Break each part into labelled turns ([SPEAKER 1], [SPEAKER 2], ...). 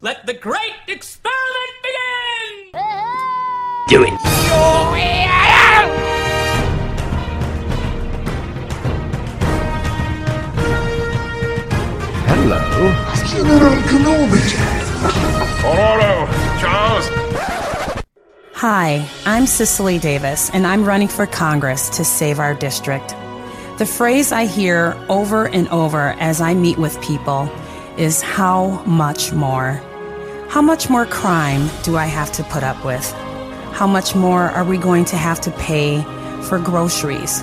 [SPEAKER 1] Let the great experiment begin!
[SPEAKER 2] Do it. Hello.
[SPEAKER 3] Hi, I'm Cicely Davis, and I'm running for Congress to save our district. The phrase I hear over and over as I meet with people is how much more? How much more crime do I have to put up with? How much more are we going to have to pay for groceries?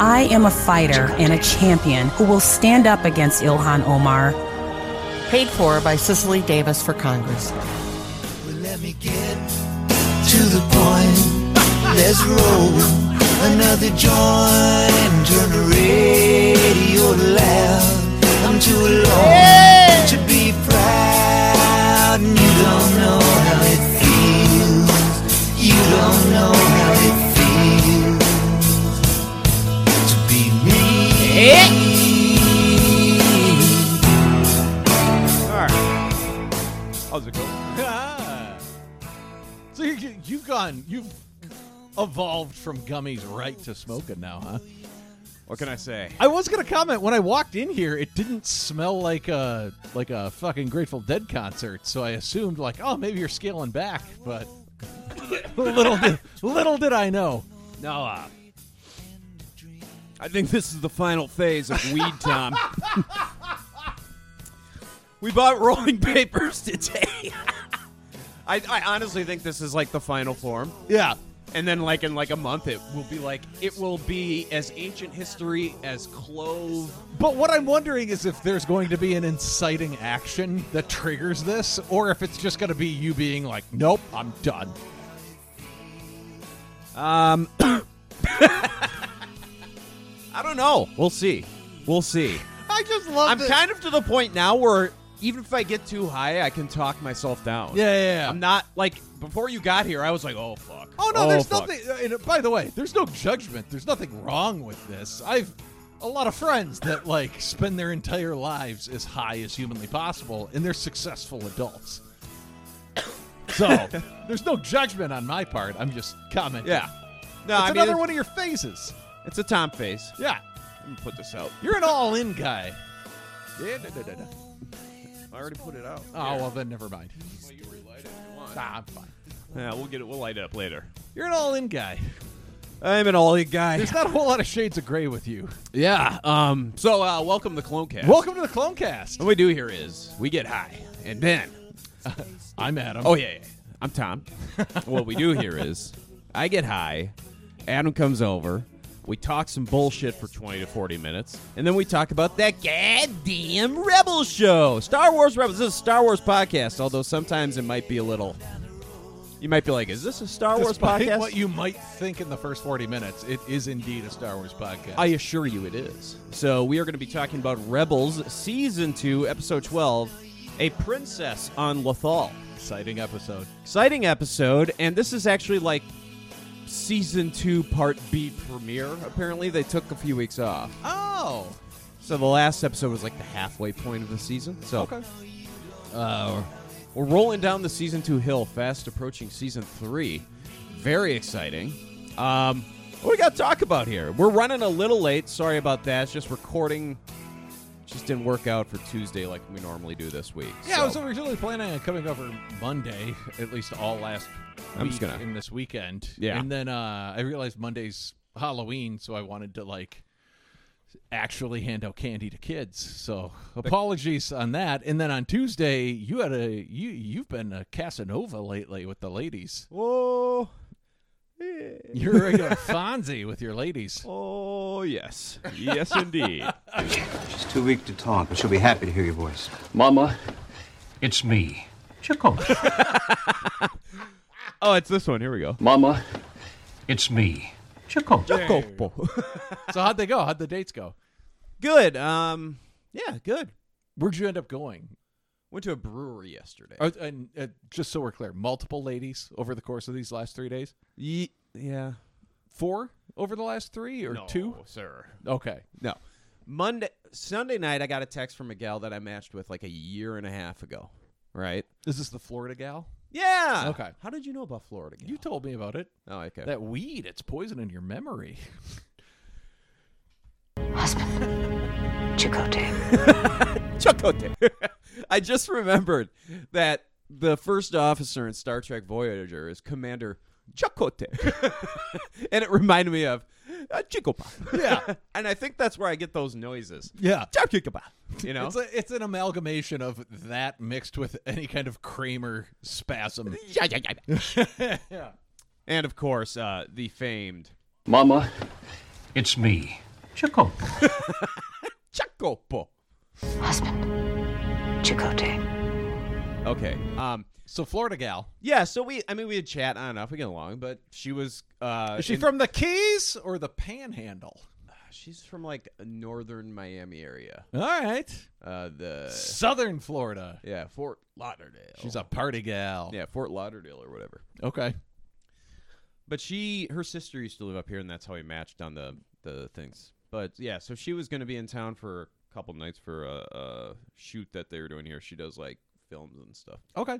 [SPEAKER 3] I am a fighter and a champion who will stand up against Ilhan Omar.
[SPEAKER 4] Paid for by Cicely Davis for Congress.
[SPEAKER 5] Let me get to the point. Let's roll another joint. Turn the radio loud. I'm too alone to be proud. And you don't know how it feels. You don't know how it feels to be me.
[SPEAKER 6] All right. How's it going? so you, you've gone, you've evolved from gummies right to smoking now, huh?
[SPEAKER 7] What can I say?
[SPEAKER 6] I was gonna comment when I walked in here, it didn't smell like a like a fucking Grateful Dead concert, so I assumed like, oh, maybe you're scaling back, but little did, little did I know.
[SPEAKER 7] No, uh, I think this is the final phase of weed, Tom. we bought rolling papers today. I, I honestly think this is like the final form,
[SPEAKER 6] Yeah,
[SPEAKER 7] and then like in like a month, it will be like it will be as ancient history as clove.
[SPEAKER 6] But what I'm wondering is if there's going to be an inciting action that triggers this, or if it's just going to be you being like, nope, I'm done.
[SPEAKER 7] I don't know. We'll see. We'll see.
[SPEAKER 6] I just love
[SPEAKER 7] I'm kind of to the point now where even if I get too high, I can talk myself down.
[SPEAKER 6] Yeah, yeah, yeah.
[SPEAKER 7] I'm not like before you got here. I was like, oh fuck.
[SPEAKER 6] Oh, no, there's
[SPEAKER 7] fuck.
[SPEAKER 6] nothing. and, uh, by the way, there's no judgment. There's nothing wrong with this. I've a lot of friends that, like, spend their entire lives as high as humanly possible, and they're successful adults. So, there's no judgment on my part. I'm just commenting.
[SPEAKER 7] Yeah. No,
[SPEAKER 6] It's
[SPEAKER 7] I mean,
[SPEAKER 6] another
[SPEAKER 7] it's-
[SPEAKER 6] one of your phases.
[SPEAKER 7] It's a Tom face.
[SPEAKER 6] Yeah.
[SPEAKER 7] Let me put this out.
[SPEAKER 6] You're an all in guy.
[SPEAKER 7] Yeah, da, da, da, da. I already put it out.
[SPEAKER 6] Oh, well, then never mind. Nah, I'm fine.
[SPEAKER 7] Yeah, we'll get it. We'll light it up later.
[SPEAKER 6] You're an all in guy.
[SPEAKER 7] I'm an Ollie guy.
[SPEAKER 6] There's not a whole lot of shades of gray with you.
[SPEAKER 7] Yeah. Um. So, uh, welcome to Clone Cast.
[SPEAKER 6] Welcome to the Clone Cast.
[SPEAKER 7] What we do here is we get high, and then
[SPEAKER 6] I'm Adam.
[SPEAKER 7] oh yeah, yeah. I'm Tom. what we do here is I get high. Adam comes over. We talk some bullshit for 20 to 40 minutes, and then we talk about that goddamn Rebel show, Star Wars Rebels. This is a Star Wars podcast, although sometimes it might be a little. You might be like, "Is this a Star
[SPEAKER 6] Despite
[SPEAKER 7] Wars podcast?"
[SPEAKER 6] what you might think in the first 40 minutes, it is indeed a Star Wars podcast.
[SPEAKER 7] I assure you it is. So we are going to be talking about Rebels Season 2, Episode 12, A Princess on Lothal.
[SPEAKER 6] Exciting episode.
[SPEAKER 7] Exciting episode, and this is actually like Season 2 Part B premiere. Apparently they took a few weeks off.
[SPEAKER 6] Oh.
[SPEAKER 7] So the last episode was like the halfway point of the season. So
[SPEAKER 6] Okay.
[SPEAKER 7] we're rolling down the Season 2 hill, fast approaching Season 3. Very exciting. Um, what we got to talk about here? We're running a little late. Sorry about that. It's just recording just didn't work out for Tuesday like we normally do this week.
[SPEAKER 6] Yeah, I was
[SPEAKER 7] so,
[SPEAKER 6] originally planning on coming over Monday, at least all last
[SPEAKER 7] I'm
[SPEAKER 6] week
[SPEAKER 7] just gonna-
[SPEAKER 6] in this weekend.
[SPEAKER 7] Yeah.
[SPEAKER 6] And then uh, I realized Monday's Halloween, so I wanted to like actually hand out candy to kids. So apologies on that. And then on Tuesday, you had a you you've been a Casanova lately with the ladies.
[SPEAKER 7] oh,
[SPEAKER 6] You're a regular Fonzie with your ladies.
[SPEAKER 7] oh yes, yes indeed.
[SPEAKER 8] She's too weak to talk, but she'll be happy to hear your voice.
[SPEAKER 2] Mama, it's me. Chico.
[SPEAKER 7] oh, it's this one. Here we go.
[SPEAKER 2] Mama, it's me. Chico.
[SPEAKER 6] So how'd they go? How'd the dates go?
[SPEAKER 7] good. Um, yeah, good.
[SPEAKER 6] Where'd you end up going?
[SPEAKER 7] Went to a brewery yesterday.
[SPEAKER 6] Are, and uh, just so we're clear, multiple ladies over the course of these last three days.
[SPEAKER 7] Ye- yeah,
[SPEAKER 6] four over the last three or two?
[SPEAKER 7] sir.
[SPEAKER 6] Okay.
[SPEAKER 7] No. Monday Sunday night I got a text from a gal that I matched with like a year and a half ago. right?
[SPEAKER 6] Is this the Florida gal?
[SPEAKER 7] Yeah.
[SPEAKER 6] Okay.
[SPEAKER 7] How did you know about Florida? Gal?
[SPEAKER 6] You told me about it.
[SPEAKER 7] oh, okay.
[SPEAKER 6] That weed, it's poisoning your memory.
[SPEAKER 9] Chicote.
[SPEAKER 7] Chocote. I just remembered that the first officer in Star Trek Voyager is Commander Chocote. and it reminded me of uh, Chicopa.
[SPEAKER 6] Yeah.
[SPEAKER 7] and I think that's where I get those noises.
[SPEAKER 6] Yeah.
[SPEAKER 7] Chicopa. You know?
[SPEAKER 6] It's a, it's an amalgamation of that mixed with any kind of Kramer spasm.
[SPEAKER 7] Yeah, yeah, yeah. And of course, uh, the famed
[SPEAKER 2] Mama, it's me, Jacob.
[SPEAKER 7] Chocopo.
[SPEAKER 9] Husband. Chicote.
[SPEAKER 7] Okay. Um,
[SPEAKER 6] So Florida gal.
[SPEAKER 7] yeah, so we, I mean, we had chat on and off, we get along, but she was. Uh,
[SPEAKER 6] Is she
[SPEAKER 7] in-
[SPEAKER 6] from the Keys or the Panhandle?
[SPEAKER 7] She's from like northern Miami area.
[SPEAKER 6] All right.
[SPEAKER 7] Uh, the.
[SPEAKER 6] Southern Florida.
[SPEAKER 7] Yeah, Fort Lauderdale.
[SPEAKER 6] She's a party gal.
[SPEAKER 7] Yeah, Fort Lauderdale or whatever.
[SPEAKER 6] Okay.
[SPEAKER 7] But she, her sister used to live up here, and that's how we matched on the the things. But yeah, so she was going to be in town for a couple nights for a, a shoot that they were doing here. She does like films and stuff,
[SPEAKER 6] Okay.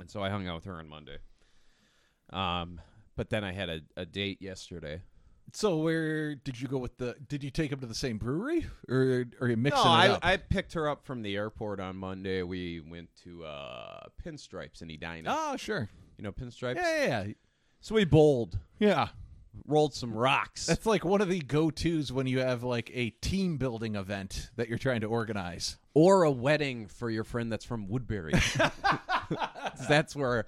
[SPEAKER 7] and so I hung out with her on Monday. Um, but then I had a, a date yesterday.
[SPEAKER 6] So where did you go with the? Did you take him to the same brewery, or are you mixing
[SPEAKER 7] no,
[SPEAKER 6] it
[SPEAKER 7] I,
[SPEAKER 6] up?
[SPEAKER 7] I picked her up from the airport on Monday. We went to uh, Pinstripes in Edina.
[SPEAKER 6] oh, sure.
[SPEAKER 7] You know Pinstripes.
[SPEAKER 6] Yeah, yeah, yeah.
[SPEAKER 7] So we bowled,
[SPEAKER 6] yeah.
[SPEAKER 7] rolled some rocks.
[SPEAKER 6] That's like one of the go-tos when you have like a team building event that you're trying to organize.
[SPEAKER 7] or a wedding for your friend that's from Woodbury. that's where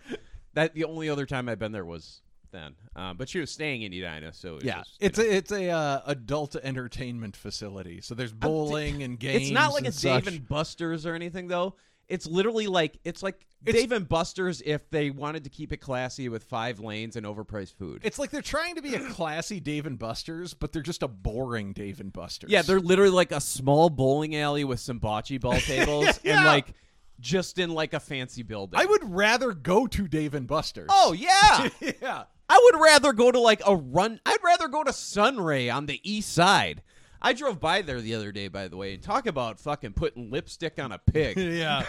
[SPEAKER 7] that the only other time I've been there was then. Um, but she was staying in Edina, so it was
[SPEAKER 6] Yeah,
[SPEAKER 7] just, you
[SPEAKER 6] it's
[SPEAKER 7] know.
[SPEAKER 6] a it's a uh, adult entertainment facility. So there's bowling and games.
[SPEAKER 7] It's not like
[SPEAKER 6] and
[SPEAKER 7] a
[SPEAKER 6] such.
[SPEAKER 7] Dave and Buster's or anything though. It's literally like it's like Dave and Buster's if they wanted to keep it classy with five lanes and overpriced food.
[SPEAKER 6] It's like they're trying to be a classy Dave and Buster's, but they're just a boring Dave and Buster's.
[SPEAKER 7] yeah, they're literally like a small bowling alley with some bocce ball tables and
[SPEAKER 6] Yeah.
[SPEAKER 7] like just in like a fancy building.
[SPEAKER 6] I would rather go to Dave and Buster's.
[SPEAKER 7] Oh yeah.
[SPEAKER 6] yeah.
[SPEAKER 7] I would rather go to like a run. I'd rather go to Sunray on the east side. I drove by there the other day, by the way, and talk about fucking putting lipstick on a pig.
[SPEAKER 6] Yeah.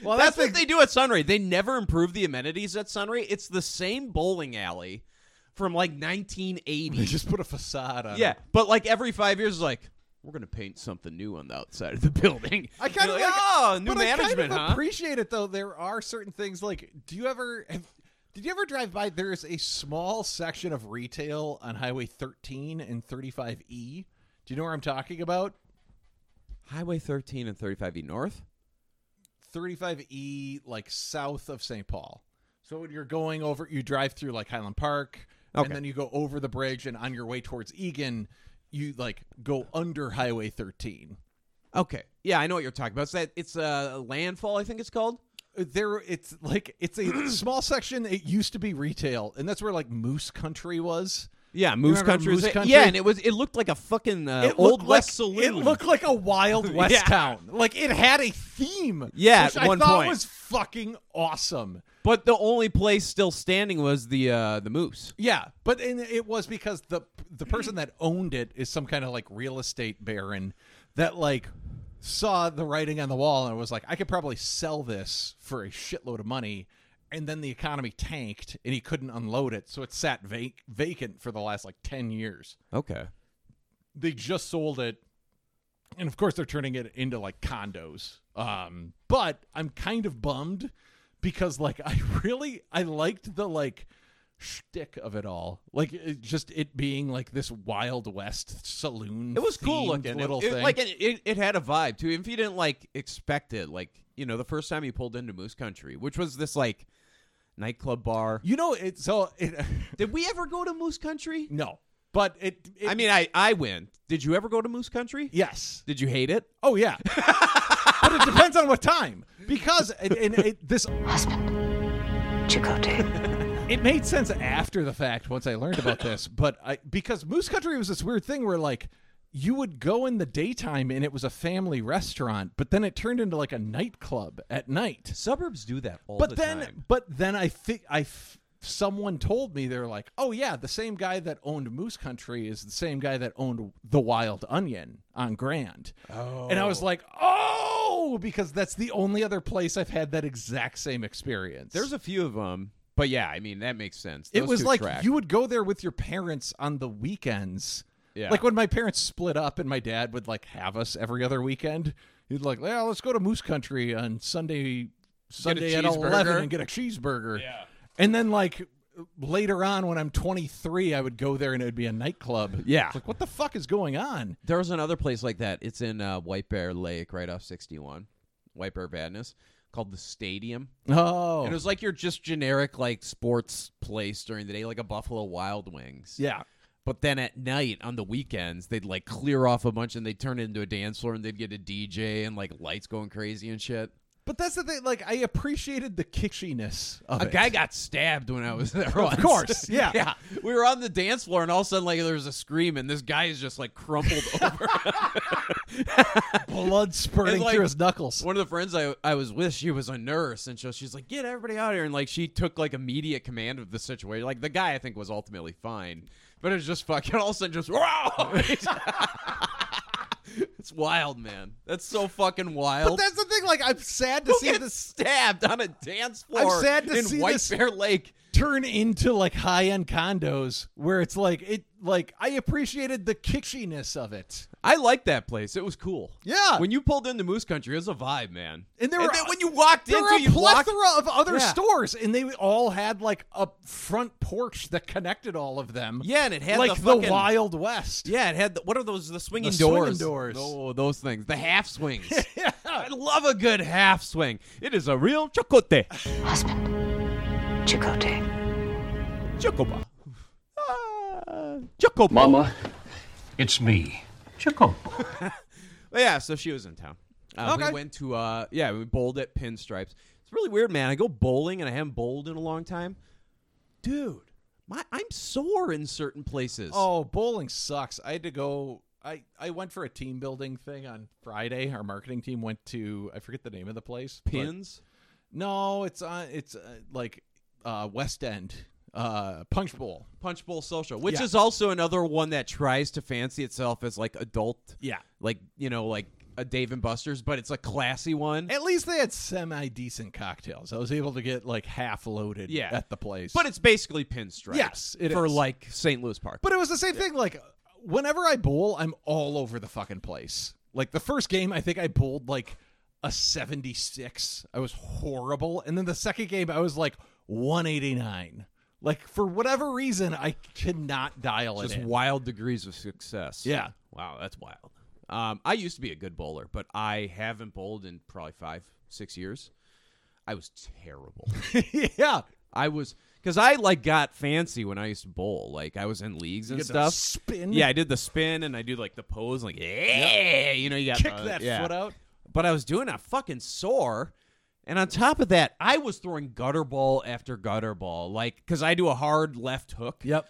[SPEAKER 7] well, that's, what they do at Sunray. They never improve the amenities at Sunray. It's the same bowling alley from like 1980.
[SPEAKER 6] they just put a facade on.
[SPEAKER 7] yeah,
[SPEAKER 6] it.
[SPEAKER 7] but like every five years, it's like we're gonna paint something new on the outside of the building.
[SPEAKER 6] I kind
[SPEAKER 7] You're
[SPEAKER 6] of
[SPEAKER 7] like, oh, new
[SPEAKER 6] but I
[SPEAKER 7] management,
[SPEAKER 6] kind of
[SPEAKER 7] huh?
[SPEAKER 6] appreciate it though. There are certain things like do you ever have, did you ever drive by there's a small section of retail on Highway 13 and 35E? Do you know where I'm talking about?
[SPEAKER 7] Highway 13 and 35E North.
[SPEAKER 6] 35E E, like south of St. Paul. So when you're going over you drive through like Highland Park
[SPEAKER 7] Okay.
[SPEAKER 6] and then you go over the bridge and on your way towards Egan, you like go under Highway 13.
[SPEAKER 7] Okay, yeah, I know what you're talking about. It's that it's uh, landfall, I think it's called.
[SPEAKER 6] there it's like it's a small section it used to be retail and that's where like moose country was
[SPEAKER 7] Yeah, Moose
[SPEAKER 6] remember
[SPEAKER 7] Country. was
[SPEAKER 6] Moose
[SPEAKER 7] it.
[SPEAKER 6] Country?
[SPEAKER 7] Yeah, and it was it looked like a fucking uh,
[SPEAKER 6] it
[SPEAKER 7] old
[SPEAKER 6] looked
[SPEAKER 7] west
[SPEAKER 6] like,
[SPEAKER 7] saloon.
[SPEAKER 6] it looked like a wild west
[SPEAKER 7] Yeah.
[SPEAKER 6] town like it had a theme
[SPEAKER 7] Yeah,
[SPEAKER 6] which
[SPEAKER 7] at
[SPEAKER 6] i
[SPEAKER 7] one
[SPEAKER 6] thought
[SPEAKER 7] point.
[SPEAKER 6] was fucking awesome
[SPEAKER 7] but the only place still standing was the uh, the Moose.
[SPEAKER 6] yeah but and it was because the the person that owned it is some kind of like real estate baron that like saw the writing on the wall and was like i could probably sell this for a shitload of money and then the economy tanked and he couldn't unload it so it sat vac- vacant for the last like 10 years
[SPEAKER 7] Okay.
[SPEAKER 6] they just sold it and of course they're turning it into like condos um but i'm kind of bummed because like i really i liked the like shtick of it all like it, just it being like this wild west saloon
[SPEAKER 7] It was cool
[SPEAKER 6] themed
[SPEAKER 7] looking. It-
[SPEAKER 6] little
[SPEAKER 7] it,
[SPEAKER 6] thing
[SPEAKER 7] Like it, it, it had a vibe too. If you didn't like expect it, like you know, the first time you pulled into Moose Country, which was this like nightclub bar.
[SPEAKER 6] you know it so it
[SPEAKER 7] Did we ever go to Moose Country?
[SPEAKER 6] no but it, it
[SPEAKER 7] I mean, I I went. Did you ever go to Moose Country?
[SPEAKER 6] yes
[SPEAKER 7] Did you hate it?
[SPEAKER 6] oh yeah but it depends on what time because and, and it, this
[SPEAKER 9] Chicote.
[SPEAKER 6] it made sense after the fact once I learned about this, but I because Moose Country was this weird thing where like you would go in the daytime and it was a family restaurant, but then it turned into like a nightclub at night.
[SPEAKER 7] Suburbs do that all
[SPEAKER 6] but
[SPEAKER 7] the
[SPEAKER 6] then,
[SPEAKER 7] time.
[SPEAKER 6] but then I think I f- someone told me they're like, oh yeah, the same guy that owned Moose Country is the same guy that owned the Wild Onion on Grand. Oh, and I was like, oh No, because that's the only other place I've had that exact same experience.
[SPEAKER 7] There's a few of them, but yeah, I mean that makes sense.
[SPEAKER 6] It
[SPEAKER 7] Those
[SPEAKER 6] was
[SPEAKER 7] two
[SPEAKER 6] like
[SPEAKER 7] track.
[SPEAKER 6] you would go there with your parents on the weekends.
[SPEAKER 7] Yeah.
[SPEAKER 6] Like when my parents split up and my dad would like have us every other weekend, he'd like, well, let's go to Moose Country on Sunday Sunday at eleven
[SPEAKER 7] cheeseburger.
[SPEAKER 6] and get a cheeseburger. Yeah. And then like later on when I'm twenty three, I would go there and it would be a nightclub.
[SPEAKER 7] Yeah.
[SPEAKER 6] It's like, what the fuck is going on?
[SPEAKER 7] There was another place like that. It's in uh, White Bear Lake, right off 61, White Bear Badness, called the Stadium.
[SPEAKER 6] Oh.
[SPEAKER 7] And it was like your just generic like sports place during the day, like a Buffalo Wild Wings.
[SPEAKER 6] yeah.
[SPEAKER 7] But then at night on the weekends, they'd like clear off a bunch and they'd turn it into a dance floor and they'd get a DJ and like lights going crazy and shit.
[SPEAKER 6] But that's the thing, like I appreciated the kitschiness of
[SPEAKER 7] A
[SPEAKER 6] it.
[SPEAKER 7] guy got stabbed when I was there. once.
[SPEAKER 6] course, yeah.
[SPEAKER 7] yeah. We were on the dance floor, and all of a sudden, like there was a scream, and this guy is just like crumpled over.
[SPEAKER 6] blood spurting
[SPEAKER 7] And, like,
[SPEAKER 6] through his knuckles.
[SPEAKER 7] One of the friends I, I was with, she was a nurse, and so she's like, "Get everybody out of here!" And like she took like immediate command of the situation. Like the guy, I think, was ultimately fine, but it was just fucking all of a sudden just. "Wow!" it's wild, man. That's so fucking
[SPEAKER 6] But
[SPEAKER 7] wild.
[SPEAKER 6] that's the thing, like I'm sad to
[SPEAKER 7] Who
[SPEAKER 6] see
[SPEAKER 7] gets
[SPEAKER 6] this
[SPEAKER 7] stabbed on a dance floor
[SPEAKER 6] sad to
[SPEAKER 7] in
[SPEAKER 6] see
[SPEAKER 7] White
[SPEAKER 6] this-
[SPEAKER 7] Bear Lake.
[SPEAKER 6] turn into like high end condos where it's like it like I appreciated the kitschiness of it.
[SPEAKER 7] I like that place. It was cool.
[SPEAKER 6] Yeah.
[SPEAKER 7] When you pulled into Moose Country, it was a vibe, man.
[SPEAKER 6] And there were-
[SPEAKER 7] then when you walked
[SPEAKER 6] There were
[SPEAKER 7] into
[SPEAKER 6] a
[SPEAKER 7] you walked-
[SPEAKER 6] plethora of other
[SPEAKER 7] Yeah.
[SPEAKER 6] stores, and they all had like a front porch that connected all of them.
[SPEAKER 7] Yeah, and it had
[SPEAKER 6] like
[SPEAKER 7] the
[SPEAKER 6] the,
[SPEAKER 7] fucking-
[SPEAKER 6] Wild West.
[SPEAKER 7] Yeah, it had the, what are those? The swinging
[SPEAKER 6] The swinging
[SPEAKER 7] doors.
[SPEAKER 6] doors.
[SPEAKER 7] Oh, those things. The half swings. I love a good half swing. It is a real chocote.
[SPEAKER 9] Husband, Chicote.
[SPEAKER 7] Chocoba. Ah, Chocobo.
[SPEAKER 2] Mama, it's me. Chico.
[SPEAKER 7] Yeah, so she was in town. Uh, We
[SPEAKER 6] Okay.
[SPEAKER 7] went to uh, yeah, we bowled at Pinstripes. It's really weird, man. I go bowling and I haven't bowled in a long time, dude. My I'm sore in certain places.
[SPEAKER 6] Oh, bowling sucks. I had to go. I, I went for a team building thing on Friday. Our marketing team went to I forget the name of the place. but-
[SPEAKER 7] pins.
[SPEAKER 6] No, it's on. It's uh, like uh, West End uh, Punch Bowl.
[SPEAKER 7] Punch Bowl Social, which
[SPEAKER 6] Yeah.
[SPEAKER 7] is also another one that tries to fancy itself as like adult.
[SPEAKER 6] Yeah.
[SPEAKER 7] Like, you know, like a Dave and Buster's, but it's a classy one.
[SPEAKER 6] At least they had semi decent cocktails. I was able to get like half loaded
[SPEAKER 7] Yeah.
[SPEAKER 6] at the place.
[SPEAKER 7] But it's basically pinstripe.
[SPEAKER 6] Yes, it
[SPEAKER 7] For
[SPEAKER 6] is.
[SPEAKER 7] like St. Louis Park.
[SPEAKER 6] but it was the same thing. Like whenever I bowl, I'm all over the fucking place. Like the first game, I think I bowled like a 76. I was horrible, and then the second game, I was like 189. Like for whatever reason, I cannot dial
[SPEAKER 7] just
[SPEAKER 6] it. in.
[SPEAKER 7] wild degrees of success.
[SPEAKER 6] Yeah.
[SPEAKER 7] Wow, that's wild. Um, I used to be a good bowler, but I haven't bowled in probably five, six years. I was terrible.
[SPEAKER 6] yeah,
[SPEAKER 7] I was because I like got fancy when I used to bowl. Like I was in leagues and
[SPEAKER 6] get the
[SPEAKER 7] stuff.
[SPEAKER 6] spin.
[SPEAKER 7] Yeah, I did the spin and I do like the pose, like yeah, you know, you got
[SPEAKER 6] kick
[SPEAKER 7] the-
[SPEAKER 6] that
[SPEAKER 7] yeah.
[SPEAKER 6] foot out.
[SPEAKER 7] But I was doing a fucking sore, and on top of that, I was throwing gutter ball after gutter ball, like because I do a hard left hook.
[SPEAKER 6] Yep.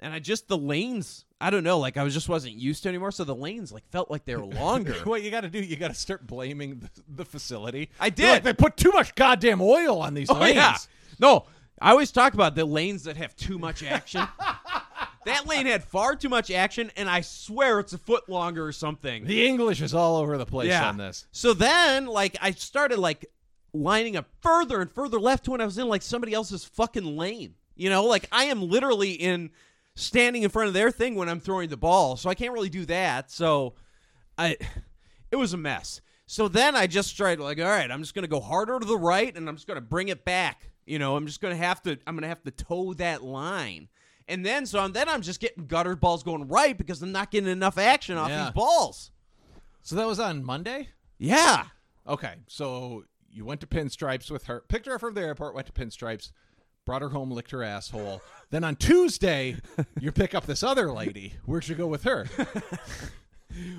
[SPEAKER 7] And I just the lanes, I don't know, like I was just wasn't used to anymore. So the lanes like felt like they were longer.
[SPEAKER 6] What you got to do? You got to start blaming the, the facility.
[SPEAKER 7] I
[SPEAKER 6] They're like,
[SPEAKER 7] did.
[SPEAKER 6] they put too much goddamn oil on these
[SPEAKER 7] Oh,
[SPEAKER 6] lanes.
[SPEAKER 7] yeah. No, I always talk about the lanes that have too much action. that lane had far too much action, and I swear it's a foot longer or something.
[SPEAKER 6] The English is all over the place on this.
[SPEAKER 7] So then, like, I started like lining up further and further left to when I was in like somebody else's fucking lane. You know, like I am literally in standing in front of their thing when I'm throwing the ball, so I can't really do that. So I, it was a mess. So then I just tried like, all right, I'm just gonna go harder to the right, and I'm just gonna bring it back. You know, I'm just gonna have to, I'm gonna have to toe that line. And then, so I'm, then I'm just getting gutter balls going right because I'm not getting enough action off
[SPEAKER 6] Yeah.
[SPEAKER 7] these balls.
[SPEAKER 6] So that was on Monday.
[SPEAKER 7] Yeah.
[SPEAKER 6] Okay, so you went to Pinstripes with her, picked her up from the airport, went to Pinstripes, brought her home, licked her asshole. then on Tuesday, you pick up this other lady. Where'd you go with her?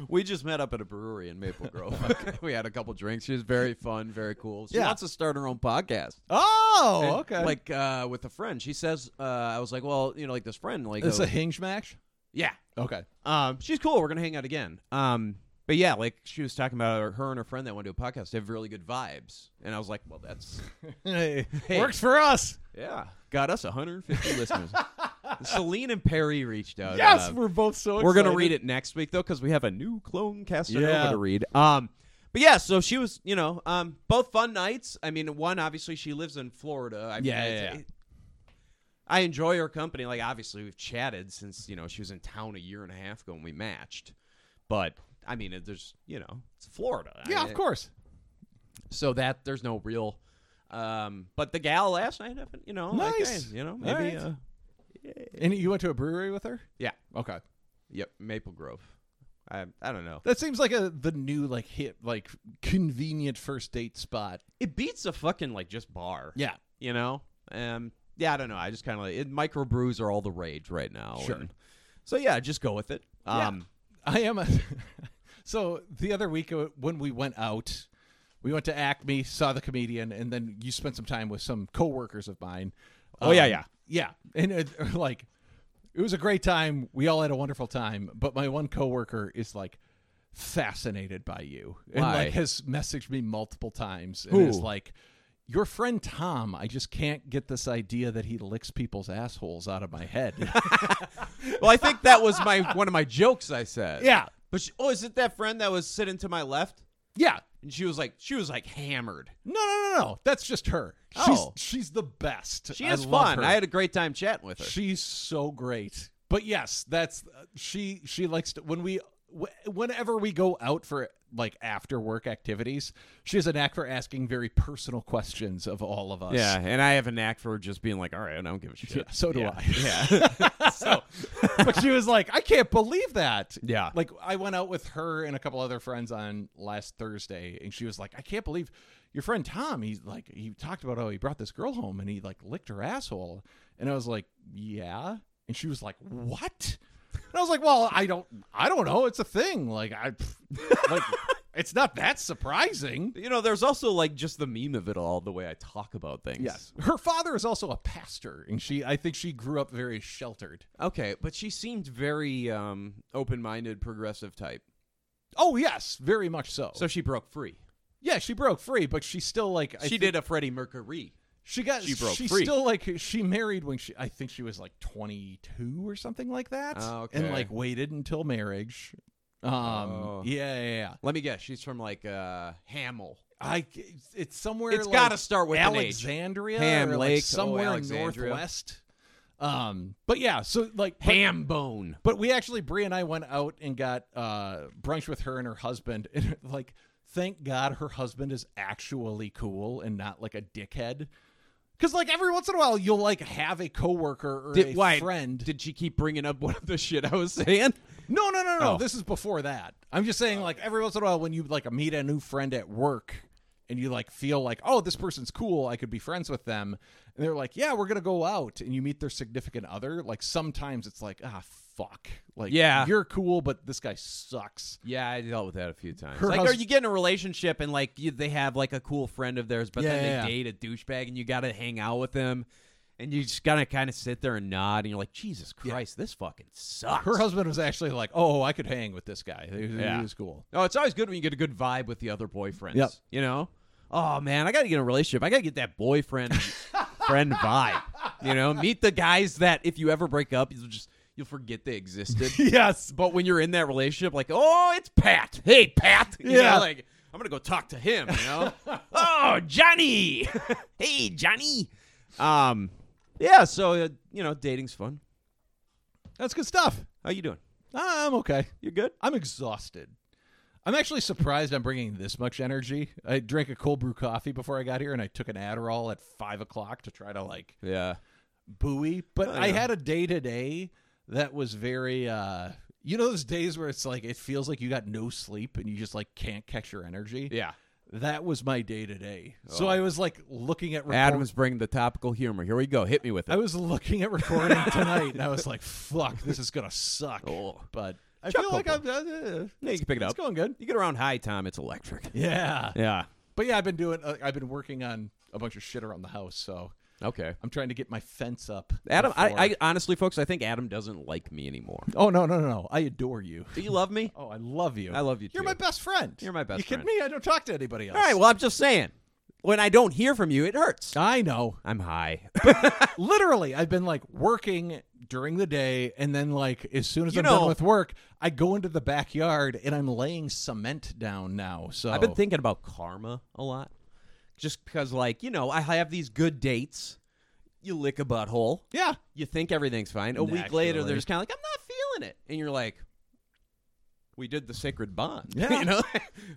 [SPEAKER 7] We just met up at a brewery in Maple Grove. we had a couple drinks. She was very fun, very cool. She
[SPEAKER 6] Yeah.
[SPEAKER 7] wants to start her own podcast.
[SPEAKER 6] Oh, okay.
[SPEAKER 7] Like uh, with a friend. She says, uh, I was like, well, you know, like this friend, like,
[SPEAKER 6] it's
[SPEAKER 7] uh,
[SPEAKER 6] a hinge match.
[SPEAKER 7] yeah.
[SPEAKER 6] Okay.
[SPEAKER 7] Um, she's cool. We're gonna hang out again. Um, but yeah, like she was talking about her, her and her friend that went to a podcast. They have really good vibes, and I was like, well, that's
[SPEAKER 6] Hey,
[SPEAKER 7] Hey.
[SPEAKER 6] Works for us.
[SPEAKER 7] yeah, got us 150 listeners. Celine and Perry reached out.
[SPEAKER 6] Yes,
[SPEAKER 7] Uh,
[SPEAKER 6] we're both so.
[SPEAKER 7] We're gonna
[SPEAKER 6] excited.
[SPEAKER 7] read it next week though, because we have a new clone Casanova
[SPEAKER 6] Yeah.
[SPEAKER 7] to read. Um, But yeah, so she was, you know, um, both fun nights. I mean, one obviously she lives in Florida. I mean,
[SPEAKER 6] Yeah,
[SPEAKER 7] it's-
[SPEAKER 6] yeah, yeah.
[SPEAKER 7] I enjoy her company. Like obviously we've chatted since you know she was in town a year and a half ago when we matched, but I mean, it- there's you know, it's Florida. I
[SPEAKER 6] Yeah,
[SPEAKER 7] mean,
[SPEAKER 6] of course.
[SPEAKER 7] So that there's no real. Um, but the gal last night, you know, like,
[SPEAKER 6] Nice.
[SPEAKER 7] hey, you know,
[SPEAKER 6] All
[SPEAKER 7] maybe,
[SPEAKER 6] right.
[SPEAKER 7] uh,
[SPEAKER 6] And you went to a brewery with her?
[SPEAKER 7] yeah,
[SPEAKER 6] Okay.
[SPEAKER 7] yep, Maple Grove. I I don't know.
[SPEAKER 6] That seems like a the new like hip like convenient first date spot.
[SPEAKER 7] It beats a fucking like just bar.
[SPEAKER 6] Yeah.
[SPEAKER 7] you know um yeah i don't know i just kind of like it, microbrews are all the rage right now
[SPEAKER 6] Sure.
[SPEAKER 7] and- so yeah just go with it um
[SPEAKER 6] I am a So the other week uh, when we went out, we went to Acme, saw the comedian, and then you spent some time with some coworkers of mine. Um,
[SPEAKER 7] Oh, yeah, yeah.
[SPEAKER 6] yeah. And it, like, it was a great time. We all had a wonderful time. But my one coworker is like fascinated by you, and
[SPEAKER 7] Why?
[SPEAKER 6] like has messaged me multiple times, and is
[SPEAKER 7] Who?
[SPEAKER 6] like. Your friend Tom, I just can't get this idea that he licks people's assholes out of my head.
[SPEAKER 7] well i think that was my one of my jokes i said
[SPEAKER 6] Yeah.
[SPEAKER 7] but she, oh is it that friend that was sitting to my left
[SPEAKER 6] yeah,
[SPEAKER 7] and she was like she was like hammered
[SPEAKER 6] No, no, no, no. That's just her.
[SPEAKER 7] Oh.
[SPEAKER 6] She's she's the best.
[SPEAKER 7] she
[SPEAKER 6] I
[SPEAKER 7] is
[SPEAKER 6] love
[SPEAKER 7] fun
[SPEAKER 6] her.
[SPEAKER 7] i had a great time chatting with her
[SPEAKER 6] She's so great. But yes, that's uh, she she likes to when we wh- whenever we go out for like after work activities, she has a knack for asking very personal questions of all of us.
[SPEAKER 7] yeah and i have a knack for just being like all right i don't give a shit
[SPEAKER 6] Yeah, so do
[SPEAKER 7] Yeah.
[SPEAKER 6] I. Yeah. so, but she was like, I can't believe that.
[SPEAKER 7] Yeah.
[SPEAKER 6] Like, I went out with her and a couple other friends on last Thursday, and she was like, I can't believe your friend Tom. He's like, he talked about, oh, he brought this girl home and he like licked her asshole. And I was like, yeah. And she was like, what? And I was like, well, I don't, I don't know. It's a thing. Like, I, like, it's not that surprising.
[SPEAKER 7] you know there's also like just the meme of it all the way i talk about things
[SPEAKER 6] Yes. Her father is also a pastor, and she, I think she grew up very sheltered.
[SPEAKER 7] okay but she seemed very um open-minded progressive type
[SPEAKER 6] Oh yes, very much so.
[SPEAKER 7] so she broke free
[SPEAKER 6] yeah, she broke free, but she still like I
[SPEAKER 7] she
[SPEAKER 6] thi-
[SPEAKER 7] did a Freddie Mercury.
[SPEAKER 6] She got
[SPEAKER 7] she broke
[SPEAKER 6] She
[SPEAKER 7] free.
[SPEAKER 6] still like she married when she I think she was like twenty two or something like that,
[SPEAKER 7] Oh,
[SPEAKER 6] and
[SPEAKER 7] okay.
[SPEAKER 6] like waited until marriage. Um,
[SPEAKER 7] Oh.
[SPEAKER 6] yeah, yeah, yeah.
[SPEAKER 7] Let me guess, she's from like uh Hamel.
[SPEAKER 6] I it's somewhere.
[SPEAKER 7] It's
[SPEAKER 6] like
[SPEAKER 7] gotta start with an H.
[SPEAKER 6] Alexandria,
[SPEAKER 7] Ham
[SPEAKER 6] or, like,
[SPEAKER 7] Lake, oh,
[SPEAKER 6] somewhere in
[SPEAKER 7] Alexandria.
[SPEAKER 6] northwest. Um, but yeah, so like but-
[SPEAKER 7] Hambone.
[SPEAKER 6] But we actually, Brie and I went out and got uh, brunch with her and her husband. And like, thank God her husband is actually cool and not like a dickhead. Because like every once in a while, you'll like have a coworker or a
[SPEAKER 7] Did, why
[SPEAKER 6] friend.
[SPEAKER 7] Did she keep bringing up one of the shit I was saying?
[SPEAKER 6] no, no, no, no.
[SPEAKER 7] Oh.
[SPEAKER 6] This is before that. I'm just saying, like every once in a while, when you like meet a new friend at work. And you like feel like, oh, this person's cool. I could be friends with them. And they're like, yeah, we're gonna go out. And you meet their significant other. Like sometimes it's like, ah, fuck. Like,
[SPEAKER 7] Yeah.
[SPEAKER 6] you're cool, but this guy sucks.
[SPEAKER 7] Yeah, I dealt with that a few times.
[SPEAKER 6] Her
[SPEAKER 7] like,
[SPEAKER 6] hus-
[SPEAKER 7] are you getting a relationship and like you, they have like a cool friend of theirs, but
[SPEAKER 6] Yeah,
[SPEAKER 7] then they
[SPEAKER 6] yeah, yeah.
[SPEAKER 7] date a douchebag and you got to hang out with them, and you just gotta kind of sit there and nod, and you're like, Jesus Christ, this fucking sucks.
[SPEAKER 6] Her husband was actually like, "Oh, I could hang with this guy. He, he
[SPEAKER 7] Yeah.
[SPEAKER 6] was cool."
[SPEAKER 7] Oh, it's always good when you get a good vibe with the other boyfriends.
[SPEAKER 6] Yep.
[SPEAKER 7] You know? Oh man, I gotta get in a relationship. I gotta get that boyfriend friend vibe. You know, meet the guys that if you ever break up, you'll just you'll forget they existed.
[SPEAKER 6] Yes,
[SPEAKER 7] But when you're in that relationship, like, oh, it's Pat. Hey, Pat. You know,
[SPEAKER 6] Yeah.
[SPEAKER 7] like, I'm gonna go talk to him, you know? oh, Johnny. hey, Johnny. Um Yeah, so uh, you know, dating's fun.
[SPEAKER 6] that's good stuff. Ah,
[SPEAKER 7] How you doing?
[SPEAKER 6] I'm okay.
[SPEAKER 7] You good?
[SPEAKER 6] I'm exhausted. I'm actually surprised I'm bringing this much energy. I drank a cold brew coffee before I got here, and I took an Adderall at five o'clock to try to like
[SPEAKER 7] Yeah.
[SPEAKER 6] buoy. But I
[SPEAKER 7] Oh, yeah.
[SPEAKER 6] had a day today that was very, uh you know, those days where it's like it feels like you got no sleep and you just like can't catch your energy.
[SPEAKER 7] Yeah. Oh.
[SPEAKER 6] That was my day today. So I was like looking at reports.
[SPEAKER 7] Adam's bringing the topical humor. Here we go. Hit me with it.
[SPEAKER 6] I was looking at recording tonight, and I was like, "Fuck, this is gonna suck."
[SPEAKER 7] Oh.
[SPEAKER 6] But I
[SPEAKER 7] Chuck
[SPEAKER 6] feel like I'm.
[SPEAKER 7] Hopper.
[SPEAKER 6] Uh, uh,
[SPEAKER 7] Yeah, you can pick it
[SPEAKER 6] it's
[SPEAKER 7] up.
[SPEAKER 6] going good.
[SPEAKER 7] You get around high time, it's electric.
[SPEAKER 6] Yeah.
[SPEAKER 7] Yeah.
[SPEAKER 6] But yeah, I've been doing. Uh, I've been working on a bunch of shit around the house, so
[SPEAKER 7] Okay.
[SPEAKER 6] I'm trying to get my fence up.
[SPEAKER 7] Adam, I,
[SPEAKER 6] before-
[SPEAKER 7] I honestly, folks, I think Adam doesn't like me anymore.
[SPEAKER 6] Oh no no no no! I adore you.
[SPEAKER 7] Do you love me?
[SPEAKER 6] Oh, I love you.
[SPEAKER 7] I love you
[SPEAKER 6] You're
[SPEAKER 7] too.
[SPEAKER 6] my best friend.
[SPEAKER 7] You're my best
[SPEAKER 6] You kidding
[SPEAKER 7] friend.
[SPEAKER 6] me? I don't talk to anybody else.
[SPEAKER 7] All right. Well, I'm just saying. When I don't hear from you, it hurts.
[SPEAKER 6] I know.
[SPEAKER 7] I'm high.
[SPEAKER 6] Literally, I've been like working, during the day, and then like as soon as
[SPEAKER 7] You
[SPEAKER 6] I'm
[SPEAKER 7] know-
[SPEAKER 6] done with work, I go into the backyard and I'm laying cement down now. So
[SPEAKER 7] I've been thinking about karma a lot, just because, like, you know, I have these good dates. You lick a butthole.
[SPEAKER 6] Yeah.
[SPEAKER 7] You think everything's fine. A week later,
[SPEAKER 6] Naturally.
[SPEAKER 7] there's kind of like, I'm not feeling it, and you're like, we did the sacred bond.
[SPEAKER 6] Yeah.
[SPEAKER 7] you know,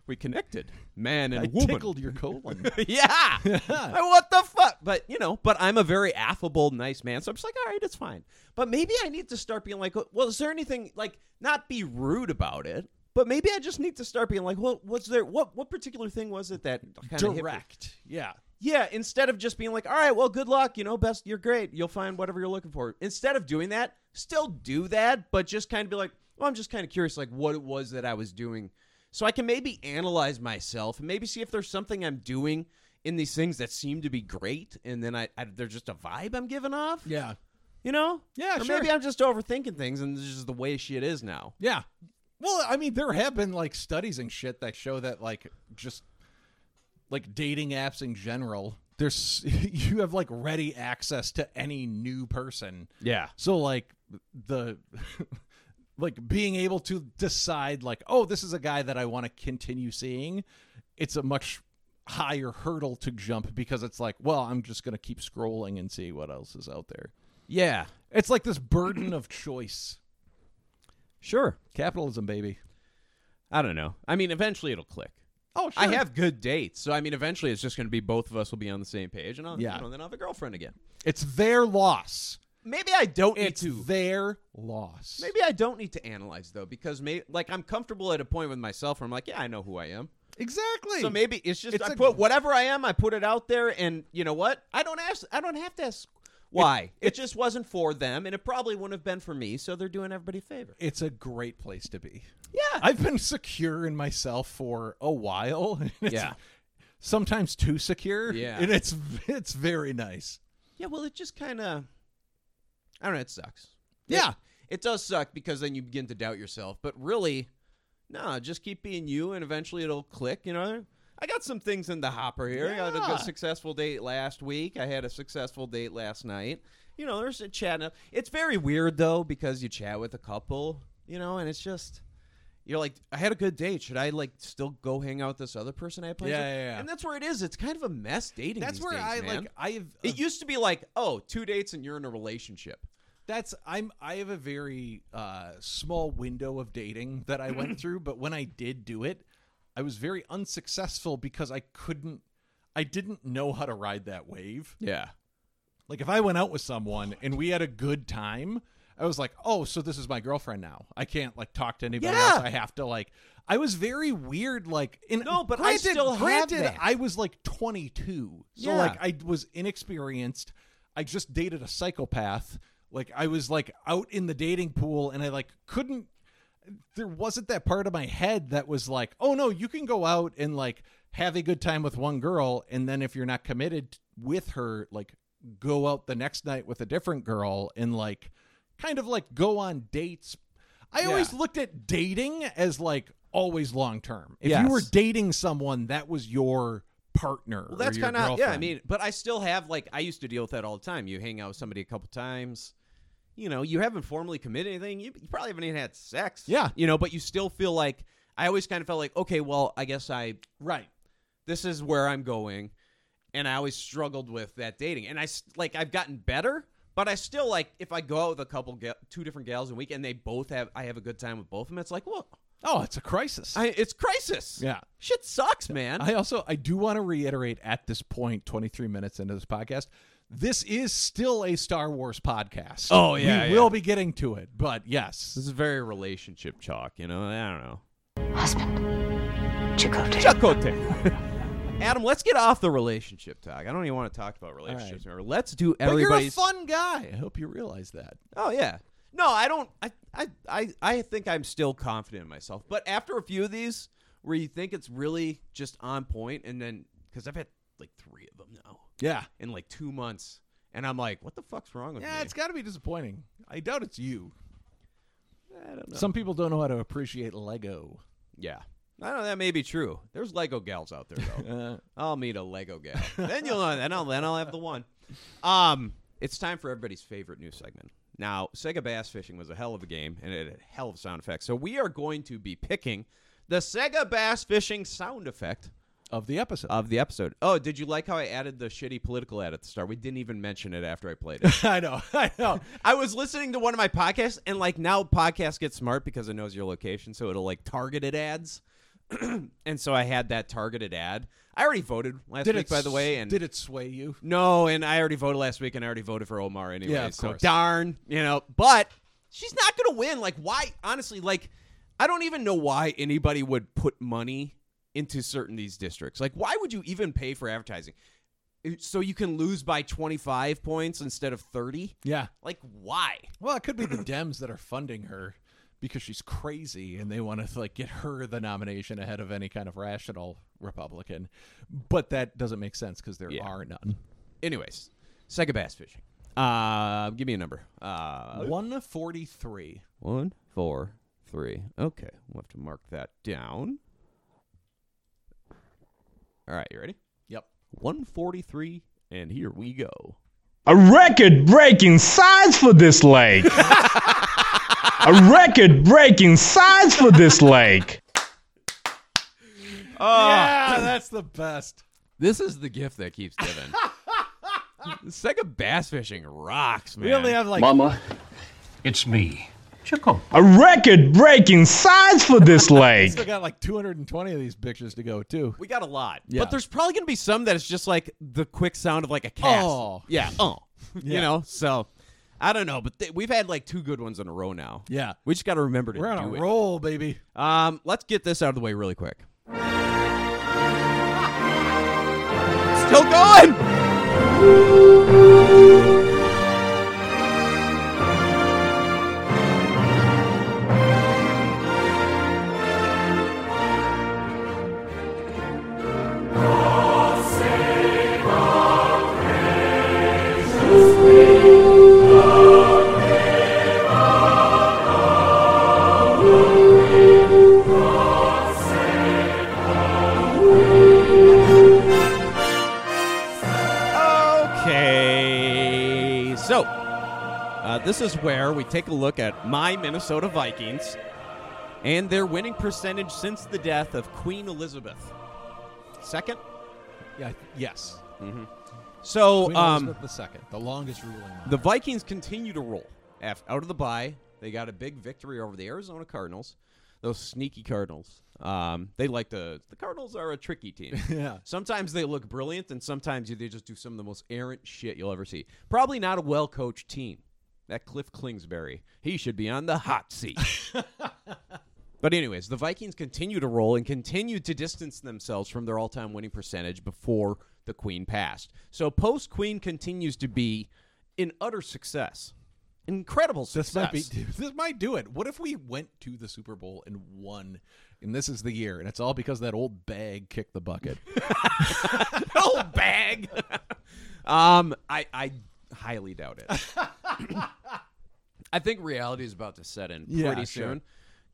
[SPEAKER 7] we connected, man and
[SPEAKER 6] I
[SPEAKER 7] woman.
[SPEAKER 6] tickled your colon.
[SPEAKER 7] yeah. I- what the fuck? But you know, but I'm a very affable, nice man, so I'm just like, all right, it's fine. But maybe I need to start being like, well, is there anything like not be rude about it? But maybe I just need to start being like, well, was there what what particular thing was it that kind of
[SPEAKER 6] Direct. Yeah.
[SPEAKER 7] yeah, instead of just being like, all right, well, good luck, you know, best, you're great, you'll find whatever you're looking for. Instead of doing that, still do that, but just kind of be like, well, I'm just kind of curious, like, what it was that I was doing. So I can maybe analyze myself and maybe see if there's something I'm doing in these things that seem to be great, and then I, I there's just a vibe I'm giving off.
[SPEAKER 6] Yeah.
[SPEAKER 7] You know?
[SPEAKER 6] Yeah,
[SPEAKER 7] Or
[SPEAKER 6] sure.
[SPEAKER 7] maybe I'm just overthinking things, and this is just the way shit is now.
[SPEAKER 6] Yeah. Well, I mean, there have been like studies and shit that show that like just like dating apps in general, there's you have like ready access to any new person.
[SPEAKER 7] Yeah.
[SPEAKER 6] So like the like being able to decide like, oh, this is a guy that I want to continue seeing, it's a much higher hurdle to jump because it's like, well, I'm just gonna keep scrolling and see what else is out there.
[SPEAKER 7] Yeah.
[SPEAKER 6] It's like this burden of choice.
[SPEAKER 7] Sure.
[SPEAKER 6] Capitalism, baby.
[SPEAKER 7] I don't know. I mean, eventually it'll click.
[SPEAKER 6] Oh,
[SPEAKER 7] I have good dates, so I mean, eventually it's just going to be both of us will be on the same page, and I'll,
[SPEAKER 6] Yeah.
[SPEAKER 7] you know, then I'll have a girlfriend again.
[SPEAKER 6] It's their loss.
[SPEAKER 7] Maybe I don't need
[SPEAKER 6] It's
[SPEAKER 7] to.
[SPEAKER 6] their loss.
[SPEAKER 7] Maybe I don't need to analyze though, because maybe like I'm comfortable at a point with myself where I'm like, yeah, I know who I am.
[SPEAKER 6] exactly.
[SPEAKER 7] So maybe it's just
[SPEAKER 6] It's
[SPEAKER 7] I
[SPEAKER 6] a-
[SPEAKER 7] put whatever I am, I put it out there, and you know what? I don't ask. I don't have to ask why. It, just wasn't for them, and it probably wouldn't have been for me. So they're doing everybody a favor.
[SPEAKER 6] it's a great place to be.
[SPEAKER 7] Yeah.
[SPEAKER 6] I've been secure in myself for a while. It's
[SPEAKER 7] Yeah.
[SPEAKER 6] Sometimes too secure.
[SPEAKER 7] Yeah.
[SPEAKER 6] And it's it's very nice.
[SPEAKER 7] Yeah. Well, it just kind of. I don't know. It sucks.
[SPEAKER 6] Yeah.
[SPEAKER 7] it does suck because then you begin to doubt yourself. But really, no, just keep being you, and eventually it'll click. You know, I got some things in the hopper here. I had a
[SPEAKER 6] Yeah.
[SPEAKER 7] good successful date last week. I had a successful date last night. You know, there's a chatting. up. It's very weird though because you chat with a couple, you know, and it's just. You're like, I had a good date. Should I like still go hang out with this other person I played?
[SPEAKER 6] Yeah,
[SPEAKER 7] with?
[SPEAKER 6] yeah, yeah.
[SPEAKER 7] And that's where it is. It's kind of a mess dating.
[SPEAKER 6] That's
[SPEAKER 7] these
[SPEAKER 6] where
[SPEAKER 7] days,
[SPEAKER 6] I uh,
[SPEAKER 7] man.
[SPEAKER 6] like I've
[SPEAKER 7] It used to be like, oh, two dates and you're in a relationship.
[SPEAKER 6] that's I'm I have a very uh small window of dating that I went through, but when I did do it, I was very unsuccessful because I couldn't I didn't know how to ride that wave.
[SPEAKER 7] Yeah.
[SPEAKER 6] Like if I went out with someone and we had a good time, I was like, "Oh, so this is my girlfriend now. I can't like talk to anybody
[SPEAKER 7] Yeah.
[SPEAKER 6] else. I have to like." I was very weird. Like, and
[SPEAKER 7] No, but I
[SPEAKER 6] granted,
[SPEAKER 7] still have
[SPEAKER 6] granted,
[SPEAKER 7] that.
[SPEAKER 6] I was like 22, so
[SPEAKER 7] Yeah.
[SPEAKER 6] like I was inexperienced. I just dated a psychopath. Like I was like out in the dating pool, and I like couldn't there wasn't that part of my head that was like, oh no, you can go out and like have a good time with one girl, and then if you're not committed with her, like go out the next night with a different girl and like kind of like go on dates. I always looked at dating as like always long term. If you
[SPEAKER 7] Yes.
[SPEAKER 6] were dating someone, that was your partner.
[SPEAKER 7] Well, that's
[SPEAKER 6] kind
[SPEAKER 7] of yeah. I mean, but I still have like I used to deal with that all the time. You hang out with somebody a couple times, you know, you haven't formally committed anything. You, you probably haven't even had sex.
[SPEAKER 6] Yeah.
[SPEAKER 7] you know, but you still feel like I always kind of felt like okay, well, I guess I
[SPEAKER 6] right.
[SPEAKER 7] this is where I'm going, and I always struggled with that dating. And I s- like I've gotten better, but I still like if I go out with a couple ga- two different gals a week and they both have I have a good time with both of them. It's like well,
[SPEAKER 6] Oh, it's a crisis.
[SPEAKER 7] I, it's crisis.
[SPEAKER 6] Yeah.
[SPEAKER 7] shit sucks, man.
[SPEAKER 6] I also I do want to reiterate at this point, 23 minutes into this podcast, this is still a Star Wars podcast.
[SPEAKER 7] Oh, yeah,
[SPEAKER 6] we
[SPEAKER 7] yeah.
[SPEAKER 6] will be getting to it, but yes,
[SPEAKER 7] this is very relationship talk, you know. I don't know.
[SPEAKER 9] Husband. Chicote.
[SPEAKER 7] Chakote. Adam, let's get off the relationship talk. I don't even want to talk about relationships anymore. Let's do
[SPEAKER 6] but you're a
[SPEAKER 7] everybody's.
[SPEAKER 6] fun guy. I hope you realize that.
[SPEAKER 7] oh yeah. No, I don't. I, I I I think I'm still confident in myself. But after a few of these, where you think it's really just on point, and then because I've had like three of them now
[SPEAKER 6] Yeah,
[SPEAKER 7] in like two months, and I'm like, what the fuck's wrong with
[SPEAKER 6] yeah,
[SPEAKER 7] me?
[SPEAKER 6] it's got to be disappointing. I doubt it's you.
[SPEAKER 7] I don't know.
[SPEAKER 6] Some people don't know how to appreciate Lego.
[SPEAKER 7] yeah. I know that may be true. There's Lego gals out there though. I'll meet a Lego gal. then you'll know. Then I'll then I'll have the one. Um, it's time for everybody's favorite new segment. Now, Sega Bass Fishing was a hell of a game and it had a hell of sound effects. So we are going to be picking the Sega Bass Fishing sound effect
[SPEAKER 6] of the episode.
[SPEAKER 7] of the episode. Oh, did you like how I added the shitty political ad at the start? We didn't even mention it after I played it.
[SPEAKER 6] I know, I know.
[SPEAKER 7] I was listening to one of my podcasts, and like now podcasts get smart because it knows your location, so it'll like targeted ads. and so I had that targeted ad. I already voted last
[SPEAKER 6] Did
[SPEAKER 7] week,
[SPEAKER 6] it
[SPEAKER 7] by the way, and
[SPEAKER 6] did it sway you?
[SPEAKER 7] no, and I already voted last week, and I already voted for Omar anyway.
[SPEAKER 6] Yeah, of
[SPEAKER 7] so
[SPEAKER 6] course.
[SPEAKER 7] darn, you know. But she's not gonna win. Like, why? Honestly, like, I don't even know why anybody would put money into certain these districts. Like, why would you even pay for advertising? Uh, So you can lose by twenty five points instead of thirty.
[SPEAKER 6] Yeah.
[SPEAKER 7] Like, why?
[SPEAKER 6] Well, it could be the Dems that are funding her because she's crazy and they want to like get her the nomination ahead of any kind of rational Republican. But that doesn't make sense because there
[SPEAKER 7] Yeah.
[SPEAKER 6] are none.
[SPEAKER 7] Anyways, Sega Bass Fishing. Uh, give me a number. Uh,
[SPEAKER 6] 143.
[SPEAKER 7] one, four, three. Okay, we'll have to mark that down. All right, you ready?
[SPEAKER 6] Yep.
[SPEAKER 7] 143, and here we go.
[SPEAKER 10] A record breaking size for this lake. A record breaking size for this lake.
[SPEAKER 7] Ah,
[SPEAKER 6] yeah, that's the best.
[SPEAKER 7] This is the gift that keeps giving. Sega Bass Fishing rocks, man.
[SPEAKER 6] We only have like
[SPEAKER 2] Mama, it's me, Chico.
[SPEAKER 10] A record breaking size for this
[SPEAKER 6] still
[SPEAKER 10] lake.
[SPEAKER 6] got like 220 of these pictures to go too.
[SPEAKER 7] We got a lot,
[SPEAKER 6] Yeah.
[SPEAKER 7] but there's probably gonna be some that is just like the quick sound of like a cast.
[SPEAKER 6] Oh.
[SPEAKER 7] yeah, oh, you
[SPEAKER 6] Yeah.
[SPEAKER 7] know. So I don't know, but th- we've had like two good ones in a row now.
[SPEAKER 6] Yeah.
[SPEAKER 7] we just got to remember to
[SPEAKER 6] We're on
[SPEAKER 7] do
[SPEAKER 6] a
[SPEAKER 7] it.
[SPEAKER 6] roll, baby.
[SPEAKER 7] Um, let's get this out of the way really quick. Still going. Okay, so uh, this is where we take a look at my Minnesota Vikings and their winning percentage since the death of Queen Elizabeth Second.
[SPEAKER 6] Yeah, yes.
[SPEAKER 7] So,
[SPEAKER 6] Queen
[SPEAKER 7] um,
[SPEAKER 6] Elizabeth II, the longest ruling. monarch.
[SPEAKER 7] the Vikings continue to roll Af out of the bye. They got a big victory over the Arizona Cardinals. Those sneaky Cardinals. Um, they like to. The Cardinals are a tricky team.
[SPEAKER 6] Yeah.
[SPEAKER 7] Sometimes they look brilliant, and sometimes they just do some of the most errant shit you'll ever see. Probably not a well coached team. That Cliff Klingsbury, he should be on the hot seat. But anyways, the Vikings continue to roll and continue to distance themselves from their all-time winning percentage before the Queen passed. So post Queen continues to be an utter success, incredible
[SPEAKER 6] This
[SPEAKER 7] success.
[SPEAKER 6] might be. This might do it. What if we went to the Super Bowl and won? And this is the year, and it's all because that old bag kicked the bucket.
[SPEAKER 7] oh bag. um, I I highly doubt it. I think reality is about to set in pretty
[SPEAKER 6] Yeah, sure.
[SPEAKER 7] soon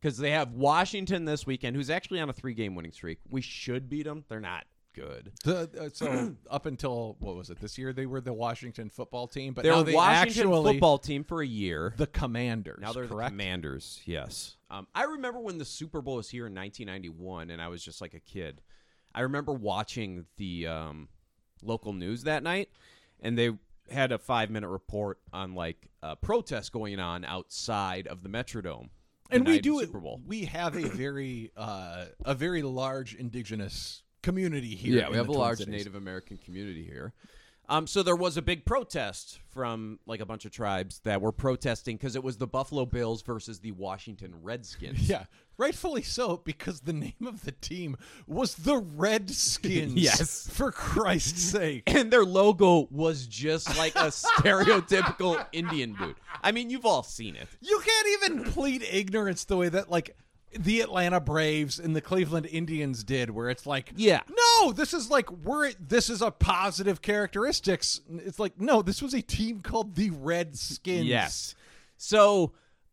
[SPEAKER 7] because they have Washington this weekend, who's actually on a three-game winning streak. We should beat them. They're not good.
[SPEAKER 6] The- uh, so up until what was it this year? They were the Washington football team, but
[SPEAKER 7] They're
[SPEAKER 6] now
[SPEAKER 7] a
[SPEAKER 6] they
[SPEAKER 7] Washington
[SPEAKER 6] actually
[SPEAKER 7] football team for a year.
[SPEAKER 6] the Commanders.
[SPEAKER 7] Now they're
[SPEAKER 6] correct?
[SPEAKER 7] the Commanders. Yes. Um, I remember when the Super Bowl was here in 1991, and I was just like a kid. I remember watching the um, local news that night, and they had a five minute report on like a protest going on outside of the Metrodome. the
[SPEAKER 6] and
[SPEAKER 7] night
[SPEAKER 6] we
[SPEAKER 7] of
[SPEAKER 6] do
[SPEAKER 7] the
[SPEAKER 6] it.
[SPEAKER 7] Super Bowl.
[SPEAKER 6] We have a very uh, a very large indigenous community here.
[SPEAKER 7] Yeah,
[SPEAKER 6] in
[SPEAKER 7] we have
[SPEAKER 6] the
[SPEAKER 7] a
[SPEAKER 6] Twin
[SPEAKER 7] large
[SPEAKER 6] Cities.
[SPEAKER 7] Native American community here. Um, so there was a big protest from like a bunch of tribes that were protesting because it was the Buffalo Bills versus the Washington Redskins.
[SPEAKER 6] Yeah, rightfully so, because the name of the team was the Redskins.
[SPEAKER 7] Yes.
[SPEAKER 6] for Christ's sake.
[SPEAKER 7] and their logo was just like a stereotypical Indian boot. I mean, you've all seen it.
[SPEAKER 6] You can't even plead ignorance the way that like the Atlanta Braves and the Cleveland Indians did, where it's like,
[SPEAKER 7] Yeah.
[SPEAKER 6] no, this is like we're this is a positive characteristics. It's like no, this was a team called the Redskins.
[SPEAKER 7] So,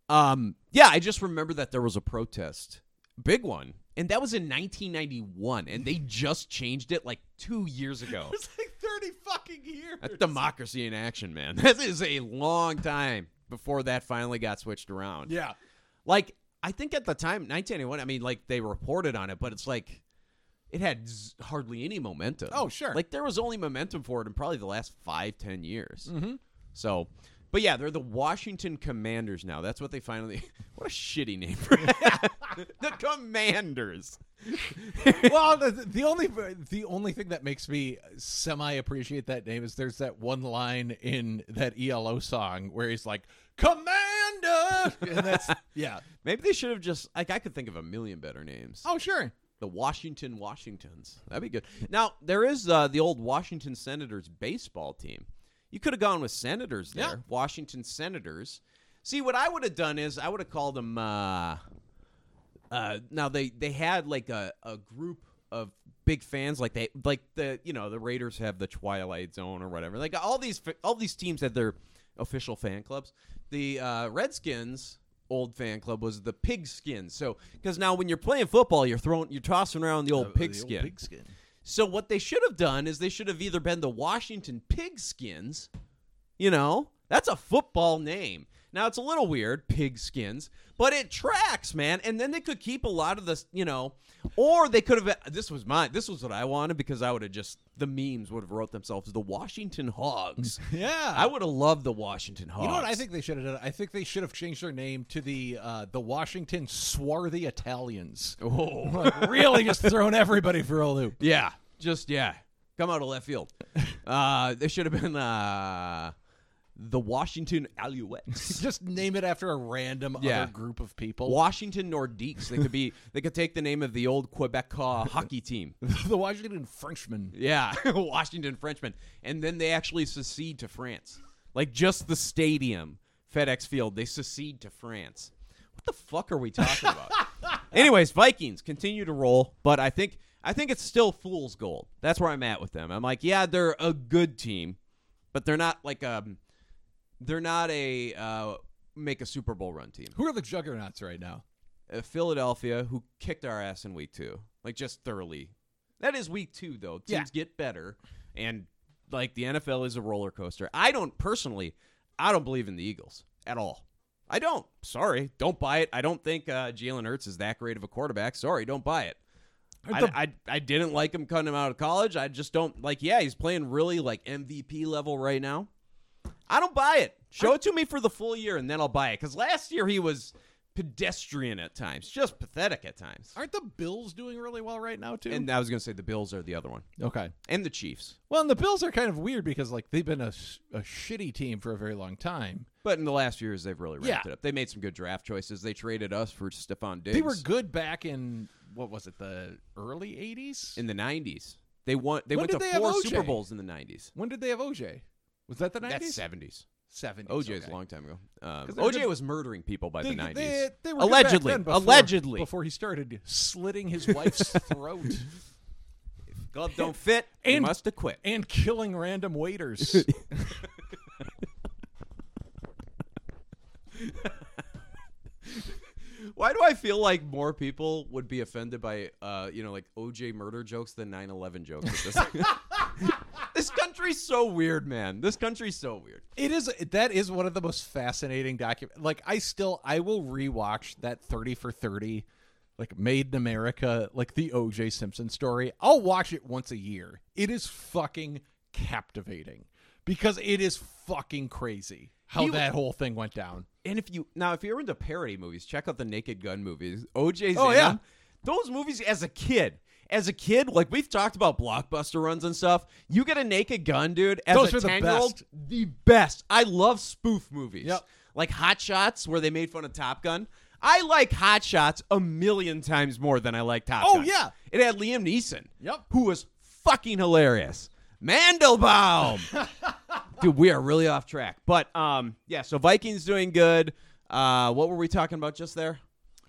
[SPEAKER 7] um, yeah, I just remember that there was a protest, big one, and that was in 1991, and they just changed it like two years ago.
[SPEAKER 6] it's like thirty fucking years.
[SPEAKER 7] That's democracy in action, man. That is a long time before that finally got switched around.
[SPEAKER 6] Yeah.
[SPEAKER 7] Like I think at the time 1981, I mean like they reported on it, but it's like it had z- hardly any momentum.
[SPEAKER 6] Oh, sure.
[SPEAKER 7] Like there was only momentum for it in probably the last five, ten years. Mm-hmm. So, but yeah, they're the Washington Commanders now. That's what they finally. What a shitty name for the Commanders.
[SPEAKER 6] well, the, the only the only thing that makes me semi appreciate that name is there's that one line in that ELO song where he's like, "Commander," and that's yeah.
[SPEAKER 7] Maybe they should have just like I could think of a million better names.
[SPEAKER 6] Oh, sure.
[SPEAKER 7] The Washington Washingtons. That'd be good. Now there is uh, the old Washington Senators baseball team. You could have gone with Senators there.
[SPEAKER 6] Yeah.
[SPEAKER 7] Washington Senators. See what I would have done is I would have called them. Uh, uh, now they they had like a, a group of big fans like they like the you know the Raiders have the Twilight Zone or whatever like all these f- all these teams had their official fan clubs. The uh, Redskins old fan club was the Pigskins. So because now when you're playing football you're throwing you're tossing around Uh, the old
[SPEAKER 6] The
[SPEAKER 7] Pigskin.
[SPEAKER 6] old pigskin.
[SPEAKER 7] So what they should have done is they should have either been the Washington Pigskins, you know, that's a football name. Now it's a little weird, Pigskins, but it tracks, man. And then they could keep a lot of this, you know, or they could have. This was my, this was what I wanted because I would have just the memes would have wrote themselves the Washington Hogs.
[SPEAKER 6] Yeah.
[SPEAKER 7] I would have loved the Washington Hogs.
[SPEAKER 6] You know what I think they should have done? I think they should have changed their name to the uh, the Washington Swarthy Italians. Oh, really? Just throwing everybody for a loop.
[SPEAKER 7] Yeah, just yeah. Come out of left field. Uh, they should have been uh, the Washington Alouettes.
[SPEAKER 6] Just name it after a random
[SPEAKER 7] Yeah.
[SPEAKER 6] other group of people.
[SPEAKER 7] Washington Nordiques. They could be. they could take the name of the old Quebec uh, hockey team.
[SPEAKER 6] the Washington Frenchmen.
[SPEAKER 7] Yeah, Washington Frenchmen, and then they actually secede to France. Like just the stadium, FedEx Field. They secede to France. What the fuck are we talking about? Anyways, Vikings continue to roll, but I think I think it's still fool's gold. That's where I'm at with them. I'm like, yeah, they're a good team, but they're not like um, they're not a uh, make a Super Bowl run team.
[SPEAKER 6] Who are the juggernauts right now?
[SPEAKER 7] uh, Philadelphia, who kicked our ass in week two, like just thoroughly. That is week two, though. Teams
[SPEAKER 6] Yeah.
[SPEAKER 7] get better, and like the NFL is a roller coaster. I don't personally, I don't believe in the Eagles at all. I don't. Sorry, don't buy it. I don't think uh, Jalen Hurts is that great of a quarterback. Sorry, don't buy it. I,
[SPEAKER 6] the-
[SPEAKER 7] I, I didn't like him cutting him out of college. I just don't like. Yeah, he's playing really like MVP level right now. I don't buy it. Show it to me for the full year, and then I'll buy it. Because last year he was pedestrian at times, just pathetic at times.
[SPEAKER 6] Aren't the Bills doing really well right now too?
[SPEAKER 7] And I was going to say the Bills are the other one,
[SPEAKER 6] okay.
[SPEAKER 7] and the Chiefs.
[SPEAKER 6] Well, and the Bills are kind of weird because like they've been a, sh- a shitty team for a very long time.
[SPEAKER 7] But in the last few years, they've really ramped
[SPEAKER 6] Yeah.
[SPEAKER 7] it up. They made some good draft choices. They traded us for Stephon Diggs.
[SPEAKER 6] They were good back in what was it, the early '80s?
[SPEAKER 7] in the '90s. They won. They
[SPEAKER 6] When
[SPEAKER 7] went to
[SPEAKER 6] did they have
[SPEAKER 7] four
[SPEAKER 6] OJ?
[SPEAKER 7] Super Bowls in the '90s.
[SPEAKER 6] when did they have OJ? Was that the '90s?
[SPEAKER 7] That's '70s.
[SPEAKER 6] Seventies.
[SPEAKER 7] OJ's a long time ago. Um,
[SPEAKER 6] 'Cause they were
[SPEAKER 7] OJ
[SPEAKER 6] good-
[SPEAKER 7] was murdering people by the '90s.
[SPEAKER 6] They, they were good back
[SPEAKER 7] allegedly,
[SPEAKER 6] then before,
[SPEAKER 7] allegedly.
[SPEAKER 6] before he started slitting his wife's throat
[SPEAKER 7] glove don't fit, and,
[SPEAKER 6] And-
[SPEAKER 7] must have quit.
[SPEAKER 6] and killing random waiters.
[SPEAKER 7] Why do I feel like more people would be offended by, uh, you know, like OJ murder jokes than 9/11 jokes? at This, this country's so weird, man. This country's so weird.
[SPEAKER 6] It is that is one of the most fascinating document. Like I still I will rewatch that thirty for thirty, like Made in America, like the O.J. Simpson story. I'll watch it once a year. It is fucking captivating because it is fucking crazy how
[SPEAKER 7] He-
[SPEAKER 6] that whole thing went down.
[SPEAKER 7] And if you now, if you're into parody movies, check out the Naked Gun movies. OJ
[SPEAKER 6] Oh,
[SPEAKER 7] Zan,
[SPEAKER 6] yeah.
[SPEAKER 7] those movies as a kid. As a kid, like we've talked about blockbuster runs and stuff, you get a naked gun, dude. As
[SPEAKER 6] Those
[SPEAKER 7] a
[SPEAKER 6] are the
[SPEAKER 7] 10 year old,
[SPEAKER 6] best.
[SPEAKER 7] the best. I love spoof movies.
[SPEAKER 6] Yep.
[SPEAKER 7] Like Hot Shots, where they made fun of Top Gun. I like Hot Shots a million times more than I like Top
[SPEAKER 6] Oh,
[SPEAKER 7] Gun.
[SPEAKER 6] yeah.
[SPEAKER 7] It had Liam Neeson.
[SPEAKER 6] Yep.
[SPEAKER 7] Who was fucking hilarious. Mandelbaum dude we are really off track but um yeah so vikings doing good uh what were we talking about just there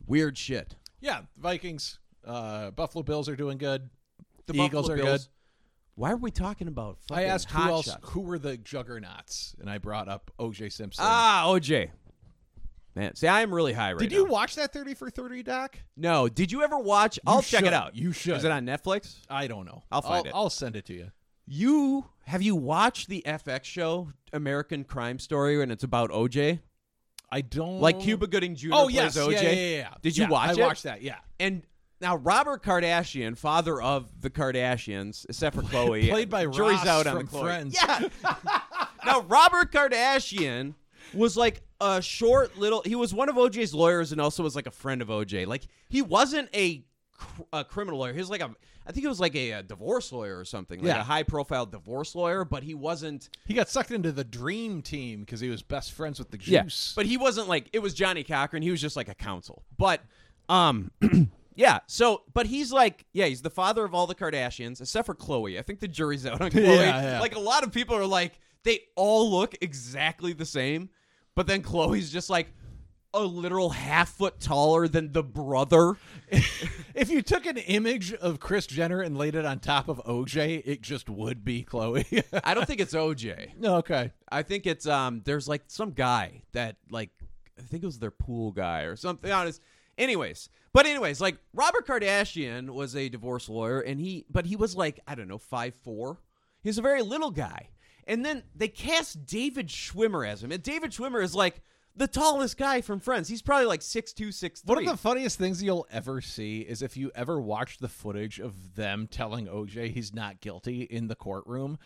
[SPEAKER 7] weird shit
[SPEAKER 6] Yeah, the Vikings, uh, Buffalo Bills are doing good. The Eagles
[SPEAKER 7] Buffalo
[SPEAKER 6] are
[SPEAKER 7] Bills.
[SPEAKER 6] good.
[SPEAKER 7] why are we talking about
[SPEAKER 6] I
[SPEAKER 7] fucking
[SPEAKER 6] asked who
[SPEAKER 7] hot
[SPEAKER 6] else,
[SPEAKER 7] shots?
[SPEAKER 6] who were the juggernauts, and I brought up O.J. Simpson.
[SPEAKER 7] ah oj man see i am really high right
[SPEAKER 6] Did you
[SPEAKER 7] now.
[SPEAKER 6] watch that thirty for thirty doc?
[SPEAKER 7] no did you ever watch i'll check
[SPEAKER 6] should.
[SPEAKER 7] it out
[SPEAKER 6] You should.
[SPEAKER 7] is it on netflix
[SPEAKER 6] I don't know.
[SPEAKER 7] I'll find it.
[SPEAKER 6] I'll send it to you.
[SPEAKER 7] you have you watched the fx show american crime story and it's about oj
[SPEAKER 6] I don't
[SPEAKER 7] Like Cuba Gooding Jr.
[SPEAKER 6] Oh
[SPEAKER 7] plays
[SPEAKER 6] yes,
[SPEAKER 7] OJ.
[SPEAKER 6] Yeah, yeah, yeah, yeah.
[SPEAKER 7] Did you
[SPEAKER 6] Yeah,
[SPEAKER 7] watch
[SPEAKER 6] I
[SPEAKER 7] it?
[SPEAKER 6] watched that. Yeah,
[SPEAKER 7] And now Robert Kardashian, father of the Kardashians, except for Chloe,
[SPEAKER 6] played by
[SPEAKER 7] jury's
[SPEAKER 6] Ross
[SPEAKER 7] out on
[SPEAKER 6] from
[SPEAKER 7] the Khloe.
[SPEAKER 6] Friends.
[SPEAKER 7] Yeah. now Robert Kardashian was like a short little. He was one of OJ's lawyers and also was like a friend of OJ. Like he wasn't a cr- a criminal lawyer. He was like a. I think he was like a, a divorce lawyer or something, like
[SPEAKER 6] Yeah.
[SPEAKER 7] a high profile divorce lawyer. But he wasn't.
[SPEAKER 6] he got sucked into the dream team because he was best friends with the juice.
[SPEAKER 7] But he wasn't like it was Johnny Cochran. He was just like a counsel. But um yeah, so but he's like yeah, he's the father of all the Kardashians except for Chloe. I think the jury's out on Chloe.
[SPEAKER 6] yeah.
[SPEAKER 7] Like a lot of people are like they all look exactly the same, but then Chloe's just like a literal half foot taller than the brother.
[SPEAKER 6] if you took an image of Chris Jenner and laid it on top of OJ, it just would be Chloe.
[SPEAKER 7] I don't think it's OJ.
[SPEAKER 6] no, okay.
[SPEAKER 7] I think it's um there's like some guy that like I think it was their pool guy or something honest. Anyways, but anyways, like Robert Kardashian was a divorce lawyer and he but he was like, I don't know, five four. He's a very little guy. And then they cast David Schwimmer as him. And David Schwimmer is like the tallest guy from Friends. He's probably like six two, six three.
[SPEAKER 6] One of the funniest things you'll ever see is if you ever watch the footage of them telling OJ he's not guilty in the courtroom,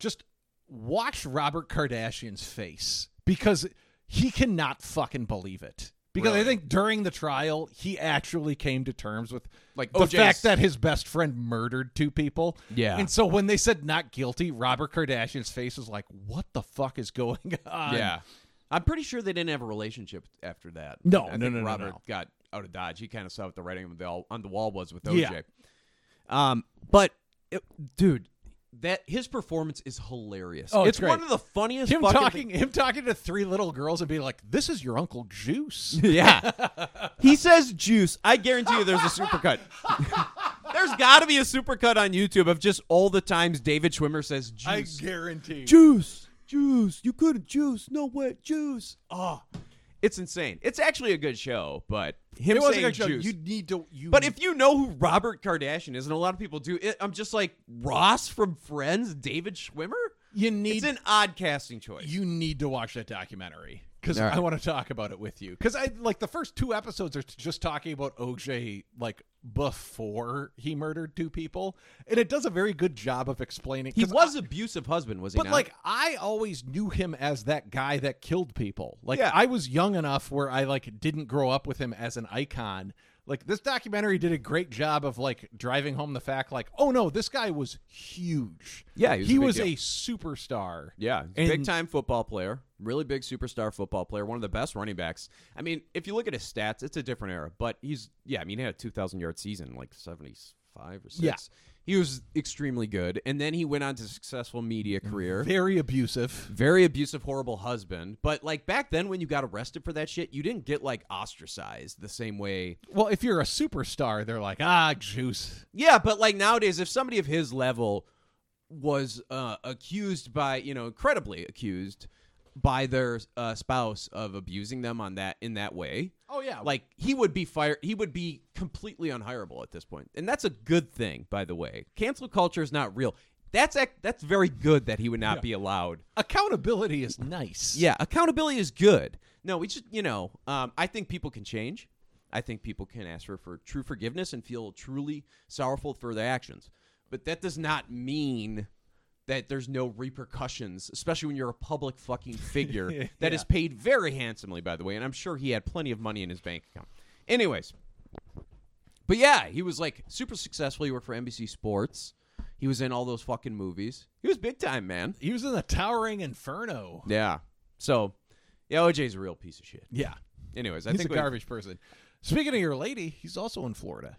[SPEAKER 6] just watch Robert Kardashian's face because he cannot fucking believe it. Because I
[SPEAKER 7] Really?
[SPEAKER 6] think during the trial, he actually came to terms with
[SPEAKER 7] Like,
[SPEAKER 6] the
[SPEAKER 7] OJ 's-
[SPEAKER 6] fact that his best friend murdered two people.
[SPEAKER 7] Yeah.
[SPEAKER 6] and so when they said not guilty, Robert Kardashian's face was like, "What the fuck is going on?"
[SPEAKER 7] Yeah. I'm pretty sure they didn't have a relationship after that.
[SPEAKER 6] No,
[SPEAKER 7] I
[SPEAKER 6] no,
[SPEAKER 7] think
[SPEAKER 6] no, no,
[SPEAKER 7] Robert
[SPEAKER 6] no.
[SPEAKER 7] got out of dodge. He kind of saw what the writing on the wall, on the wall was with OJ.
[SPEAKER 6] Yeah.
[SPEAKER 7] Um, but it- dude, that his performance is hilarious.
[SPEAKER 6] Oh, it's
[SPEAKER 7] it's one
[SPEAKER 6] great.
[SPEAKER 7] of the funniest.
[SPEAKER 6] him
[SPEAKER 7] fucking
[SPEAKER 6] talking, him talking to three little girls and being like, "This is your uncle Juice."
[SPEAKER 7] thi- yeah. he says juice. I guarantee you, there's a supercut. there's got to be a supercut on YouTube of just all the times David Schwimmer says juice.
[SPEAKER 6] guarantee.
[SPEAKER 7] juice, juice. You couldn't juice. No way, juice. Oh, it's insane. It's actually a good show, but him
[SPEAKER 6] It was a
[SPEAKER 7] saying
[SPEAKER 6] good show.
[SPEAKER 7] juice.
[SPEAKER 6] You need to. You
[SPEAKER 7] but if you know who Robert Kardashian is, and a lot of people do, it, I'm just like Ross from Friends, David Schwimmer.
[SPEAKER 6] you need
[SPEAKER 7] It's an odd casting choice.
[SPEAKER 6] you need to watch that documentary because
[SPEAKER 7] All right.
[SPEAKER 6] I want to talk about it with you. Because I like the first two episodes are just talking about OJ like before he murdered two people, and it does a very good job of explaining.
[SPEAKER 7] he
[SPEAKER 6] 'cause
[SPEAKER 7] was abusive husband, was he?
[SPEAKER 6] But
[SPEAKER 7] not?
[SPEAKER 6] like I always knew him as that guy that killed people. Like
[SPEAKER 7] Yeah.
[SPEAKER 6] I was young enough where I like didn't grow up with him as an icon. Like this documentary did a great job of like driving home the fact like oh no, this guy was huge.
[SPEAKER 7] Yeah,
[SPEAKER 6] he
[SPEAKER 7] he
[SPEAKER 6] was,
[SPEAKER 7] was a big deal.
[SPEAKER 6] a superstar.
[SPEAKER 7] yeah,
[SPEAKER 6] And-
[SPEAKER 7] big time football player, really big superstar football player, one of the best running backs. I mean, if you look at his stats, it's a different era, but he's yeah. I mean, he had a 2,000 yard season, like 75 or six.
[SPEAKER 6] Yeah.
[SPEAKER 7] He was extremely good, and then he went on to successful media
[SPEAKER 6] Mm-hmm.
[SPEAKER 7] career.
[SPEAKER 6] Very abusive.
[SPEAKER 7] very abusive, horrible husband. But like back then, when you got arrested for that shit, you didn't get like ostracized the same way.
[SPEAKER 6] Well, if you're a superstar, they're like, ah, juice.
[SPEAKER 7] Yeah, but like nowadays, if somebody of his level was uh, accused by you know incredibly accused by their uh, spouse of abusing them on that in that way,
[SPEAKER 6] Oh yeah. Like
[SPEAKER 7] like he would be fired. He would be completely unhireable at this point, and that's a good thing, by the way. Cancel culture is not real. That's ac- that's very good that he would not be allowed
[SPEAKER 6] accountability is nice.
[SPEAKER 7] Yeah, accountability is good. No, we just, you know, um, I think people can change. I think people can ask for, for true forgiveness and feel truly sorrowful for their actions. But that does not mean that there's no repercussions, especially when you're a public fucking figure that is paid very handsomely, by the way. And I'm sure he had plenty of money in his bank account. Anyways, but yeah, he was like super successful. He worked for NBC Sports. He was in all those fucking movies. He was big time, man.
[SPEAKER 6] He was in the Towering Inferno.
[SPEAKER 7] Yeah. So, yeah, OJ's a real piece of shit.
[SPEAKER 6] Yeah.
[SPEAKER 7] Anyways, I
[SPEAKER 6] He's
[SPEAKER 7] think
[SPEAKER 6] a
[SPEAKER 7] we-
[SPEAKER 6] garbage person. Speaking of your lady, he's also in Florida.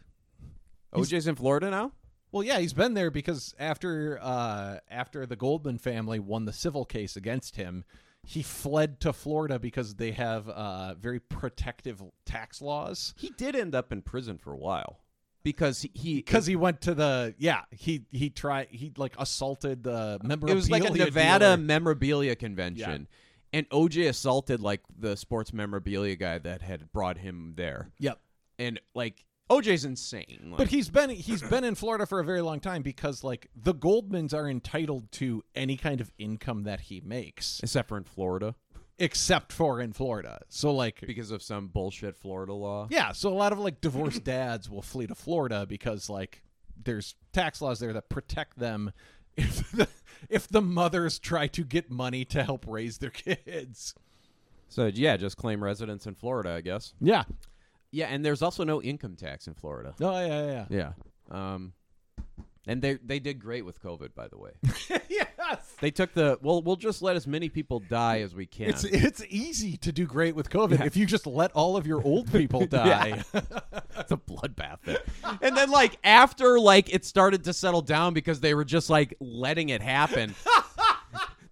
[SPEAKER 7] OJ's in Florida now.
[SPEAKER 6] Well, yeah, he's been there because after uh, after the Goldman family won the civil case against him, he fled to Florida because they have uh, very protective tax laws.
[SPEAKER 7] He did end up in prison for a while because he- he
[SPEAKER 6] Because he went to the yeah he he tried he like assaulted the member.
[SPEAKER 7] it was like a Nevada memorabilia convention, and OJ assaulted like the sports memorabilia guy that had brought him there,
[SPEAKER 6] Yep.
[SPEAKER 7] and like OJ's insane. Like,
[SPEAKER 6] But he's been he's been in Florida for a very long time because like the Goldmans are entitled to any kind of income that he makes.
[SPEAKER 7] except for in Florida,
[SPEAKER 6] except for in Florida. So like
[SPEAKER 7] because of some bullshit Florida law.
[SPEAKER 6] yeah, so a lot of like divorced dads will flee to Florida because like there's tax laws there that protect them if the, if the mothers try to get money to help raise their kids.
[SPEAKER 7] So yeah, just claim residence in Florida, I guess.
[SPEAKER 6] Yeah.
[SPEAKER 7] Yeah, and there's also no income tax in Florida.
[SPEAKER 6] Oh yeah, yeah, yeah.
[SPEAKER 7] Yeah. Um, and they they did great with COVID, by the way.
[SPEAKER 6] Yes.
[SPEAKER 7] they took the well. We'll just let as many people die as we can.
[SPEAKER 6] It's it's easy to do great with COVID if you just let all of your old people die.
[SPEAKER 7] It's a bloodbath. there. and then like after like it started to settle down because they were just like letting it happen.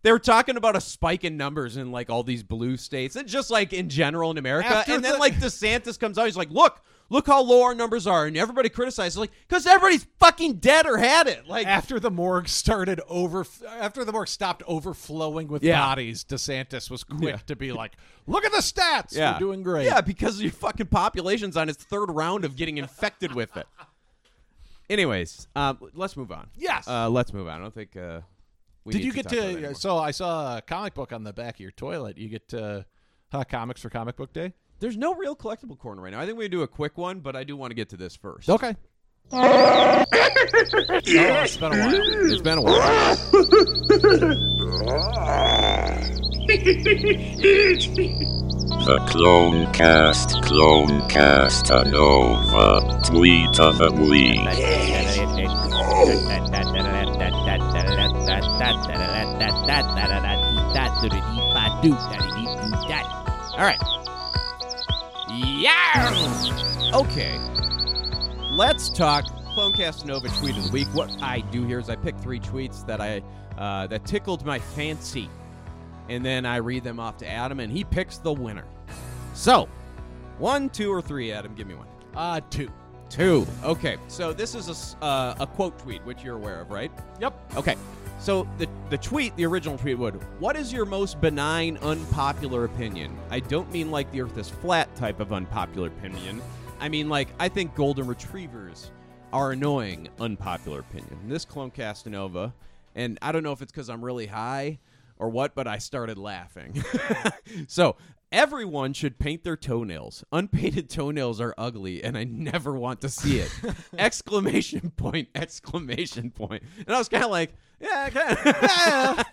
[SPEAKER 7] They were talking about a spike in numbers in like all these blue states and just like in general in America.
[SPEAKER 6] After
[SPEAKER 7] and then
[SPEAKER 6] the-
[SPEAKER 7] like DeSantis comes out, he's like, "Look, look how low our numbers are," and everybody criticizes like because everybody's fucking dead or had it. Like
[SPEAKER 6] after the morgue started over after the morgue stopped overflowing with
[SPEAKER 7] Yeah.
[SPEAKER 6] bodies, DeSantis was quick to be like, "Look at the stats. We're doing great."
[SPEAKER 7] Yeah, because your fucking population's on its third round of getting infected with it. Anyways, um, let's move on.
[SPEAKER 6] Yes.
[SPEAKER 7] uh, let's move on. I don't think. Uh, we
[SPEAKER 6] Did
[SPEAKER 7] need
[SPEAKER 6] you get
[SPEAKER 7] talk about it
[SPEAKER 6] to?
[SPEAKER 7] anymore.
[SPEAKER 6] So I saw a comic book on the back of your toilet. You get uh, huh, comics for Comic Book Day.
[SPEAKER 7] There's no real collectible corner right now. I think we do a quick one, but I do want to get to this first.
[SPEAKER 6] Okay. it's been a while.
[SPEAKER 7] It's been a while.
[SPEAKER 11] The Clonecast, Clonecast Nova, Tweet of the Week.
[SPEAKER 7] All right. Yeah. Okay. Let's talk Clonecast Nova tweet of the week. What I do here is I pick three tweets that I uh, that tickled my fancy, and then I read them off to Adam, and he picks the winner. So, one, two, or three, Adam. Give me one.
[SPEAKER 6] Uh, two.
[SPEAKER 7] Two. Okay. So this is a, s- uh, a quote tweet, which you're aware of, right?
[SPEAKER 6] Yep.
[SPEAKER 7] Okay. So the the tweet, the original tweet would, what is your most benign unpopular opinion? I don't mean like the earth is flat type of unpopular opinion. I mean like I think golden retrievers are annoying unpopular opinion. This clone Castanova, and I don't know if it's cuz I'm really high or what, but I started laughing. so, everyone should paint their toenails. Unpainted toenails are ugly, and I never want to see it! exclamation point! Exclamation point! And I was kind of like, yeah, kind of.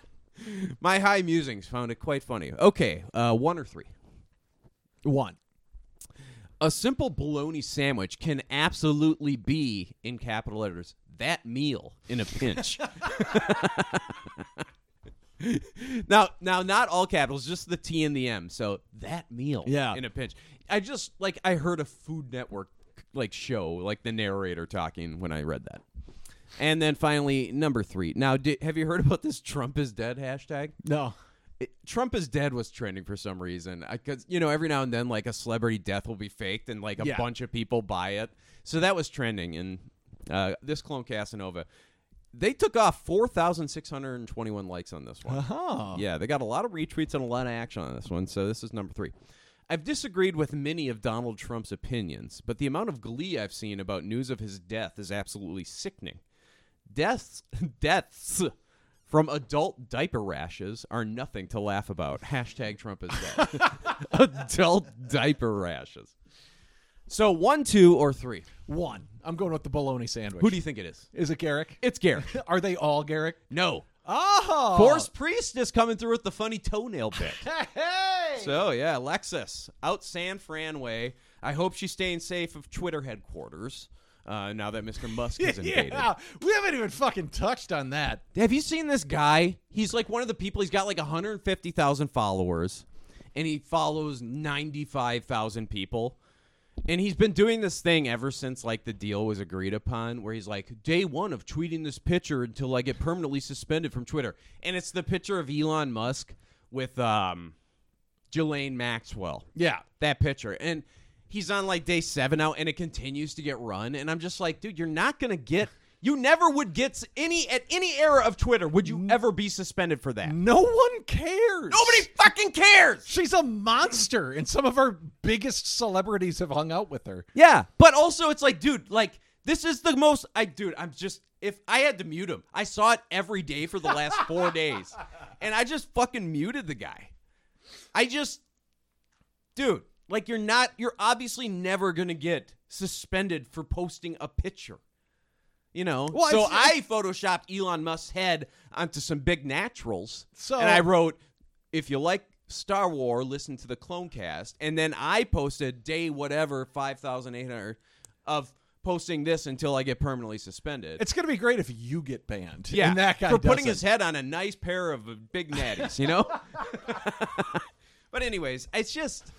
[SPEAKER 7] My high musings found it quite funny. Okay, uh, one or three.
[SPEAKER 6] One.
[SPEAKER 7] A simple bologna sandwich can absolutely be in capital letters that meal in a pinch. now, now, not all capitals, just the T and the M. So that meal,
[SPEAKER 6] Yeah.
[SPEAKER 7] in a pinch. I just like I heard a Food Network like show, like the narrator talking when I read that. And then finally, number three. Now, di- have you heard about this Trump is dead hashtag?
[SPEAKER 6] No.
[SPEAKER 7] it, Trump is dead was trending for some reason. I cuz you know every now and then like a celebrity death will be faked and like a
[SPEAKER 6] Yeah.
[SPEAKER 7] bunch of people buy it. So that was trending and uh, this clone Casanova they took off 4621 likes on this one.
[SPEAKER 6] Oh.
[SPEAKER 7] Yeah, they got a lot of retweets and a lot of action on this one. So this is number 3. I've disagreed with many of Donald Trump's opinions, but the amount of glee I've seen about news of his death is absolutely sickening deaths deaths from adult diaper rashes are nothing to laugh about. Hashtag Trump is dead. adult diaper rashes. So one, two, or three.
[SPEAKER 6] One. I'm going with the bologna sandwich.
[SPEAKER 7] Who do you think it is?
[SPEAKER 6] Is it Garrick?
[SPEAKER 7] It's Garrett.
[SPEAKER 6] Are they all Garrick?
[SPEAKER 7] No.
[SPEAKER 6] Oh.
[SPEAKER 7] Force Priest is coming through with the funny toenail bit.
[SPEAKER 6] Hey.
[SPEAKER 7] so yeah, Alexis out San Fran way. I hope she's staying safe of Twitter headquarters. Uh, now that Mr. Musk is invaded.
[SPEAKER 6] Yeah. We haven't even fucking touched on that.
[SPEAKER 7] Have you seen this guy? He's like one of the people. He's got like 150,000 followers, and he follows 95,000 people. And he's been doing this thing ever since like the deal was agreed upon, where he's like day one of tweeting this picture until I get permanently suspended from Twitter. And it's the picture of Elon Musk with um, Jelaine Maxwell
[SPEAKER 6] Yeah.
[SPEAKER 7] that picture. And he's on like day seven now, and it continues to get run. And I'm just like, dude, you're not gonna get. You never would get s- any at any era of Twitter. Would you ever be suspended for that?
[SPEAKER 6] No one cares.
[SPEAKER 7] Nobody fucking cares.
[SPEAKER 6] She's a monster, and some of our biggest celebrities have hung out with her.
[SPEAKER 7] Yeah, but also it's like, dude, like this is the most. I dude, I'm just if I had to mute him, I saw it every day for the last four days, and I just fucking muted the guy. I just, dude, like you're not, you're obviously never gonna get suspended for posting a picture. You know,
[SPEAKER 6] Well, I
[SPEAKER 7] so
[SPEAKER 6] see-
[SPEAKER 7] I, photoshopped Elon Musk's head onto some big naturals,
[SPEAKER 6] So-
[SPEAKER 7] and I wrote, "If you like Star Wars, listen to the Clone Cast." And then I posted day whatever five thousand eight hundred of posting this until I get permanently suspended.
[SPEAKER 6] It's going to be great if you get banned.
[SPEAKER 7] yeah,
[SPEAKER 6] and that guy
[SPEAKER 7] for putting
[SPEAKER 6] doesn't.
[SPEAKER 7] his head on a nice pair of uh, big natties, you know. but anyways, it's just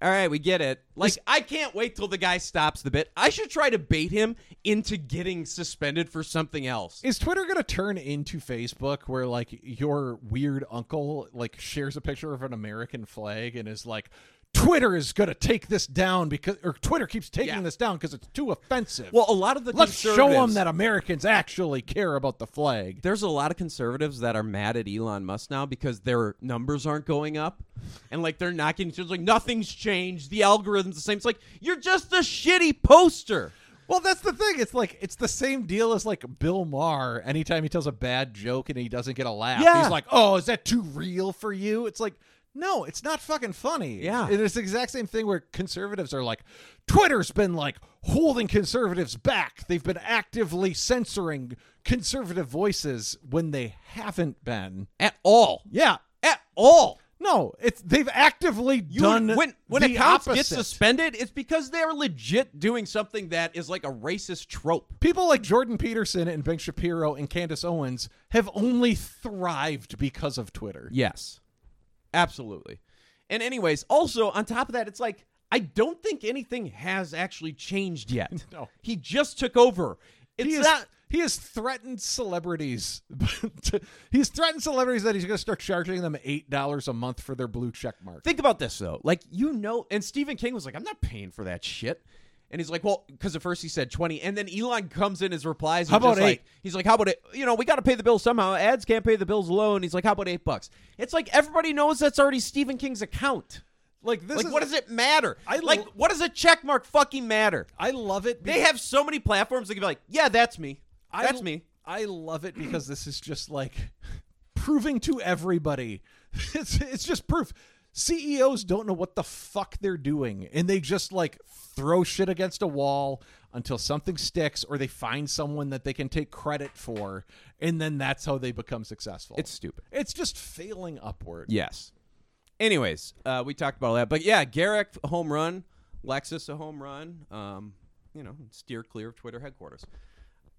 [SPEAKER 7] all right. We get it. Like I can't wait till the guy stops the bit. I should try to bait him into getting suspended for something else.
[SPEAKER 6] Is Twitter going to turn into Facebook where like your weird uncle like shares a picture of an American flag and is like Twitter is going to take this down because or Twitter keeps taking
[SPEAKER 7] Yeah.
[SPEAKER 6] this down because it's too offensive.
[SPEAKER 7] Well, a lot of the
[SPEAKER 6] Let's show them
[SPEAKER 7] conservatives-
[SPEAKER 6] that Americans actually care about the flag.
[SPEAKER 7] There's a lot of conservatives that are mad at Elon Musk now because their numbers aren't going up, and like they're not getting. It's like nothing's changed. The algorithm's the same. It's like you're just a shitty poster.
[SPEAKER 6] Well, that's the thing. It's like it's the same deal as like Bill Maher. Anytime he tells a bad joke and he doesn't get a laugh,
[SPEAKER 7] Yeah.
[SPEAKER 6] he's like, "Oh, is that too real for you?" It's like, no, it's not fucking funny.
[SPEAKER 7] Yeah.
[SPEAKER 6] it is the exact same thing where conservatives are like, Twitter's been like holding conservatives back. They've been actively censoring conservative voices when they haven't been
[SPEAKER 7] at all.
[SPEAKER 6] Yeah,
[SPEAKER 7] at all.
[SPEAKER 6] No, it's they've actively
[SPEAKER 7] You,
[SPEAKER 6] done
[SPEAKER 7] when when
[SPEAKER 6] the
[SPEAKER 7] a cop
[SPEAKER 6] opposite.
[SPEAKER 7] gets suspended, it's because they're legit doing something that is like a racist trope.
[SPEAKER 6] People like Jordan Peterson and Ben Shapiro and Candace Owens have only thrived because of Twitter.
[SPEAKER 7] Yes. Absolutely. And anyways, also on top of that, it's like I don't think anything has actually changed yet.
[SPEAKER 6] No.
[SPEAKER 7] He just took over. It's
[SPEAKER 6] he is,
[SPEAKER 7] not
[SPEAKER 6] he has threatened celebrities. to- he's threatened celebrities that he's going to start charging them eight dollars a month for their blue check mark.
[SPEAKER 7] Think about this though. Like you know, and Stephen King was like, "I'm not paying for that shit." And he's like, "Well, because at first he said 20, and then Elon comes in his replies. and
[SPEAKER 6] How about
[SPEAKER 7] just like-
[SPEAKER 6] eight?
[SPEAKER 7] he's like, "How about it? You know, we got to pay the bills somehow. Ads can't pay the bills alone." He's like, "How about eight bucks?" It's like everybody knows that's already Stephen King's account.
[SPEAKER 6] Like this
[SPEAKER 7] like,
[SPEAKER 6] is
[SPEAKER 7] what does it matter?
[SPEAKER 6] I lo-
[SPEAKER 7] like, what does a check mark fucking matter?
[SPEAKER 6] I love it.
[SPEAKER 7] they have so many platforms. They can be like, "Yeah, that's me.
[SPEAKER 6] I
[SPEAKER 7] That's
[SPEAKER 6] l-
[SPEAKER 7] me."
[SPEAKER 6] I love it because this is just like proving to everybody. It's it's just proof. CEOs don't know what the fuck they're doing and they just like throw shit against a wall until something sticks or they find someone that they can take credit for and then that's how they become successful.
[SPEAKER 7] It's stupid.
[SPEAKER 6] It's just failing upward.
[SPEAKER 7] Yes. Anyways, uh, we talked about all that, but yeah, Garrick a home run, Lexus a home run. Um, you know, steer clear of Twitter headquarters.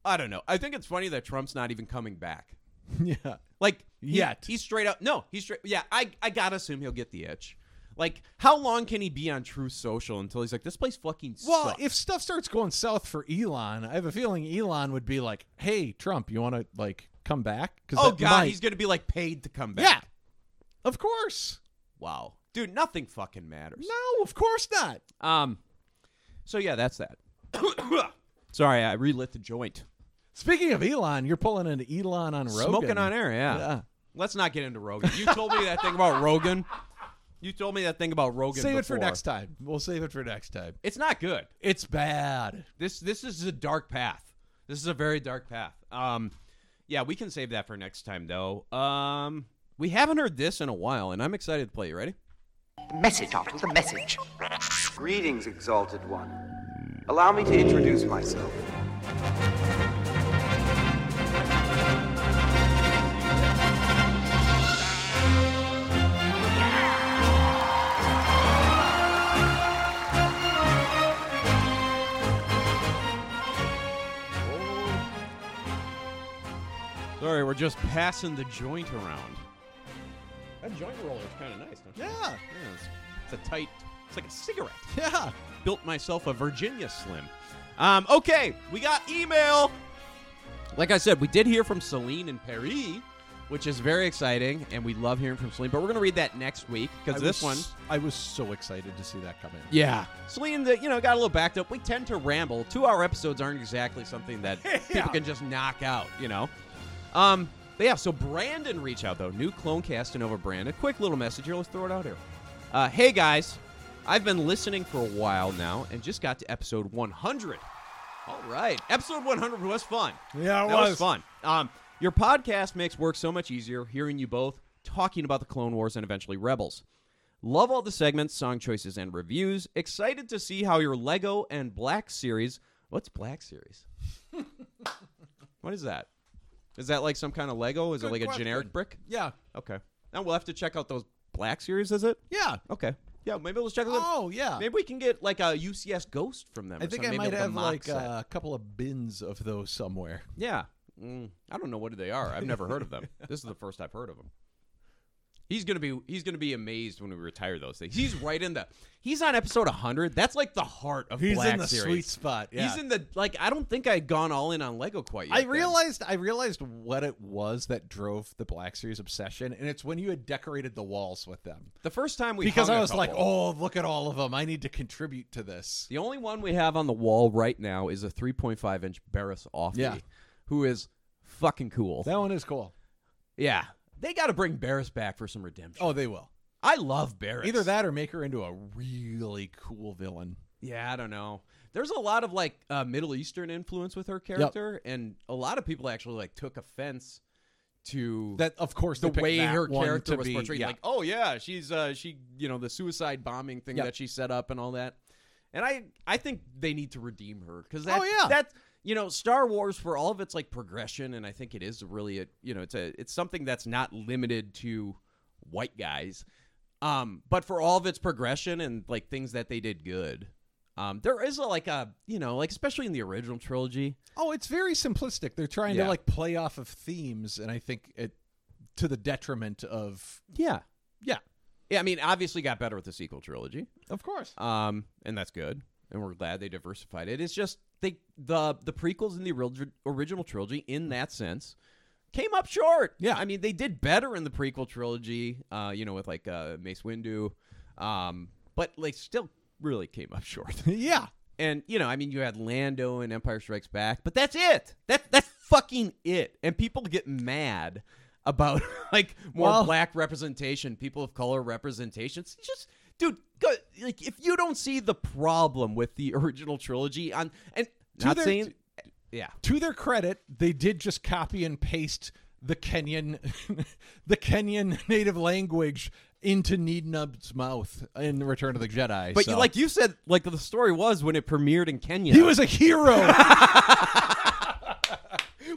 [SPEAKER 7] I don't know. I think it's funny that Trump's not even coming back.
[SPEAKER 6] Yeah.
[SPEAKER 7] Like he-
[SPEAKER 6] Yet.
[SPEAKER 7] he's straight up. No, he's straight. Yeah, I I gotta assume he'll get the itch. Like, how long can he be on True Social until he's like, this place fucking
[SPEAKER 6] Well,
[SPEAKER 7] sucks?
[SPEAKER 6] if stuff starts going south for Elon, I have a feeling Elon would be like, "Hey, Trump, you want to like come back?" Cuz
[SPEAKER 7] oh god, he's gonna be like paid to come back.
[SPEAKER 6] Yeah. Of course.
[SPEAKER 7] Wow, dude, nothing fucking matters.
[SPEAKER 6] No, of course not.
[SPEAKER 7] Um, so yeah, that's that. Sorry, I relit the joint.
[SPEAKER 6] Speaking of Elon, you're pulling an Elon on Rogan.
[SPEAKER 7] Smoking on air, yeah.
[SPEAKER 6] Yeah.
[SPEAKER 7] Let's not get into Rogan. You told me that thing about Rogan. You told me that thing about Rogan.
[SPEAKER 6] Save it for
[SPEAKER 7] before.
[SPEAKER 6] next time. We'll save it for next time.
[SPEAKER 7] It's not good.
[SPEAKER 6] It's bad.
[SPEAKER 7] This this is a dark path. This is a very dark path. Um, yeah, we can save that for next time though. Um, we haven't heard this in a while, and I'm excited to play. You ready?
[SPEAKER 9] Message, Otto, the message.
[SPEAKER 8] Greetings, exalted one. Allow me to introduce myself.
[SPEAKER 7] Sorry, we're just passing the joint around. That joint roller is kind of nice, don't you?
[SPEAKER 6] Yeah.
[SPEAKER 7] Yeah, it's, it's a tight. It's like a cigarette.
[SPEAKER 6] Yeah.
[SPEAKER 7] built myself a Virginia Slim. Um, okay, we got email. Like I said, we did hear from Celine and Perry, which is very exciting, and we love hearing from Celine. But we're gonna read that next week because
[SPEAKER 6] I
[SPEAKER 7] this one,
[SPEAKER 6] was- I was so excited to see that come in.
[SPEAKER 7] yeah, Celine, that you know, got a little backed up. We tend to ramble. Two-hour episodes aren't exactly something that people can just knock out, you know. Um, but yeah, so Brandon reach out though. New clone casting over Brandon. Quick little message here. Let's throw it out here. Uh, hey guys, I've been listening for a while now and just got to episode 100. All right, episode 100 was fun.
[SPEAKER 6] Yeah, it
[SPEAKER 7] that was.
[SPEAKER 6] was.
[SPEAKER 7] fun. Um, your podcast makes work so much easier. Hearing you both talking about the Clone Wars and eventually Rebels. Love all the segments, song choices, and reviews. Excited to see how your Lego and Black series. What's Black series? what is that? Is that like some kind of Lego? Is it
[SPEAKER 6] Good
[SPEAKER 7] like a
[SPEAKER 6] question.
[SPEAKER 7] generic brick?
[SPEAKER 6] Yeah.
[SPEAKER 7] Okay. Now we'll have to check out those Black series, is it?
[SPEAKER 6] Yeah.
[SPEAKER 7] Okay. Yeah, maybe let's check out.
[SPEAKER 6] Oh, yeah.
[SPEAKER 7] Maybe we can get like a UCS Ghost from them.
[SPEAKER 6] I
[SPEAKER 7] or
[SPEAKER 6] think
[SPEAKER 7] something.
[SPEAKER 6] I
[SPEAKER 7] Maybe
[SPEAKER 6] might
[SPEAKER 7] like a
[SPEAKER 6] have
[SPEAKER 7] mock
[SPEAKER 6] like
[SPEAKER 7] set.
[SPEAKER 6] a couple of bins of those somewhere.
[SPEAKER 7] Yeah. Mm, I don't know what they are. I've never heard of them. This is the first I've heard of them. He's gonna be he's gonna be amazed when we retire those things. He's right in the he's on episode 100. That's like the heart of
[SPEAKER 6] He's in
[SPEAKER 7] Black
[SPEAKER 6] the
[SPEAKER 7] series.
[SPEAKER 6] sweet spot, yeah.
[SPEAKER 7] He's in the like I don't think I'd gone all in on Lego quite yet.
[SPEAKER 6] I
[SPEAKER 7] then.
[SPEAKER 6] realized I realized what it was that drove the Black Series obsession, and it's when you had decorated the walls with them.
[SPEAKER 7] the first time we
[SPEAKER 6] because
[SPEAKER 7] hung
[SPEAKER 6] I
[SPEAKER 7] a
[SPEAKER 6] was like,
[SPEAKER 7] couple-
[SPEAKER 6] oh, look at all of them. I need to contribute to this.
[SPEAKER 7] The only one we have on the wall right now is a 3.5 inch Barris Offie,
[SPEAKER 6] Yeah.
[SPEAKER 7] who is fucking cool.
[SPEAKER 6] That one is cool.
[SPEAKER 7] yeah, they got to bring Barris back for some redemption.
[SPEAKER 6] Oh, they will.
[SPEAKER 7] I love Barris.
[SPEAKER 6] Either that or make her into a really cool villain.
[SPEAKER 7] Yeah, I don't know. There's a lot of like uh, Middle Eastern influence with her character, and a lot of people actually like took offense to
[SPEAKER 6] That, of course,
[SPEAKER 7] the
[SPEAKER 6] they picked
[SPEAKER 7] way
[SPEAKER 6] that
[SPEAKER 7] her
[SPEAKER 6] one
[SPEAKER 7] character
[SPEAKER 6] to
[SPEAKER 7] was
[SPEAKER 6] be-
[SPEAKER 7] portrayed.
[SPEAKER 6] yeah.
[SPEAKER 7] Like, oh yeah, she's uh, she, you know, the suicide bombing thing
[SPEAKER 6] Yeah.
[SPEAKER 7] that she set up and all that. And I, I think they need to redeem her because that,
[SPEAKER 6] Oh, yeah.
[SPEAKER 7] that, you know, Star Wars for all of its like progression, and I think it is really a, you know, it's a, it's something that's not limited to white guys. Um, but for all of its progression and like things that they did good, um, there is a, like a, you know, like especially in the original trilogy,
[SPEAKER 6] oh, it's very simplistic. They're trying
[SPEAKER 7] Yeah.
[SPEAKER 6] to like play off of themes, and I think it to the detriment of
[SPEAKER 7] yeah,
[SPEAKER 6] yeah,
[SPEAKER 7] yeah. I mean, obviously got better with the sequel trilogy.
[SPEAKER 6] of course.
[SPEAKER 7] um, and that's good. And we're glad they diversified it. It's just they the the prequels in the oril- original trilogy, in that sense, came up short.
[SPEAKER 6] Yeah.
[SPEAKER 7] I mean they did better in the prequel trilogy, uh, you know, with like uh, Mace Windu, um, but like still really came up short.
[SPEAKER 6] yeah,
[SPEAKER 7] and you know, I mean, you had Lando and Empire Strikes Back, but that's it. That that's fucking it. And people get mad about like more
[SPEAKER 6] Well-
[SPEAKER 7] black representation, people of color representations. It's Just dude, go, like if you don't see the problem with the original trilogy on and
[SPEAKER 6] To
[SPEAKER 7] not
[SPEAKER 6] their-
[SPEAKER 7] saying, yeah,
[SPEAKER 6] to their credit, they did just copy and paste the Kenyan, the Kenyan native language into Need Nub's mouth in Return of the Jedi.
[SPEAKER 7] but
[SPEAKER 6] so-
[SPEAKER 7] you, like you said, like the story was when it premiered in Kenya.
[SPEAKER 6] he was a hero.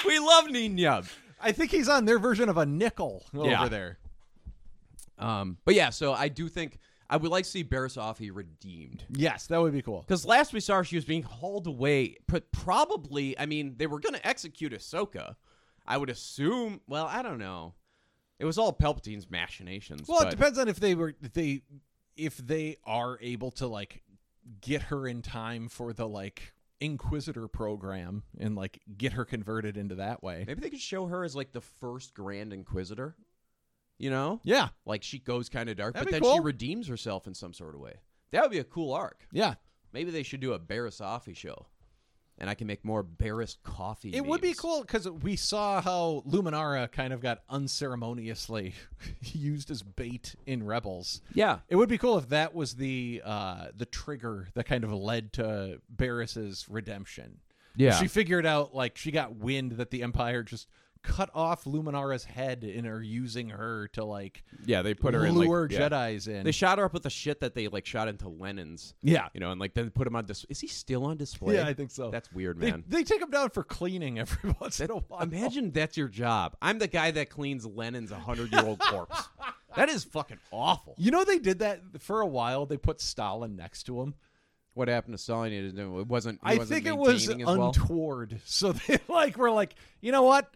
[SPEAKER 7] we love Ninyub.
[SPEAKER 6] I think he's on their version of a nickel over
[SPEAKER 7] Yeah.
[SPEAKER 6] there.
[SPEAKER 7] Um, but yeah, so I do think I would like to see Barris Offee redeemed.
[SPEAKER 6] Yes, that would be cool.
[SPEAKER 7] Because last we saw her, she was being hauled away, but probably, I mean, they were going to execute Ahsoka. I would assume. Well, I don't know. It was all Palpatine's machinations.
[SPEAKER 6] Well,
[SPEAKER 7] but-
[SPEAKER 6] it depends on if they were if they if they are able to like get her in time for the like Inquisitor program and like get her converted into that way.
[SPEAKER 7] Maybe they could show her as like the first Grand Inquisitor. You know,
[SPEAKER 6] Yeah,
[SPEAKER 7] like she goes kind of dark,
[SPEAKER 6] That'd
[SPEAKER 7] but
[SPEAKER 6] be
[SPEAKER 7] then she
[SPEAKER 6] cool.
[SPEAKER 7] redeems herself in some sort of way. That would be a cool arc.
[SPEAKER 6] yeah.
[SPEAKER 7] Maybe they should do a Barris Offee show, and I can make more Barris coffee.
[SPEAKER 6] It would be
[SPEAKER 7] memes.
[SPEAKER 6] cool because we saw how Luminara kind of got unceremoniously used as bait in Rebels.
[SPEAKER 7] Yeah.
[SPEAKER 6] It would be cool if that was the uh, the trigger that kind of led to Barris's redemption.
[SPEAKER 7] Yeah.
[SPEAKER 6] she figured out like she got wind that the Empire just cut off Luminara's head and are using her to like
[SPEAKER 7] Yeah, they put her in like-
[SPEAKER 6] lure
[SPEAKER 7] yeah.
[SPEAKER 6] Jedi's in.
[SPEAKER 7] They shot her up with the shit that they like shot into Lennon's.
[SPEAKER 6] Yeah.
[SPEAKER 7] You know, and like then put him on display. Is he still on display?
[SPEAKER 6] Yeah, I think so.
[SPEAKER 7] That's weird,
[SPEAKER 6] They-
[SPEAKER 7] man.
[SPEAKER 6] They, take him down for cleaning every once in a while.
[SPEAKER 7] Imagine that's your job. I'm the guy that cleans Lennon's 100 year old corpse. that is fucking awful.
[SPEAKER 6] You know they did that for a while. They put Stalin next to him.
[SPEAKER 7] What happened to Stalin? It wasn't.
[SPEAKER 6] I think it was untoward. So they like were like, you know what?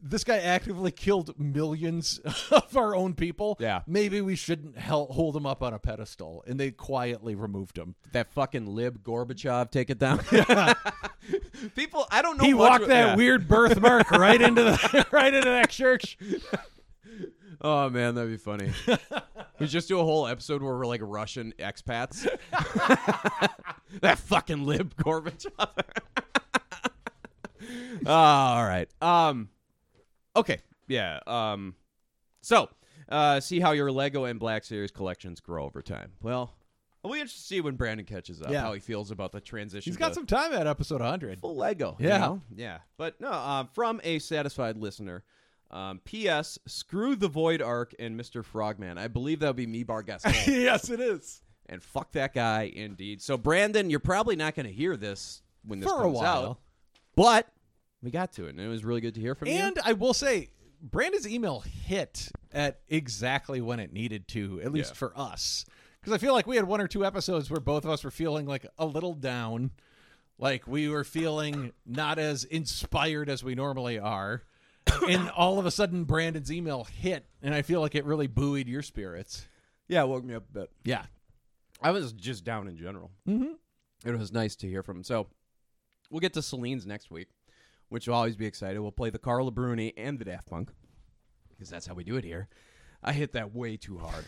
[SPEAKER 6] This guy actively killed millions of our own people.
[SPEAKER 7] Yeah.
[SPEAKER 6] Maybe we shouldn't hel- hold him up on a pedestal. And they quietly removed him.
[SPEAKER 7] that fucking lib Gorbachev take it down. People, I don't know.
[SPEAKER 6] He
[SPEAKER 7] much
[SPEAKER 6] walked
[SPEAKER 7] about-
[SPEAKER 6] that
[SPEAKER 7] yeah.
[SPEAKER 6] weird birthmark right into the right into that church.
[SPEAKER 7] Oh man, that'd be funny. we just do a whole episode where we're like Russian expats. that fucking lib Gorbachev. Ah, all right. Um. Okay. Yeah. Um. So, uh, see how your Lego and Black Series collections grow over time. Well, I'll be interested to see when Brandon catches up
[SPEAKER 6] Yeah.
[SPEAKER 7] how he feels about the transition.
[SPEAKER 6] He's got
[SPEAKER 7] to-
[SPEAKER 6] some time at episode 100.
[SPEAKER 7] full Lego.
[SPEAKER 6] Yeah.
[SPEAKER 7] yeah, yeah. But no, uh, from a satisfied listener, Um, P.S. Screw the Void Arc and Mr. Frogman. I believe that would be me, Bargas.
[SPEAKER 6] yes, it is.
[SPEAKER 7] And fuck that guy, indeed. So, Brandon, you're probably not going to hear this when this
[SPEAKER 6] For a
[SPEAKER 7] comes
[SPEAKER 6] while.
[SPEAKER 7] out, but we got to it, and it was really good to hear from you.
[SPEAKER 6] And I will say, Brandon's email hit at exactly when it needed to, at least
[SPEAKER 7] Yeah.
[SPEAKER 6] for us. Because I feel like we had one or two episodes where both of us were feeling like a little down, like we were feeling not as inspired as we normally are. and all of a sudden, Brandon's email hit, and I feel like it really buoyed your spirits.
[SPEAKER 7] Yeah, it woke me up a bit.
[SPEAKER 6] Yeah.
[SPEAKER 7] I was just down in general.
[SPEAKER 6] Mhm.
[SPEAKER 7] It was nice to hear from him. So we'll get to Celine's next week, which will always be excited. We'll play the Carla Bruni and the Daft Punk because that's how we do it here. I hit that way too hard.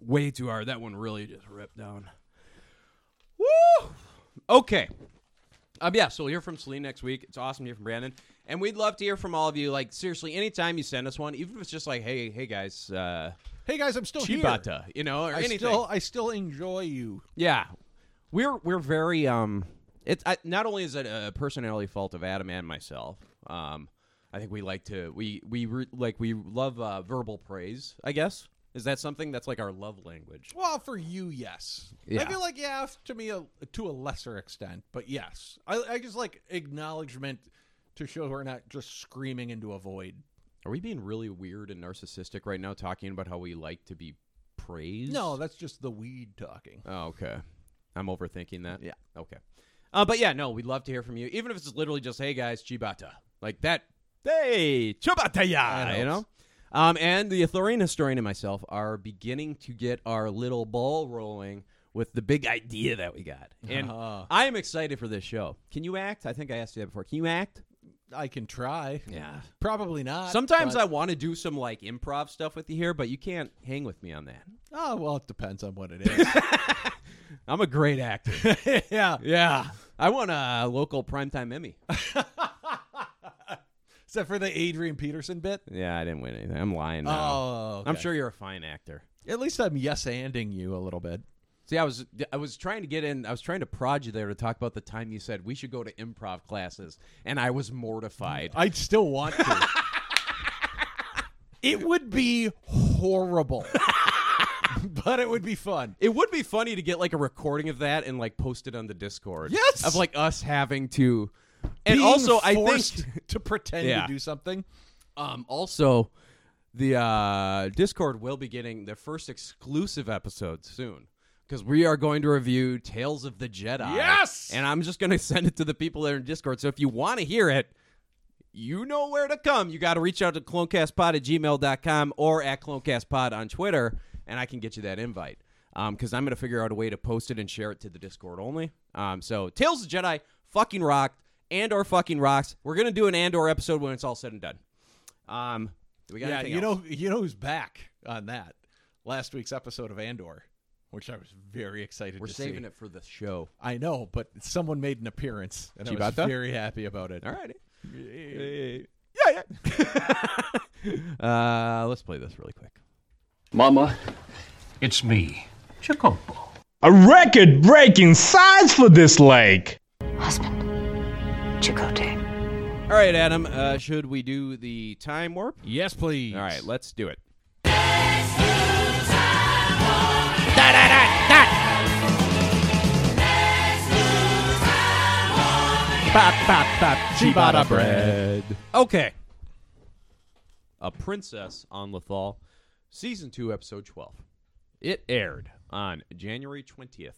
[SPEAKER 7] Way too hard. That one really just ripped down. Woo! Okay. Um, yeah, so we'll hear from Celine next week. It's awesome to hear from Brandon. And we'd love to hear from all of you. Like, seriously, anytime you send us one, even if it's just like, hey, hey guys, uh,
[SPEAKER 6] Hey guys, I'm still here.
[SPEAKER 7] Chibata, you know, or
[SPEAKER 6] I
[SPEAKER 7] anything.
[SPEAKER 6] still, I still enjoy you.
[SPEAKER 7] Yeah, we're we're very um. It's I, not only is it a personality fault of Adam and myself. Um, I think we like to we we re, like we love uh, verbal praise. I guess is that something that's like our love language.
[SPEAKER 6] Well, for you, yes. I
[SPEAKER 7] Yeah.
[SPEAKER 6] feel like yeah, f- to me, a, to a lesser extent, but yes, I, I just like acknowledgement to show we're not just screaming into a void.
[SPEAKER 7] Are we being really weird and narcissistic right now, talking about how we like to be praised?
[SPEAKER 6] No, that's just the weed talking.
[SPEAKER 7] Oh, okay. I'm overthinking that.
[SPEAKER 6] Yeah.
[SPEAKER 7] Okay. Uh, but yeah, no, we'd love to hear from you, even if it's literally just, "Hey guys, Chibata," like that. Hey, Chibata, ya,
[SPEAKER 6] That
[SPEAKER 7] you know.
[SPEAKER 6] helps.
[SPEAKER 7] Um, and the Authorian historian and myself are beginning to get our little ball rolling with the big idea that we got, and
[SPEAKER 6] Ah.
[SPEAKER 7] I am excited for this show. Can you act? I think I asked you that before. Can you act?
[SPEAKER 6] I can try.
[SPEAKER 7] Yeah.
[SPEAKER 6] Probably not.
[SPEAKER 7] Sometimes I
[SPEAKER 6] but-
[SPEAKER 7] want to do some like improv stuff with you here, but you can't hang with me on that.
[SPEAKER 6] Oh well, it depends on what it is.
[SPEAKER 7] I'm a great actor.
[SPEAKER 6] yeah.
[SPEAKER 7] yeah, I won a local primetime Emmy.
[SPEAKER 6] Except for the Adrian Peterson bit.
[SPEAKER 7] Yeah, I didn't win anything. I'm lying now.
[SPEAKER 6] Oh,
[SPEAKER 7] I'm
[SPEAKER 6] okay.
[SPEAKER 7] sure you're a fine actor.
[SPEAKER 6] At least I'm yes anding you a little bit.
[SPEAKER 7] See, I was I was trying to get in. I was trying to prod you there to talk about the time you said we should go to improv classes, and I was mortified.
[SPEAKER 6] I'd still want to. it would be horrible, but it would be fun.
[SPEAKER 7] It would be funny to get like a recording of that and like post it on the Discord.
[SPEAKER 6] Yes!
[SPEAKER 7] of like us having to, and
[SPEAKER 6] Being
[SPEAKER 7] also I
[SPEAKER 6] forced
[SPEAKER 7] think
[SPEAKER 6] to pretend
[SPEAKER 7] Yeah.
[SPEAKER 6] to do something.
[SPEAKER 7] um also the uh Discord will be getting their first exclusive episode soon. Because we are going to review Tales of the Jedi.
[SPEAKER 6] Yes!
[SPEAKER 7] And I'm just going to send it to the people that are in Discord. So if you want to hear it, you know where to come. You got to reach out to clonecastpod at gmail.com or at clonecastpod on Twitter, and I can get you that invite. Because I'm going to figure out a way to post it and share it to the Discord only. Um, so Tales of the Jedi fucking rocked. Andor fucking rocks. We're going to do an Andor episode when it's all said and done. Um, do we got
[SPEAKER 6] Yeah, you
[SPEAKER 7] anything else?
[SPEAKER 6] know, you know who's back on that last week's episode of Andor, which I was very excited.
[SPEAKER 7] We're
[SPEAKER 6] to
[SPEAKER 7] saving
[SPEAKER 6] see.
[SPEAKER 7] it for the show.
[SPEAKER 6] I know, but someone made an appearance, and I was
[SPEAKER 7] Chibata?
[SPEAKER 6] very happy about it.
[SPEAKER 7] All right. Yeah, yeah. uh, let's play this really quick.
[SPEAKER 2] Mama, it's me, Jacopo.
[SPEAKER 10] A record breaking size for this lake.
[SPEAKER 12] Husband, Chakotay.
[SPEAKER 7] All right, Adam. Uh, should we do the time warp?
[SPEAKER 6] Yes, please.
[SPEAKER 7] All right, let's do it.
[SPEAKER 6] Bop, bop, bop. Ciabatta bread.
[SPEAKER 7] Okay. A Princess on Lethal, Season 2, Episode 12. It aired on January 20th,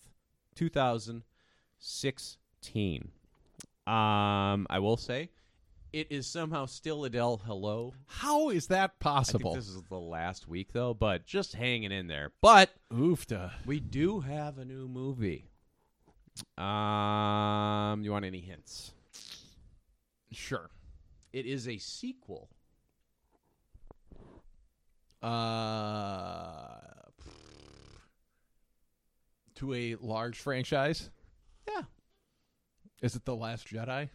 [SPEAKER 7] 2016. Um, I will say, it is somehow still Adele Hello.
[SPEAKER 6] How is that
[SPEAKER 7] I think
[SPEAKER 6] possible?
[SPEAKER 7] this is the last week, though, but just hanging in there. But
[SPEAKER 6] Oofta.
[SPEAKER 7] we do have a new movie. Um, you want any hints?
[SPEAKER 6] Sure.
[SPEAKER 7] It is a sequel.
[SPEAKER 6] Uh, to a large franchise.
[SPEAKER 7] Yeah.
[SPEAKER 6] Is it the Last Jedi?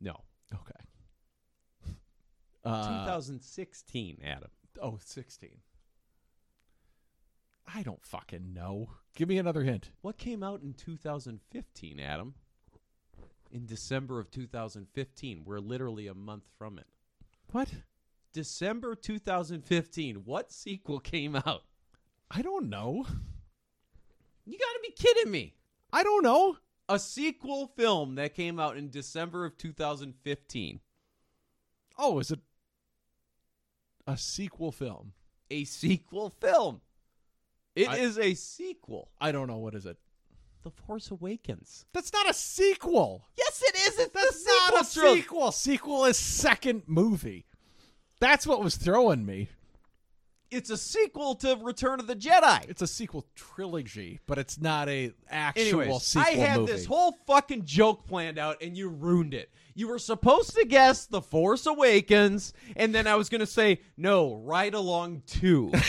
[SPEAKER 7] No.
[SPEAKER 6] Okay. Uh,
[SPEAKER 7] 2016, Adam.
[SPEAKER 6] oh, 16. I don't fucking know. Give me another hint.
[SPEAKER 7] What came out in 2015, Adam? in December of 2015. We're literally a month from it.
[SPEAKER 6] What?
[SPEAKER 7] December 2015. What sequel came out?
[SPEAKER 6] I don't know.
[SPEAKER 7] You got to be kidding me.
[SPEAKER 6] I don't know.
[SPEAKER 7] A sequel film that came out in December of 2015.
[SPEAKER 6] Oh, is it a sequel film?
[SPEAKER 7] A sequel film. It
[SPEAKER 6] I-
[SPEAKER 7] is a sequel.
[SPEAKER 6] I don't know. What is it?
[SPEAKER 7] The Force Awakens.
[SPEAKER 6] That's not a sequel.
[SPEAKER 7] Yes, it is. It's
[SPEAKER 6] That's
[SPEAKER 7] the
[SPEAKER 6] not a
[SPEAKER 7] sequel trilogy.
[SPEAKER 6] sequel. Sequel is second movie. That's what was throwing me.
[SPEAKER 7] It's a sequel to Return of the Jedi.
[SPEAKER 6] It's a sequel trilogy, but it's not a actual
[SPEAKER 7] Anyways,
[SPEAKER 6] sequel
[SPEAKER 7] I had
[SPEAKER 6] movie.
[SPEAKER 7] this whole fucking joke planned out, and you ruined it. You were supposed to guess The Force Awakens, and then I was going to say, no, Ride Along 2.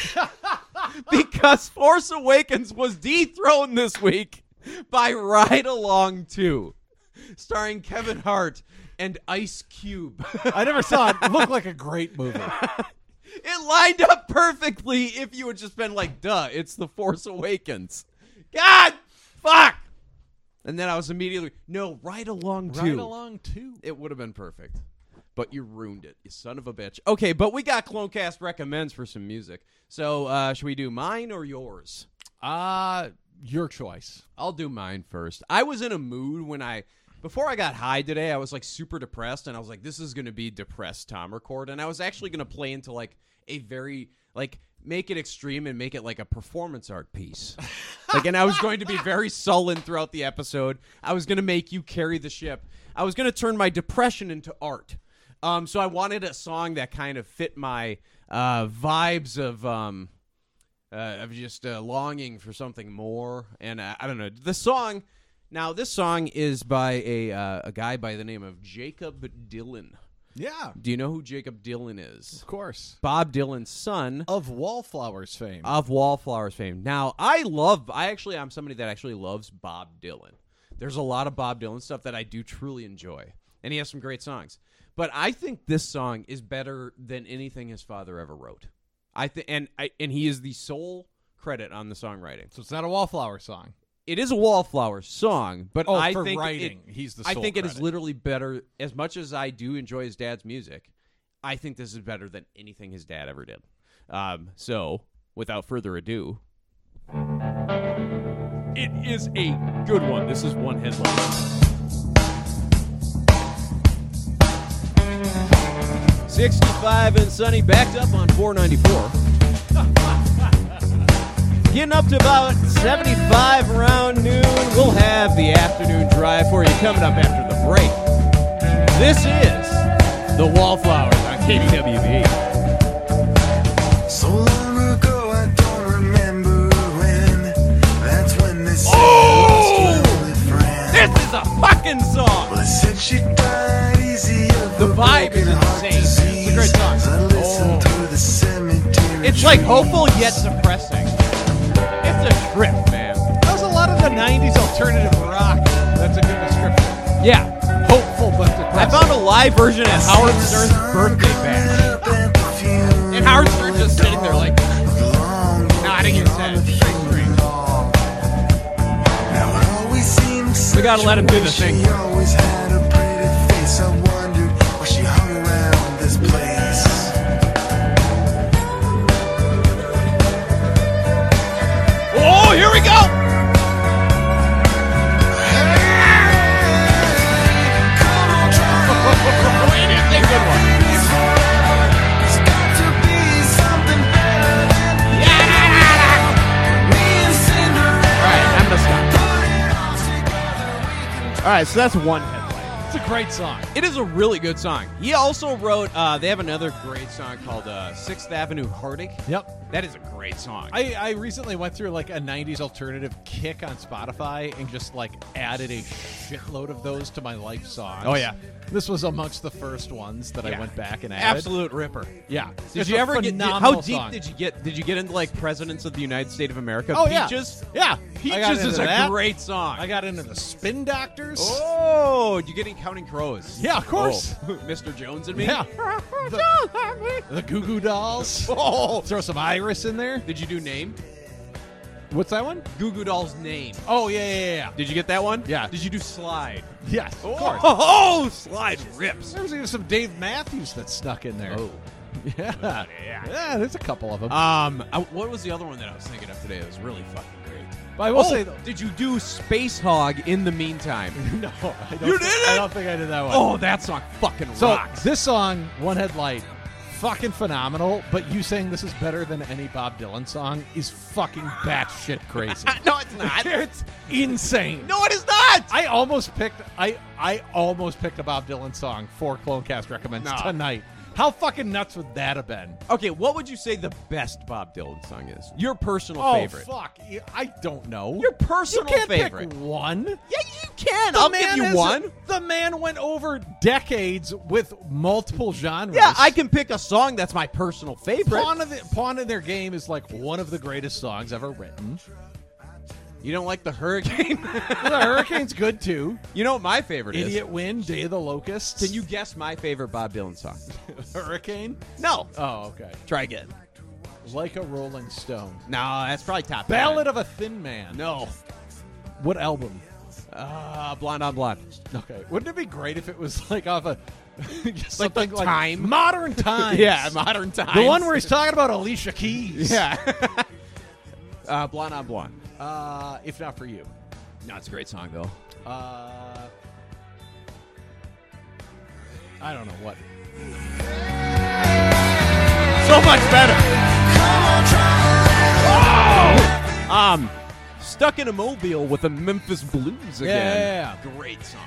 [SPEAKER 7] because Force Awakens was dethroned this week by Ride Along 2, starring Kevin Hart and Ice Cube.
[SPEAKER 6] I never saw it. Look like a great movie.
[SPEAKER 7] It lined up perfectly if you had just been like, duh, it's The Force Awakens. God, fuck. And then I was immediately, no, right along too.
[SPEAKER 6] Right along too.
[SPEAKER 7] It would have been perfect. But you ruined it, you son of a bitch. Okay, but we got Clonecast recommends for some music. So uh, should we do mine or yours?
[SPEAKER 6] Uh your choice.
[SPEAKER 7] I'll do mine first. I was in a mood when I before I got high today, I was like super depressed and I was like this is going to be depressed Tom record and I was actually going to play into like a very like make it extreme and make it like a performance art piece. like and I was going to be very sullen throughout the episode. I was going to make you carry the ship. I was going to turn my depression into art. Um so I wanted a song that kind of fit my uh vibes of um uh, of just uh, longing for something more. And uh, I don't know the song. Now this song is by a uh, a guy by the name of Jacob Dylan.
[SPEAKER 6] Yeah,
[SPEAKER 7] Do you know who Jacob Dylan is?
[SPEAKER 6] of course. Uh,
[SPEAKER 7] Bob Dylan's son
[SPEAKER 6] Of Wallflowers fame.
[SPEAKER 7] of Wallflowers fame. Now I love. I actually I'm somebody that actually loves Bob Dylan. There's a lot of Bob Dylan stuff that I do truly enjoy, and he has some great songs. But I think this song is better than anything his father ever wrote. I think, and I, and he is the sole credit on the songwriting.
[SPEAKER 6] so it's not a Wallflower song.
[SPEAKER 7] it is a wallflower song, but
[SPEAKER 6] Oh,
[SPEAKER 7] I
[SPEAKER 6] for
[SPEAKER 7] think
[SPEAKER 6] writing,
[SPEAKER 7] it-
[SPEAKER 6] he's the
[SPEAKER 7] I
[SPEAKER 6] sole
[SPEAKER 7] think it is
[SPEAKER 6] credit.
[SPEAKER 7] literally better. As much as I do enjoy his dad's music, I think this is better than anything his dad ever did. Um, so, without further ado, it is a good one. This is one headline. Sixty-five and sunny, backed up on four ninety-four. Getting up to about 75 around noon. We'll have the afternoon drive for you coming up after the break. This is The Wallflowers on KBWB.
[SPEAKER 5] So long ago, I don't remember when. That's when they said I lost my only friend.
[SPEAKER 7] This is a fucking song!
[SPEAKER 5] Well, I said she died easy of
[SPEAKER 7] The
[SPEAKER 5] a
[SPEAKER 7] vibe is
[SPEAKER 5] broken heart
[SPEAKER 7] insane. It's a great
[SPEAKER 5] disease.
[SPEAKER 7] song.
[SPEAKER 5] I listened
[SPEAKER 7] Oh.
[SPEAKER 5] through the cemetery
[SPEAKER 7] It's like
[SPEAKER 5] trees.
[SPEAKER 7] hopeful yet depressing. It's a trip, man.
[SPEAKER 6] That was a lot of the '90s alternative rock. That's a good description.
[SPEAKER 7] Yeah.
[SPEAKER 6] Hopeful but
[SPEAKER 7] I
[SPEAKER 6] depressing.
[SPEAKER 7] found a live version of Howard
[SPEAKER 5] The
[SPEAKER 7] Stern's
[SPEAKER 5] sun
[SPEAKER 7] birthday
[SPEAKER 5] coming
[SPEAKER 7] bash.
[SPEAKER 5] up at the funeral
[SPEAKER 7] And Howard Stern's just sitting there like,
[SPEAKER 5] of long
[SPEAKER 7] nodding his
[SPEAKER 5] gone
[SPEAKER 7] head.
[SPEAKER 5] funeral. Now it always seems
[SPEAKER 7] We gotta
[SPEAKER 5] such
[SPEAKER 7] let him do
[SPEAKER 5] a
[SPEAKER 7] the
[SPEAKER 5] waste.
[SPEAKER 7] thing.
[SPEAKER 5] She always had a pretty face. I wondered why she hung around this place.
[SPEAKER 7] Oh, here we go!
[SPEAKER 5] All
[SPEAKER 7] All right, so that's one headline.
[SPEAKER 6] It's a great song.
[SPEAKER 7] It is a really good song. He also wrote. Uh, they have another great song called uh, Sixth Avenue Heartache.
[SPEAKER 6] Yep.
[SPEAKER 7] That is a great song.
[SPEAKER 6] I, I recently went through like a 90s alternative kick on Spotify and just like added a shitload of those to my life songs.
[SPEAKER 7] Oh, yeah.
[SPEAKER 6] This was amongst the first ones that
[SPEAKER 7] Yeah.
[SPEAKER 6] I went back and added.
[SPEAKER 7] absolute ripper.
[SPEAKER 6] Yeah.
[SPEAKER 7] Did
[SPEAKER 6] It's
[SPEAKER 7] you
[SPEAKER 6] a
[SPEAKER 7] ever get?
[SPEAKER 6] phenomenal
[SPEAKER 7] How deep
[SPEAKER 6] song.
[SPEAKER 7] did you get? Did you get into like presidents of the United States of America?
[SPEAKER 6] Oh, yeah.
[SPEAKER 7] Peaches.
[SPEAKER 6] Yeah. I got
[SPEAKER 7] Peaches is
[SPEAKER 6] into
[SPEAKER 7] a
[SPEAKER 6] that.
[SPEAKER 7] great song.
[SPEAKER 6] I got into the Spin Doctors.
[SPEAKER 7] Oh, you getting Counting Crows?
[SPEAKER 6] Yeah, of course.
[SPEAKER 7] Oh, Mr. Jones and me.
[SPEAKER 6] Yeah. The Goo Goo Dolls.
[SPEAKER 7] Oh.
[SPEAKER 6] Throw some Iris in there.
[SPEAKER 7] Did you do name?
[SPEAKER 6] What's that one?
[SPEAKER 7] Goo Goo Dolls' name.
[SPEAKER 6] Oh yeah, yeah, yeah.
[SPEAKER 7] Did you get that one? Yeah. Did you do Slide?
[SPEAKER 6] Yes. Of course.
[SPEAKER 7] Oh, Slide rips.
[SPEAKER 6] There was even some Dave Matthews that stuck in there. Oh. Yeah. yeah. there's a couple of them.
[SPEAKER 7] Um, I- what was the other one that I was thinking of today? That was really fucking great.
[SPEAKER 6] But I will
[SPEAKER 7] Oh,
[SPEAKER 6] say though-
[SPEAKER 7] did you do Space Hog in the meantime?
[SPEAKER 6] no, I don't
[SPEAKER 7] You
[SPEAKER 6] thi-
[SPEAKER 7] didn't?
[SPEAKER 6] I don't think I did that one.
[SPEAKER 7] Oh, that song fucking
[SPEAKER 6] So
[SPEAKER 7] rocks.
[SPEAKER 6] this song, One Headlight, fucking phenomenal. But you saying this is better than any Bob Dylan song is fucking batshit crazy.
[SPEAKER 7] no, it's not.
[SPEAKER 6] it's insane.
[SPEAKER 7] No, it is not.
[SPEAKER 6] I almost picked. I I almost picked a Bob Dylan song for Clonecast recommends
[SPEAKER 7] No.
[SPEAKER 6] tonight. How fucking nuts would that have been?
[SPEAKER 7] Okay, what would you say the best Bob Dylan song is? Your personal
[SPEAKER 6] oh
[SPEAKER 7] favorite.
[SPEAKER 6] fuck! Yeah, I don't know.
[SPEAKER 7] Your personal
[SPEAKER 6] you can't
[SPEAKER 7] favorite.
[SPEAKER 6] Pick one.
[SPEAKER 7] Yeah, you can.
[SPEAKER 6] The
[SPEAKER 7] I'll
[SPEAKER 6] man
[SPEAKER 7] give you
[SPEAKER 6] is-
[SPEAKER 7] one.
[SPEAKER 6] The man went over decades with multiple genres.
[SPEAKER 7] Yeah, I can pick a song that's my personal favorite.
[SPEAKER 6] Pawn, of the, Pawn in Their Game is like one of the greatest songs ever written.
[SPEAKER 7] You don't like the Hurricane?
[SPEAKER 6] the Hurricane's good too.
[SPEAKER 7] you know what my favorite
[SPEAKER 6] Idiot Wind, Day of the Locusts.
[SPEAKER 7] is? Can you guess my favorite Bob Dylan song?
[SPEAKER 6] Hurricane?
[SPEAKER 7] No.
[SPEAKER 6] Oh, okay.
[SPEAKER 7] Try again.
[SPEAKER 6] Like a Rolling Stone.
[SPEAKER 7] No, that's probably top.
[SPEAKER 6] Ballad
[SPEAKER 7] ten.
[SPEAKER 6] of a Thin Man.
[SPEAKER 7] No.
[SPEAKER 6] What album?
[SPEAKER 7] Uh, blonde on blonde.
[SPEAKER 6] Okay. Wouldn't it be great if it was like off a something
[SPEAKER 7] the Time?
[SPEAKER 6] Modern Times.
[SPEAKER 7] Yeah, modern times.
[SPEAKER 6] The one where he's talking about Alicia Keys.
[SPEAKER 7] yeah. uh, blonde on blonde.
[SPEAKER 6] Uh, if not for you.
[SPEAKER 7] No, it's a great song though.
[SPEAKER 6] Uh, I don't know what.
[SPEAKER 7] So much better. Whoa! Um, stuck in a mobile with the Memphis Blues again.
[SPEAKER 6] Yeah.
[SPEAKER 7] great song.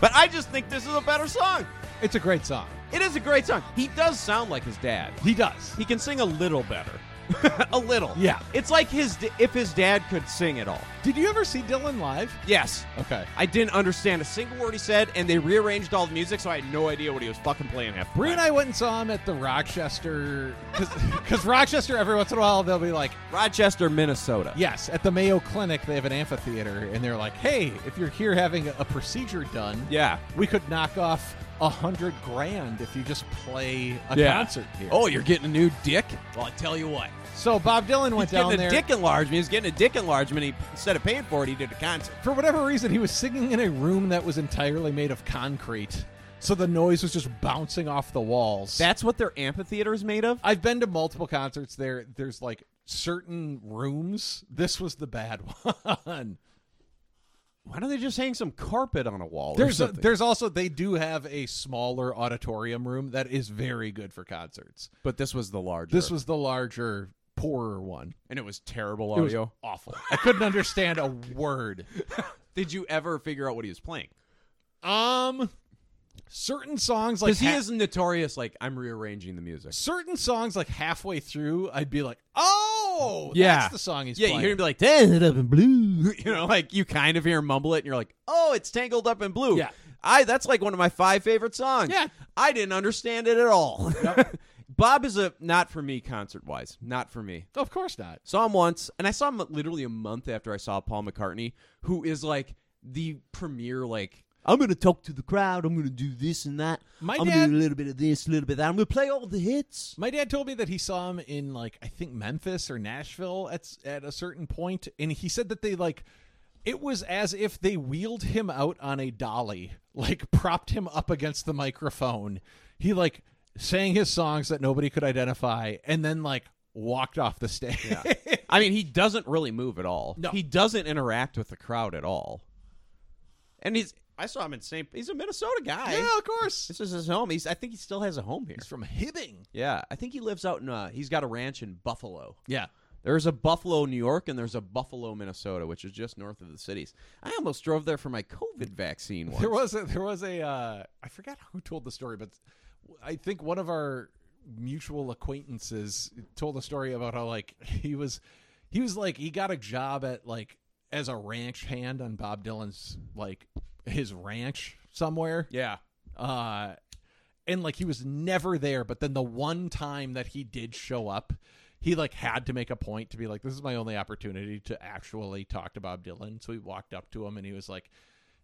[SPEAKER 7] But I just think this is a better song.
[SPEAKER 6] It's a great song.
[SPEAKER 7] It is a great song. He does sound like his dad.
[SPEAKER 6] He does.
[SPEAKER 7] He can sing a little better. a little.
[SPEAKER 6] Yeah.
[SPEAKER 7] It's like his d- if his dad could sing at all.
[SPEAKER 6] Did you ever see Dylan live?
[SPEAKER 7] Yes.
[SPEAKER 6] Okay.
[SPEAKER 7] I didn't understand a single word he said, and they rearranged all the music, so I had no idea what he was fucking playing half. the
[SPEAKER 6] Bree and
[SPEAKER 7] time.
[SPEAKER 6] I went and saw him at the Rochester, because Rochester, every once in a while, they'll be like,
[SPEAKER 7] Rochester, Minnesota.
[SPEAKER 6] yes, at the Mayo Clinic, they have an amphitheater, and they're like, hey, if you're here having a procedure done,
[SPEAKER 7] Yeah.
[SPEAKER 6] we could knock off a hundred grand if you just play a concert here.
[SPEAKER 7] Oh, you're getting a new dick? Well, I tell you what.
[SPEAKER 6] So Bob Dylan went
[SPEAKER 7] He's
[SPEAKER 6] down
[SPEAKER 7] getting
[SPEAKER 6] there.
[SPEAKER 7] a dick enlargement. He's getting a dick enlargement. He, instead of paying for it, he did a concert.
[SPEAKER 6] For whatever reason, he was singing in a room that was entirely made of concrete, so the noise was just bouncing off the walls.
[SPEAKER 7] That's what their amphitheater is made of?
[SPEAKER 6] I've been to multiple concerts there. There's like certain rooms. This was the bad one.
[SPEAKER 7] Why don't they just hang some carpet on a wall
[SPEAKER 6] There's
[SPEAKER 7] or
[SPEAKER 6] a,
[SPEAKER 7] something?
[SPEAKER 6] there's also they do have a smaller auditorium room that is very good for concerts.
[SPEAKER 7] but this was the larger.
[SPEAKER 6] This was the larger, poorer one.
[SPEAKER 7] And it was terrible
[SPEAKER 6] It was
[SPEAKER 7] audio.
[SPEAKER 6] awful. I couldn't understand a word.
[SPEAKER 7] Did you ever figure out what he was playing?
[SPEAKER 6] Um, certain songs like
[SPEAKER 7] Because he
[SPEAKER 6] ha-
[SPEAKER 7] is notorious, like, I'm rearranging the music.
[SPEAKER 6] certain songs like halfway through, I'd be like, oh,
[SPEAKER 7] Yeah.
[SPEAKER 6] that's the song he's
[SPEAKER 7] yeah,
[SPEAKER 6] playing.
[SPEAKER 7] you hear him be like, tangled up in blue. You know, like, you kind of hear him mumble it, and you're like, oh, it's tangled up in blue.
[SPEAKER 6] Yeah.
[SPEAKER 7] I That's like one of my five favorite songs.
[SPEAKER 6] Yeah.
[SPEAKER 7] I didn't understand it at all. Bob is a not for me concert wise. Not for me.
[SPEAKER 6] of course not.
[SPEAKER 7] Saw him once, and I saw him literally a month after I saw Paul McCartney, who is like the premier, like, I'm going to talk to the crowd. I'm going to do this and that.
[SPEAKER 6] My
[SPEAKER 7] I'm
[SPEAKER 6] dad-
[SPEAKER 7] going to do a little bit of this, a little bit of that. I'm going to play all the hits.
[SPEAKER 6] My dad told me that he saw him in like I think Memphis or Nashville at at a certain point, and he said that they like it was as if they wheeled him out on a dolly, like propped him up against the microphone. He like sang his songs that nobody could identify, and then like walked off the stage.
[SPEAKER 7] I mean, he doesn't really move at all.
[SPEAKER 6] No.
[SPEAKER 7] He doesn't interact with the crowd at all. And he's, I saw him in St. He's a Minnesota guy.
[SPEAKER 6] yeah, of course.
[SPEAKER 7] This is his home. He's, I think he still has a home here.
[SPEAKER 6] He's from Hibbing.
[SPEAKER 7] Yeah, I think he lives out in. Uh, he's got a ranch in Buffalo.
[SPEAKER 6] Yeah.
[SPEAKER 7] There's a Buffalo, New York, and there's a Buffalo, Minnesota, which is just north of the cities. I almost drove there for my COVID vaccine once.
[SPEAKER 6] There was a, there was a uh, I forgot who told the story, but I think one of our mutual acquaintances told a story about how like he was he was like he got a job at like as a ranch hand on Bob Dylan's like his ranch somewhere.
[SPEAKER 7] Yeah.
[SPEAKER 6] Uh, and like he was never there, but then the one time that he did show up, he like had to make a point to be like, "This is my only opportunity to actually talk to Bob Dylan." So he walked up to him and he was like,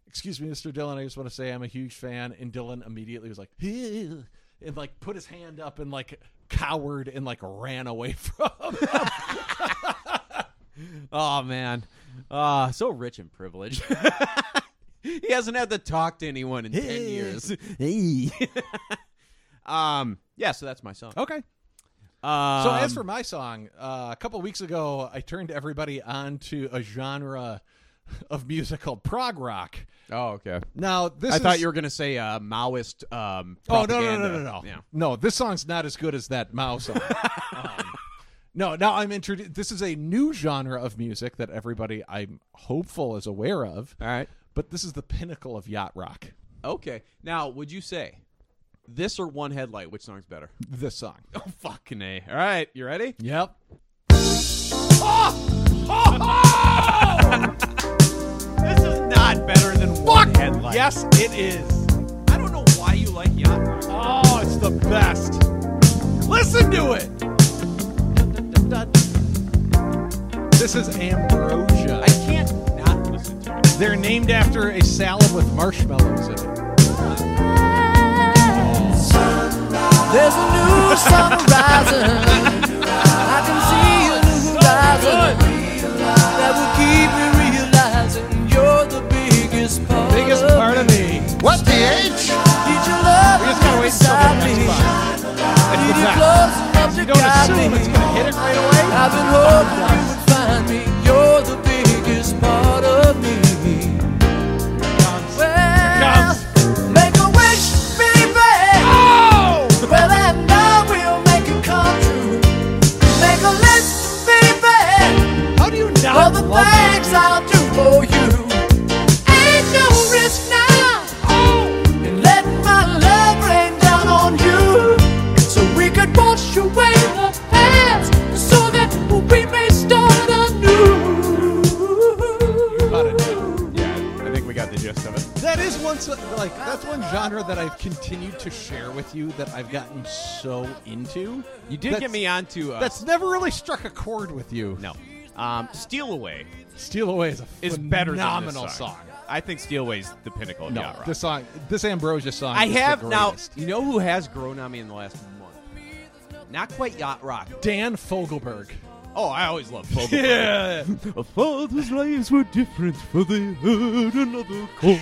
[SPEAKER 6] "Excuse me, Mr. Dylan, I just want to say I'm a huge fan." And Dylan immediately was like, "Ew," and like put his hand up and like cowered and like ran away from. him.
[SPEAKER 7] Oh man, ah, so rich and privileged. he hasn't had to talk to anyone in ten years. um, yeah, so that's my song.
[SPEAKER 6] Okay.
[SPEAKER 7] Um,
[SPEAKER 6] so as for my song, uh, a couple weeks ago, I turned everybody on to a genre of music called prog rock.
[SPEAKER 7] oh, okay.
[SPEAKER 6] Now this
[SPEAKER 7] I thought
[SPEAKER 6] is-
[SPEAKER 7] you were gonna say uh, Maoist. Um,
[SPEAKER 6] Oh no no no no
[SPEAKER 7] propaganda.
[SPEAKER 6] no!
[SPEAKER 7] Yeah.
[SPEAKER 6] No, this song's not as good as that Mao song. um, no, now I'm introduced. This is a new genre of music that everybody I'm hopeful is aware of.
[SPEAKER 7] All right,
[SPEAKER 6] but this is the pinnacle of yacht rock.
[SPEAKER 7] Okay. Now, would you say this or One Headlight? Which song's better?
[SPEAKER 6] This song.
[SPEAKER 7] Oh fucking a! All right, you ready?
[SPEAKER 6] Yep.
[SPEAKER 7] this is not better than One Headlight.
[SPEAKER 6] Yes, it is.
[SPEAKER 7] I don't know why you like yacht rock.
[SPEAKER 6] Oh, it's the best. Listen to it. This is Ambrosia. I
[SPEAKER 7] can't not listen to it.
[SPEAKER 6] They're named after a salad with marshmallows in it.
[SPEAKER 5] There's a new sun rising. I can see a new horizon that will keep me realizing you're the biggest part,
[SPEAKER 6] biggest
[SPEAKER 5] of,
[SPEAKER 6] part of me.
[SPEAKER 5] What the H? Need your love
[SPEAKER 6] We just gotta wait until
[SPEAKER 5] beside
[SPEAKER 6] the next
[SPEAKER 5] me.
[SPEAKER 6] spot.
[SPEAKER 5] Need
[SPEAKER 6] That's the
[SPEAKER 5] you
[SPEAKER 6] best.
[SPEAKER 5] close enough to
[SPEAKER 6] You don't
[SPEAKER 5] guide
[SPEAKER 6] assume
[SPEAKER 5] me.
[SPEAKER 6] it's gonna hit it right away.
[SPEAKER 5] I've been hoping you would find me. You're the biggest part of me. Well, make a wish, baby.
[SPEAKER 1] Oh!
[SPEAKER 5] Well, I know we'll make it come true. Make a list, baby.
[SPEAKER 6] How do you
[SPEAKER 5] not All the things I'll do for you. Ain't no risk now. And let my love rain down on you. So we could wash away the past. So that we may start anew.
[SPEAKER 7] Yeah, I think we got the gist of it.
[SPEAKER 6] That is one so- like that's one genre that I've continued to share with you that I've gotten so into.
[SPEAKER 7] You did
[SPEAKER 6] That's-
[SPEAKER 7] get me onto uh,
[SPEAKER 6] That's never really struck a chord with you.
[SPEAKER 7] no. Um, Steal Away
[SPEAKER 6] Steal Away is a
[SPEAKER 7] is better than this
[SPEAKER 6] phenomenal
[SPEAKER 7] song.
[SPEAKER 6] song.
[SPEAKER 7] I think Steal Away's the pinnacle of
[SPEAKER 6] No,
[SPEAKER 7] yacht rock.
[SPEAKER 6] this song, this Ambrosia song.
[SPEAKER 7] I
[SPEAKER 6] is the
[SPEAKER 7] have now.
[SPEAKER 6] greatest.
[SPEAKER 7] You know who has grown on me in the last month? Not quite yacht rock.
[SPEAKER 6] Dan Fogelberg.
[SPEAKER 7] Oh, I always love Fogelberg.
[SPEAKER 6] Yeah.
[SPEAKER 7] A father's lives were different, for they heard another call.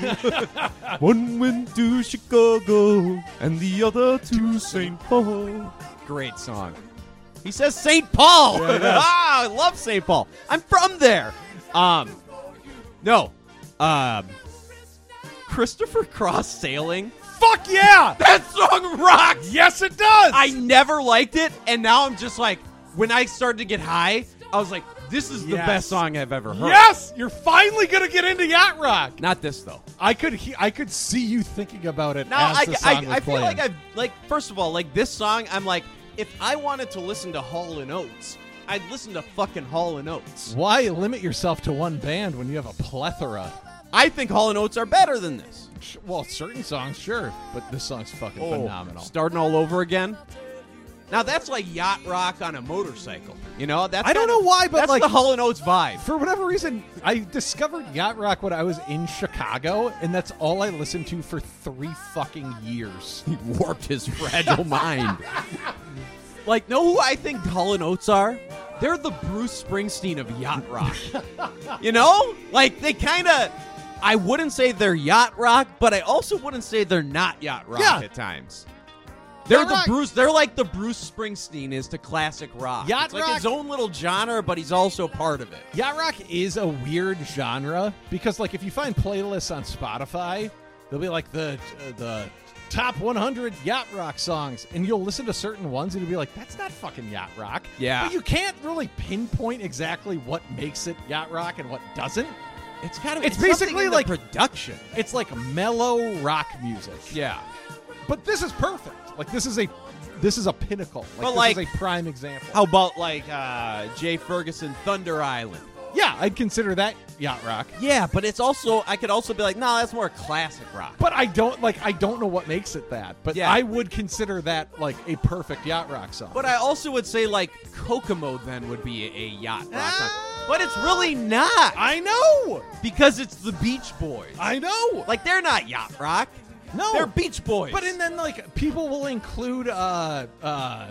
[SPEAKER 7] One went to Chicago, and the other to St. Paul. Great song. He says St. Paul.
[SPEAKER 6] Yeah, he does.
[SPEAKER 7] ah, I love St. Paul. I'm from there. Um, no, um, Christopher Cross sailing.
[SPEAKER 6] Fuck yeah!
[SPEAKER 7] That song rocks.
[SPEAKER 6] Yes, it does.
[SPEAKER 7] I never liked it, and now I'm just like, when I started to get high, I was like, this is the
[SPEAKER 6] Yes.
[SPEAKER 7] best song I've ever heard.
[SPEAKER 6] yes, you're finally gonna get into yacht rock.
[SPEAKER 7] Not this though.
[SPEAKER 6] I could he- I could see you thinking about it.
[SPEAKER 7] No,
[SPEAKER 6] as
[SPEAKER 7] I,
[SPEAKER 6] the
[SPEAKER 7] I,
[SPEAKER 6] song was
[SPEAKER 7] I feel
[SPEAKER 6] playing.
[SPEAKER 7] like I've like first of all, like this song, I'm like, if I wanted to listen to Hall and Oates, I'd listen to fucking Hall and Oates.
[SPEAKER 6] Why limit yourself to one band when you have a plethora?
[SPEAKER 7] I think Hall and Oates are better than this.
[SPEAKER 6] Sh- Well, certain songs, sure, but this song's fucking phenomenal.
[SPEAKER 7] Oh, Starting all over again. Now that's like yacht rock on a motorcycle. You know, that's
[SPEAKER 6] I don't
[SPEAKER 7] kinda-
[SPEAKER 6] know why, but,
[SPEAKER 7] that's
[SPEAKER 6] like-
[SPEAKER 7] the Hall and Oates vibe.
[SPEAKER 6] For whatever reason, I discovered yacht rock when I was in Chicago, and that's all I listened to for three fucking years.
[SPEAKER 7] He warped his fragile mind. Like, know who I think Hall and Oates are? They're the Bruce Springsteen of yacht rock. you know, like they kind of. I wouldn't say they're yacht rock, but I also wouldn't say they're not yacht rock
[SPEAKER 6] Yeah.
[SPEAKER 7] at times. They're
[SPEAKER 6] Yacht
[SPEAKER 7] the
[SPEAKER 6] rock-
[SPEAKER 7] Bruce. They're like the Bruce Springsteen is to classic rock.
[SPEAKER 6] Yacht
[SPEAKER 7] it's like
[SPEAKER 6] rock-
[SPEAKER 7] his own little genre, but he's also part of it.
[SPEAKER 6] Yacht rock is a weird genre because, like, if you find playlists on Spotify, they'll be like the uh, the top 100 yacht rock songs, and you'll listen to certain ones and you'll be like, "That's not fucking yacht rock."
[SPEAKER 7] Yeah.
[SPEAKER 6] but you can't really pinpoint exactly what makes it yacht rock and what doesn't.
[SPEAKER 7] It's kind of
[SPEAKER 6] It's
[SPEAKER 7] something
[SPEAKER 6] basically
[SPEAKER 7] in the
[SPEAKER 6] like-
[SPEAKER 7] production.
[SPEAKER 6] It's like mellow rock music.
[SPEAKER 7] Yeah,
[SPEAKER 6] But this is perfect. Like this is a this is a pinnacle. Like,
[SPEAKER 7] But,
[SPEAKER 6] this
[SPEAKER 7] like-
[SPEAKER 6] is a prime example.
[SPEAKER 7] how about like uh, Jay Ferguson, Thunder Island?
[SPEAKER 6] yeah, I'd consider that yacht rock.
[SPEAKER 7] Yeah, but it's also I could also be like, no, that's more classic rock.
[SPEAKER 6] But I don't like I don't know what makes it that. But
[SPEAKER 7] Yeah.
[SPEAKER 6] I would consider that like a perfect yacht rock song.
[SPEAKER 7] But I also would say like Kokomo then would be a, a yacht rock. song. But it's really not.
[SPEAKER 6] I know.
[SPEAKER 7] because it's the Beach Boys.
[SPEAKER 6] I know.
[SPEAKER 7] like they're not yacht rock.
[SPEAKER 6] No.
[SPEAKER 7] They're Beach Boys.
[SPEAKER 6] But and then like people will include uh uh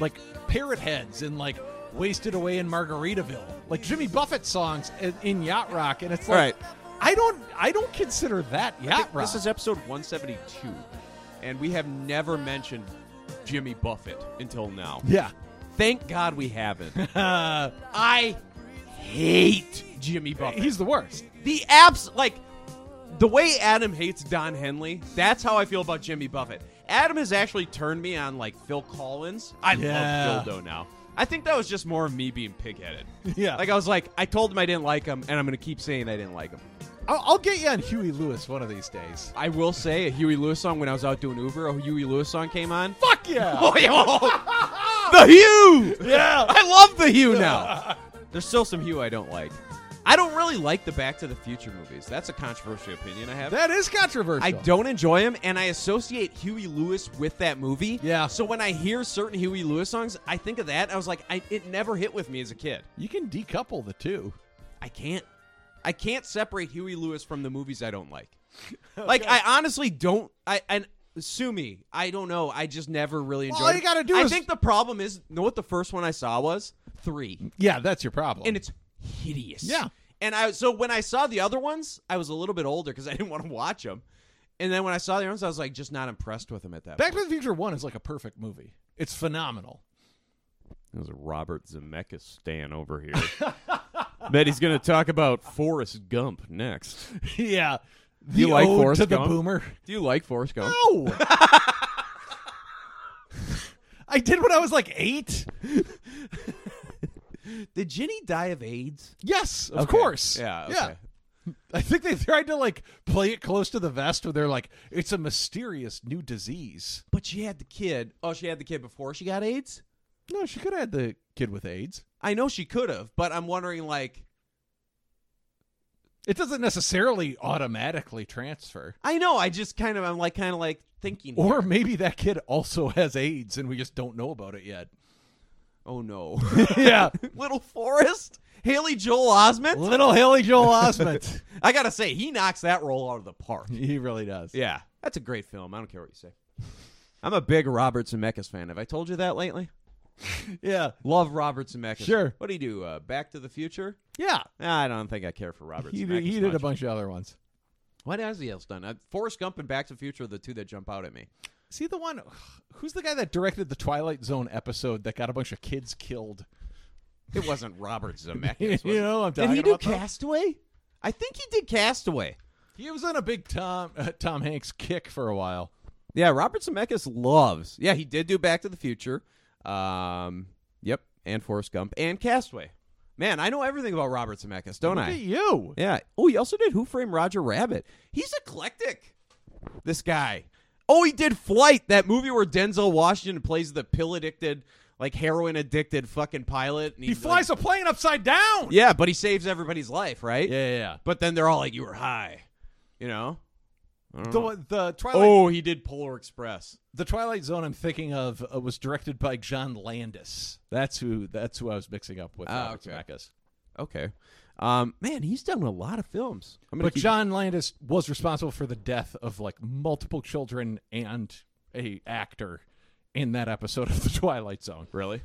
[SPEAKER 6] like parrot heads and like wasted away in Margaritaville, like Jimmy Buffett songs in, in yacht rock, and it's
[SPEAKER 7] All
[SPEAKER 6] like
[SPEAKER 7] right.
[SPEAKER 6] I don't I don't consider that
[SPEAKER 7] I
[SPEAKER 6] yacht
[SPEAKER 7] think
[SPEAKER 6] rock.
[SPEAKER 7] This is episode 172, and we have never mentioned Jimmy Buffett until now.
[SPEAKER 6] Yeah.
[SPEAKER 7] Thank God we haven't.
[SPEAKER 6] I
[SPEAKER 7] hate Jimmy Buffett.
[SPEAKER 6] He's the worst.
[SPEAKER 7] The abs like the way Adam hates Don Henley. That's how I feel about Jimmy Buffett. Adam has actually turned me on like Phil Collins. I
[SPEAKER 6] Yeah.
[SPEAKER 7] love Dildo now. I think that was just more of me being pigheaded.
[SPEAKER 6] Yeah.
[SPEAKER 7] Like I was like, I told him I didn't like him, and I'm gonna keep saying I didn't like him.
[SPEAKER 6] I'll, I'll get you on Huey Lewis one of these days.
[SPEAKER 7] I will say a Huey Lewis song when I was out doing Uber, a Huey Lewis song came on.
[SPEAKER 6] Fuck yeah!
[SPEAKER 7] Oh, yeah. the Hue!
[SPEAKER 6] Yeah.
[SPEAKER 7] I love the Hue now. There's still some Hue I don't like. I don't really like the Back to the Future movies. That's a controversial opinion I have.
[SPEAKER 6] That is controversial.
[SPEAKER 7] I don't enjoy him, and I associate Huey Lewis with that movie. Yeah. So when I hear certain Huey Lewis songs, I think of that. I was like, I, it never hit with me as a kid.
[SPEAKER 6] You can decouple the two.
[SPEAKER 7] I can't. I can't separate Huey Lewis from the movies I don't like. Like I honestly don't. I and sue me. I don't know. I just never really
[SPEAKER 6] Well,
[SPEAKER 7] enjoyed.
[SPEAKER 6] all
[SPEAKER 7] it.
[SPEAKER 6] you gotta do
[SPEAKER 7] I
[SPEAKER 6] is-
[SPEAKER 7] think the problem is. Know what the first one I saw was three,
[SPEAKER 6] Yeah, that's your problem.
[SPEAKER 7] and it's hideous.
[SPEAKER 6] Yeah.
[SPEAKER 7] And I so when I saw the other ones, I was a little bit older because I didn't want to watch them. And then when I saw the other ones, I was like just not impressed with them at that.
[SPEAKER 6] Back
[SPEAKER 7] point.
[SPEAKER 6] to the Future One is like a perfect movie. It's phenomenal.
[SPEAKER 7] It was Robert Zemeckis Stan over here. Bet he's going to talk about Forrest Gump next.
[SPEAKER 6] yeah.
[SPEAKER 7] Do you
[SPEAKER 6] The
[SPEAKER 7] like
[SPEAKER 6] ode
[SPEAKER 7] Forrest
[SPEAKER 6] to the
[SPEAKER 7] Gump?
[SPEAKER 6] boomer?
[SPEAKER 7] Do you like Forrest Gump?
[SPEAKER 6] No. I did when I was like eight.
[SPEAKER 7] Did Ginny die of AIDS?
[SPEAKER 6] Yes, of
[SPEAKER 7] Okay.
[SPEAKER 6] course.
[SPEAKER 7] Yeah,
[SPEAKER 6] Yeah.
[SPEAKER 7] okay.
[SPEAKER 6] I think they tried to like play it close to the vest where they're like, it's a mysterious new disease.
[SPEAKER 7] But she had the kid. Oh, she had the kid before she got AIDS?
[SPEAKER 6] No, she could have had the kid with AIDS.
[SPEAKER 7] I know she could have, but I'm wondering like
[SPEAKER 6] It doesn't necessarily automatically transfer.
[SPEAKER 7] I know, I just kind of I'm like kind of like thinking
[SPEAKER 6] Or
[SPEAKER 7] here.
[SPEAKER 6] maybe that kid also has AIDS and we just don't know about it yet.
[SPEAKER 7] Oh no.
[SPEAKER 6] yeah.
[SPEAKER 7] Little Forrest? Haley Joel Osment?
[SPEAKER 6] Little Haley Joel Osment.
[SPEAKER 7] I got to say he knocks that role out of the park.
[SPEAKER 6] he really does.
[SPEAKER 7] Yeah. That's a great film. I don't care what you say. I'm a big Robert Zemeckis fan. Have I told you that lately?
[SPEAKER 6] Yeah.
[SPEAKER 7] Love Robert Zemeckis.
[SPEAKER 6] Sure.
[SPEAKER 7] What do you do? Uh, Back to the Future?
[SPEAKER 6] Yeah.
[SPEAKER 7] Nah, I don't think I care for Robert
[SPEAKER 6] He,
[SPEAKER 7] Zemeckis.
[SPEAKER 6] did, he did a
[SPEAKER 7] much.
[SPEAKER 6] bunch of other ones.
[SPEAKER 7] What has he else done? Uh, Forrest Gump and Back to the Future are the two that jump out at me.
[SPEAKER 6] See the one who's the guy that directed the Twilight Zone episode that got a bunch of kids killed?
[SPEAKER 7] It wasn't Robert
[SPEAKER 6] You
[SPEAKER 7] Zemeckis. was it?
[SPEAKER 6] know what I'm
[SPEAKER 7] did he
[SPEAKER 6] talking
[SPEAKER 7] do
[SPEAKER 6] about, though?
[SPEAKER 7] Castaway? I think he did Castaway.
[SPEAKER 6] He was on a big Tom uh, Tom Hanks kick for a while.
[SPEAKER 7] Yeah, Robert Zemeckis loves. Yeah, he did do Back to the Future. Um, yep, and Forrest Gump and Castaway. Man, I know everything about Robert Zemeckis, don't
[SPEAKER 6] Look
[SPEAKER 7] I?
[SPEAKER 6] at you.
[SPEAKER 7] Yeah. Oh, he also did Who Framed Roger Rabbit. He's eclectic. This guy. Oh, he did Flight, that movie where Denzel Washington plays the pill addicted, like heroin addicted fucking pilot. And
[SPEAKER 6] He flies a plane upside down.
[SPEAKER 7] Yeah, but he saves everybody's life, right?
[SPEAKER 6] yeah, yeah.
[SPEAKER 7] But then they're all like, "You were high," you know. I don't
[SPEAKER 6] The
[SPEAKER 7] know.
[SPEAKER 6] one- the Twilight
[SPEAKER 7] oh, he did Polar Express.
[SPEAKER 6] the Twilight Zone I'm thinking of uh, was directed by John Landis. That's who that's who I was mixing up with
[SPEAKER 7] Ah,
[SPEAKER 6] Robert
[SPEAKER 7] okay.
[SPEAKER 6] Zemeckis.
[SPEAKER 7] Okay, um, man, he's done a lot of films. I'm gonna
[SPEAKER 6] But
[SPEAKER 7] keep-
[SPEAKER 6] John Landis was responsible for the death of like multiple children and a actor in that episode of the Twilight Zone.
[SPEAKER 7] really?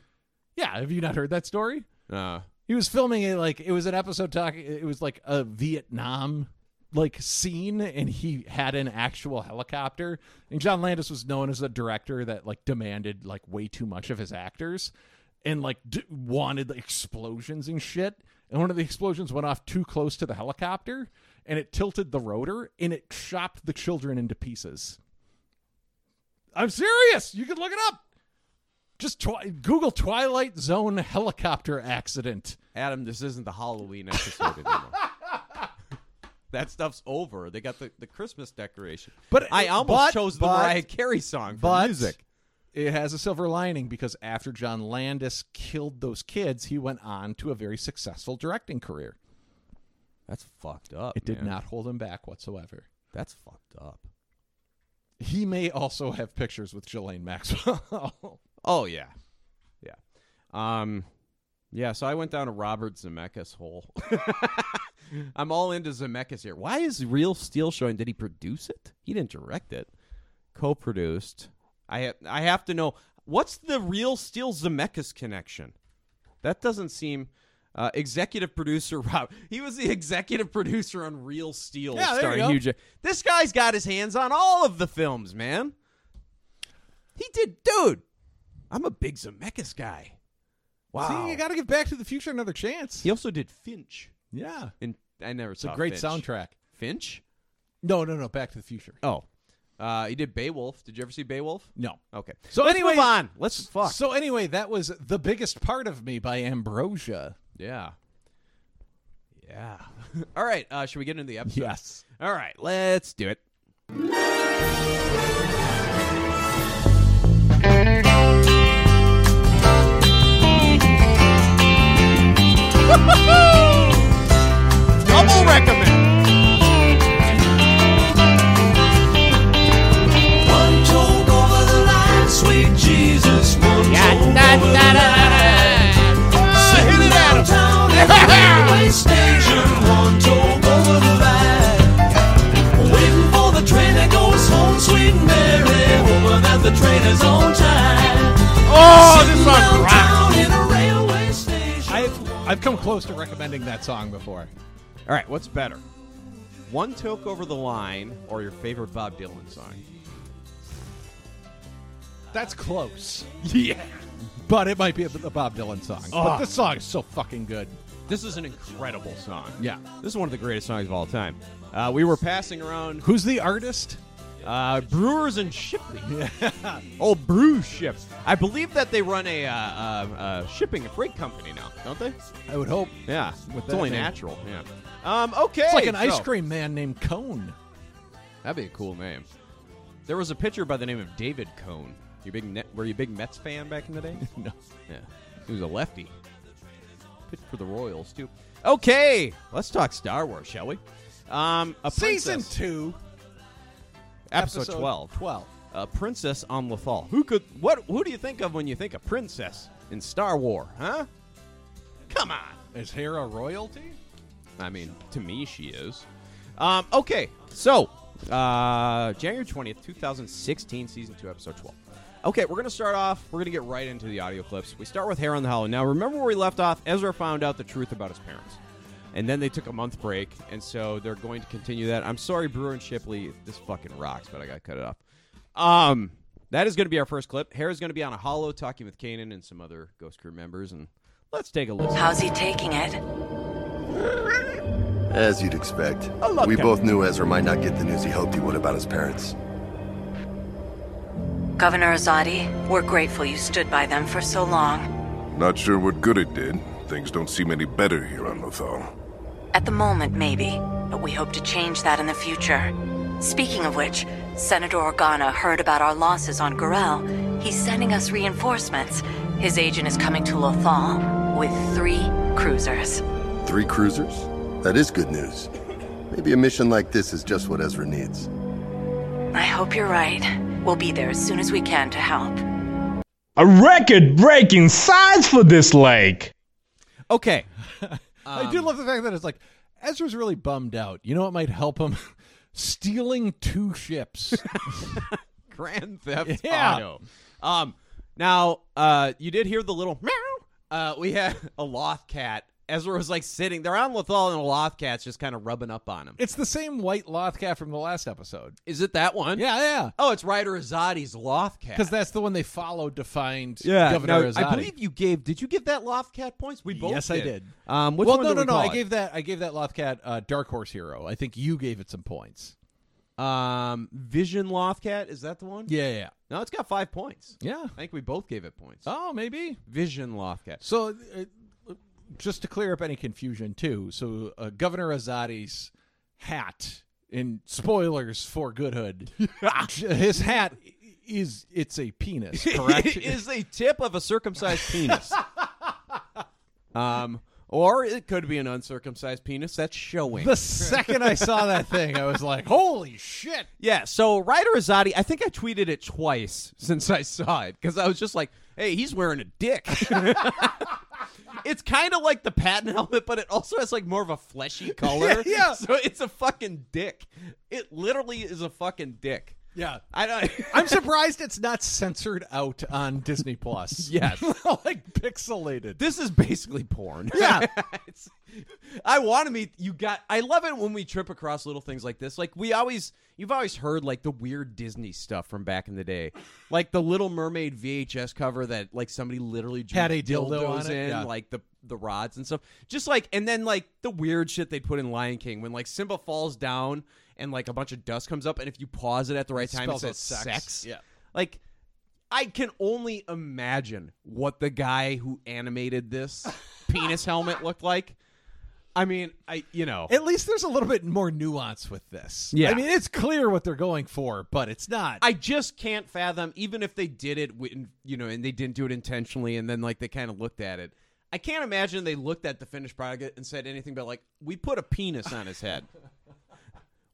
[SPEAKER 6] Yeah, have you not heard that story?
[SPEAKER 7] Uh,
[SPEAKER 6] He was filming a like it was an episode talking it was like a Vietnam like scene and he had an actual helicopter and John Landis was known as a director that like demanded like way too much of his actors and like d- wanted like, explosions and shit and one of the explosions went off too close to the helicopter and it tilted the rotor and it chopped the children into pieces. I'm serious. You can look it up. Just twi- Google Twilight Zone helicopter accident.
[SPEAKER 7] Adam, this isn't the Halloween episode anymore. that stuff's over. They got the, the Christmas decoration.
[SPEAKER 6] But-
[SPEAKER 7] I almost
[SPEAKER 6] but-
[SPEAKER 7] chose the
[SPEAKER 6] but-
[SPEAKER 7] Mariah Carey song for
[SPEAKER 6] but
[SPEAKER 7] music.
[SPEAKER 6] It has a silver lining because after John Landis killed those kids, he went on to a very successful directing career.
[SPEAKER 7] That's fucked up.
[SPEAKER 6] It did
[SPEAKER 7] man.
[SPEAKER 6] not hold him back whatsoever.
[SPEAKER 7] That's fucked up.
[SPEAKER 6] He may also have pictures with Ghislaine Maxwell.
[SPEAKER 7] Oh yeah, yeah, um, yeah. So I went down a Robert Zemeckis hole. I'm all into Zemeckis here. Why is Real Steel showing? Did he produce it? He didn't direct it. Co-produced. I ha- I have to know what's the Real Steel Zemeckis connection. That doesn't seem. Uh, executive producer Rob. He was the executive producer on Real Steel,
[SPEAKER 6] Yeah, there you
[SPEAKER 7] starring
[SPEAKER 6] go.
[SPEAKER 7] Hugh Jack- This guy's got his hands on all of the films, man. He did, dude. I'm a big Zemeckis guy. Wow.
[SPEAKER 6] See, you got to give Back to the Future another chance.
[SPEAKER 7] He also did Finch.
[SPEAKER 6] Yeah.
[SPEAKER 7] And I never
[SPEAKER 6] It's
[SPEAKER 7] saw
[SPEAKER 6] a great
[SPEAKER 7] Finch.
[SPEAKER 6] soundtrack.
[SPEAKER 7] Finch?
[SPEAKER 6] No, no, no. Back to the Future.
[SPEAKER 7] Oh. Uh, he did Beowulf. Did you ever see Beowulf?
[SPEAKER 6] No.
[SPEAKER 7] Okay.
[SPEAKER 6] So
[SPEAKER 7] Let's
[SPEAKER 6] anyway,
[SPEAKER 7] move on. Let's Oh, fuck.
[SPEAKER 6] So anyway, that was the biggest part of me by Ambrosia.
[SPEAKER 7] Yeah. Yeah. All right. Uh, should we get into the episode?
[SPEAKER 6] Yes.
[SPEAKER 7] All right. Let's do it. Double recommend.
[SPEAKER 5] One toe over the line, sweet Jesus. One toe over the line. Sitting downtown at the railway station. One toe over the line. Waiting for the train that goes home, sweet Mary. Hoping that the train is on time.
[SPEAKER 6] Oh, this
[SPEAKER 5] Sitting
[SPEAKER 6] song
[SPEAKER 5] downtown
[SPEAKER 6] rocks.
[SPEAKER 5] in a railway station.
[SPEAKER 6] I've I've come close to recommending that song before.
[SPEAKER 7] All right. What's better? One toke over the line or your favorite Bob Dylan song?
[SPEAKER 6] That's close. Yeah. But it might be a, a Bob Dylan song.
[SPEAKER 7] Oh.
[SPEAKER 6] But this song is so fucking good.
[SPEAKER 7] This is an incredible song.
[SPEAKER 6] Yeah.
[SPEAKER 7] This is one of the greatest songs of all time. Uh, we were passing around
[SPEAKER 6] Who's the artist?
[SPEAKER 7] uh, Brewers and Shipley. Oh, brew ships. I believe that they run a uh, uh, uh, shipping, a freight company now, don't they?
[SPEAKER 6] I would hope.
[SPEAKER 7] Yeah.
[SPEAKER 6] With
[SPEAKER 7] it's only
[SPEAKER 6] that, I think.
[SPEAKER 7] natural. Yeah. Um, okay.
[SPEAKER 6] It's like an
[SPEAKER 7] so-
[SPEAKER 6] ice cream man named Cone.
[SPEAKER 7] That'd be a cool name. There was a pitcher by the name of David Cohn. You big net, were you a big Mets fan back in the day?
[SPEAKER 6] no.
[SPEAKER 7] Yeah. He was a lefty. Pitched for the Royals too. Okay, let's talk Star Wars, shall we? Um, a
[SPEAKER 6] Season
[SPEAKER 7] princess-
[SPEAKER 6] two,
[SPEAKER 7] episode, twelve.
[SPEAKER 6] Twelve.
[SPEAKER 7] A princess on Lothal. Who could? What? Who do you think of when you think of princess in Star War? Huh? Come on.
[SPEAKER 6] Is Hera royalty?
[SPEAKER 7] I mean, to me, she is. Um, okay, so uh, January 20th, 2016, season 2, episode 12. Okay, we're going to start off. We're going to get right into the audio clips. We start with Hair on the Hollow. Now, remember where we left off? Ezra found out the truth about his parents. And then they took a month break, and so they're going to continue that. I'm sorry, Brewer and Shipley. This fucking rocks, but I got to cut it off. Um, that is going to be our first clip. Hair is going to be on a hollow talking with Kanan and some other Ghost Crew members, and let's take a listen.
[SPEAKER 12] How's he taking it?
[SPEAKER 13] As you'd expect.
[SPEAKER 12] look
[SPEAKER 13] we
[SPEAKER 12] at-
[SPEAKER 13] both knew Ezra might not get the news he hoped he would about his parents.
[SPEAKER 12] Governor Azadi, we're grateful you stood by them for so long.
[SPEAKER 14] Not sure what good it did. Things don't seem any better here on Lothal.
[SPEAKER 12] At the moment, maybe, but we hope to change that in the future. Speaking of which, Senator Organa heard about our losses on Gorel. He's sending us reinforcements. His agent is coming to Lothal with three cruisers.
[SPEAKER 13] Three cruisers? That is good news. Maybe a mission like this is just what Ezra needs.
[SPEAKER 12] I hope you're right. We'll be there as soon as we can to help.
[SPEAKER 10] A record breaking size for this lake.
[SPEAKER 7] Okay.
[SPEAKER 6] I do love the fact that it's like Ezra's really bummed out. You know what might help him? Stealing two ships.
[SPEAKER 7] Grand Theft
[SPEAKER 6] Yeah.
[SPEAKER 7] Auto. Um, now uh, you did hear the little meow. Uh, we had a loth cat. Ezra was like sitting. They're on Lethal, and a loth cat's just kind of rubbing up on him.
[SPEAKER 6] it's the same white loth cat from the last episode.
[SPEAKER 7] Is it that one?
[SPEAKER 6] Yeah, yeah.
[SPEAKER 7] Oh, it's Ryder Azadi's loth cat.
[SPEAKER 6] Because that's the one they followed to find
[SPEAKER 7] yeah,
[SPEAKER 6] Governor
[SPEAKER 7] now, I
[SPEAKER 6] Azadi.
[SPEAKER 7] believe you gave. Did you give that loth cat points? We both.
[SPEAKER 6] yes, I did.
[SPEAKER 7] Um, which
[SPEAKER 6] well,
[SPEAKER 7] one
[SPEAKER 6] no,
[SPEAKER 7] did
[SPEAKER 6] no,
[SPEAKER 7] we
[SPEAKER 6] no.
[SPEAKER 7] call
[SPEAKER 6] I
[SPEAKER 7] it?
[SPEAKER 6] gave that. I gave that Lothcat uh, Dark Horse Hero. I think you gave it some points.
[SPEAKER 7] um Vision Lothcat. Is that the one?
[SPEAKER 6] Yeah, yeah, yeah.
[SPEAKER 7] No, it's got five points.
[SPEAKER 6] Yeah.
[SPEAKER 7] I think we both gave it points.
[SPEAKER 6] Oh, maybe.
[SPEAKER 7] Vision Lothcat.
[SPEAKER 6] So, uh, just to clear up any confusion too, so uh, Governor Azadi's hat in spoilers for Good Hood, his hat is it's a penis, correct?
[SPEAKER 7] It is a tip of a circumcised penis. um, or it could be an uncircumcised penis that's showing.
[SPEAKER 6] the second I saw that thing, I was like, "Holy shit!"
[SPEAKER 7] yeah, so Ryder Azadi, I think I tweeted it twice since I saw it because I was just like, hey, he's wearing a dick. it's kind of like the patent helmet, but it also has like more of a fleshy color.
[SPEAKER 6] Yeah, yeah.
[SPEAKER 7] So it's a fucking dick. It literally is a fucking dick.
[SPEAKER 6] Yeah,
[SPEAKER 7] I don't.
[SPEAKER 6] I'm surprised it's not censored out on Disney Plus.
[SPEAKER 7] Yes.
[SPEAKER 6] like pixelated.
[SPEAKER 7] This is basically porn.
[SPEAKER 6] Yeah.
[SPEAKER 7] It's- I want to meet you. Got I love it when we trip across little things like this. Like we always, you've always heard like the weird Disney stuff from back in the day, like the Little Mermaid VHS cover that like somebody literally drew
[SPEAKER 6] Had a dildo
[SPEAKER 7] dildos
[SPEAKER 6] on it,
[SPEAKER 7] in,
[SPEAKER 6] yeah.
[SPEAKER 7] like the the rods and stuff. Just like and then like the weird shit they put in Lion King when like Simba falls down and like a bunch of dust comes up, and if you pause it at the right time, it
[SPEAKER 6] Spells out
[SPEAKER 7] says
[SPEAKER 6] sex.
[SPEAKER 7] sex.
[SPEAKER 6] Yeah.
[SPEAKER 7] Like I can only imagine what the guy who animated this penis helmet looked like. I mean, I you know,
[SPEAKER 6] At least there's a little bit more nuance with this.
[SPEAKER 7] Oh. Yeah.
[SPEAKER 6] I mean, it's clear what they're going for, but it's not.
[SPEAKER 7] I just can't fathom even if they did it when you know, and they didn't do it intentionally and then like they kind of looked at it. I can't imagine they looked at the finished product and said anything but like, "We put a penis on his head.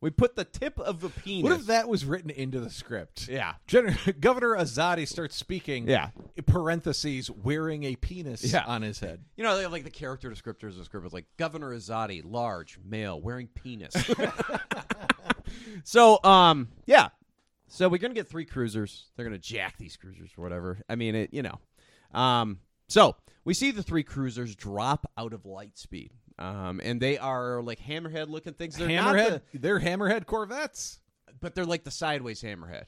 [SPEAKER 7] we put the tip of a penis."
[SPEAKER 6] What if that was written into the script?
[SPEAKER 7] Yeah.
[SPEAKER 6] Gen- Governor Azadi starts speaking.
[SPEAKER 7] Yeah.
[SPEAKER 6] Parentheses, wearing a penis
[SPEAKER 7] Yeah.
[SPEAKER 6] on his head.
[SPEAKER 7] You know, they have, like the character descriptors of the script was like Governor Azadi, large, male, wearing penis. so, um, yeah. So we're gonna get three cruisers. They're gonna jack these cruisers or whatever. I mean, it. You know. Um. So we see the three cruisers drop out of light speed. Um, and they are like hammerhead looking things. They're
[SPEAKER 6] hammerhead.
[SPEAKER 7] Not
[SPEAKER 6] they're hammerhead Corvettes.
[SPEAKER 7] the, but they're like the sideways hammerhead.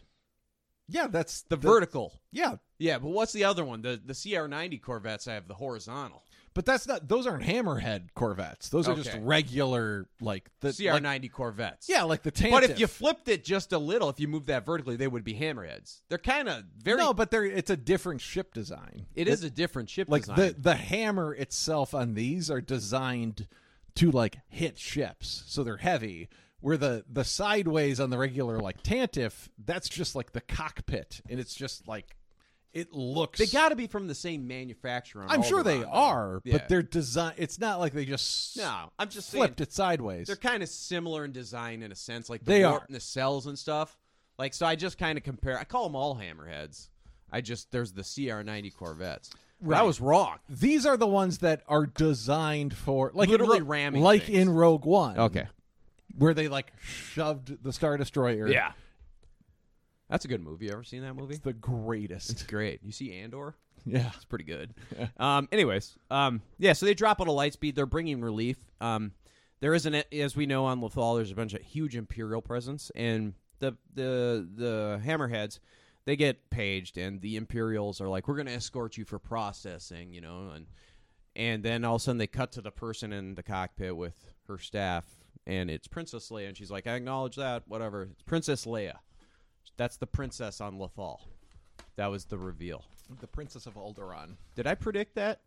[SPEAKER 6] Yeah, that's
[SPEAKER 7] The vertical.
[SPEAKER 6] Yeah,
[SPEAKER 7] Yeah, but what's the other one? The the CR90 Corvettes have the horizontal.
[SPEAKER 6] but that's not. Those aren't hammerhead Corvettes. Those are just
[SPEAKER 7] Okay.
[SPEAKER 6] regular, like the
[SPEAKER 7] CR90
[SPEAKER 6] like-
[SPEAKER 7] Corvettes.
[SPEAKER 6] yeah, like the Tantive.
[SPEAKER 7] But if you flipped it just a little, if you moved that vertically, they would be hammerheads. They're kind of very.
[SPEAKER 6] no, but they're it's a different ship design.
[SPEAKER 7] it is a different ship
[SPEAKER 6] like
[SPEAKER 7] design.
[SPEAKER 6] the the hammer itself on these are designed to like hit ships, so they're heavy. Where the the sideways on the regular like Tantif, that's just like the cockpit, and it's just like it looks.
[SPEAKER 7] they got to be from the same manufacturer. on
[SPEAKER 6] I'm
[SPEAKER 7] all
[SPEAKER 6] sure
[SPEAKER 7] the
[SPEAKER 6] they
[SPEAKER 7] Rondos.
[SPEAKER 6] are,
[SPEAKER 7] Yeah.
[SPEAKER 6] but they're design. It's not like they just
[SPEAKER 7] No, I'm just
[SPEAKER 6] flipped
[SPEAKER 7] saying,
[SPEAKER 6] it sideways.
[SPEAKER 7] They're kind of similar in design in a sense, like the
[SPEAKER 6] They
[SPEAKER 7] warp
[SPEAKER 6] are.
[SPEAKER 7] nacelles and stuff. Like so, I just kind of compare. I call them all hammerheads. I just there's the CR90 Corvettes. But I
[SPEAKER 6] Right.
[SPEAKER 7] was wrong.
[SPEAKER 6] These are the ones that are designed for like in
[SPEAKER 7] Literally
[SPEAKER 6] Ro-
[SPEAKER 7] ramming
[SPEAKER 6] like
[SPEAKER 7] things.
[SPEAKER 6] in Rogue One.
[SPEAKER 7] Okay.
[SPEAKER 6] where they like shoved the Star Destroyer.
[SPEAKER 7] Yeah. Er, That's a good movie. You ever seen that movie?
[SPEAKER 6] it's the greatest.
[SPEAKER 7] It's great. You see Andor?
[SPEAKER 6] Yeah.
[SPEAKER 7] It's pretty good. Um, anyways, um, yeah, so they drop out of light speed. They're bringing relief. Um, there is an, as we know on Lethal, there's a bunch of huge Imperial presence, and the the the Hammerheads, they get paged, and the Imperials are like, "We're going to escort you for processing," you know, and and then all of a sudden they cut to the person in the cockpit with her staff, and it's Princess Leia, and she's like, "I acknowledge that, whatever." It's Princess Leia. That's the princess on Lethal. That was the reveal.
[SPEAKER 6] The Princess of Alderaan.
[SPEAKER 7] Did I predict that?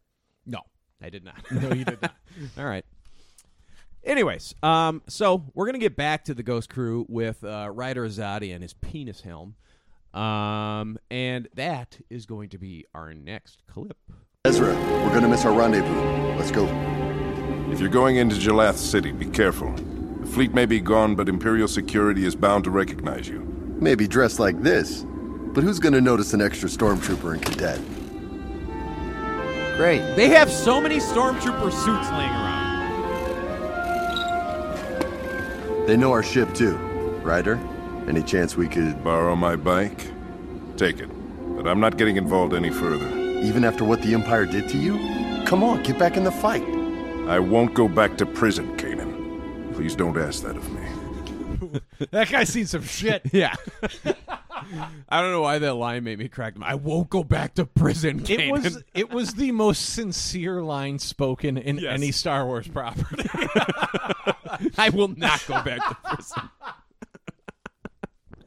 [SPEAKER 6] No.
[SPEAKER 7] I did not.
[SPEAKER 6] No, you did not.
[SPEAKER 7] All right. Anyways, um, so we're gonna get back to the Ghost Crew with uh, Ryder Azadi and his penis helm, um, and that is going to be our next clip.
[SPEAKER 13] Ezra, we're gonna miss our rendezvous. Let's go.
[SPEAKER 14] If you're going into Jalath City, be careful. The fleet may be gone, but Imperial security is bound to recognize you.
[SPEAKER 13] Maybe dressed like this, but who's gonna notice an extra stormtrooper and cadet?
[SPEAKER 7] Great. They have so many stormtrooper suits laying around.
[SPEAKER 13] They know our ship too. Ryder, any chance we could.
[SPEAKER 14] Borrow my bike? Take it. But I'm not getting involved any further.
[SPEAKER 13] Even after what the Empire did to you? Come on, get back in the fight.
[SPEAKER 14] I won't go back to prison, Kanan. Please don't ask that of me.
[SPEAKER 6] That guy's seen some shit.
[SPEAKER 7] Yeah. I don't know why that line made me crack. I won't go back to prison.
[SPEAKER 6] It was
[SPEAKER 7] Kanan.
[SPEAKER 6] it was the most sincere line spoken in
[SPEAKER 7] Yes.
[SPEAKER 6] any Star Wars property.
[SPEAKER 7] I will not go back to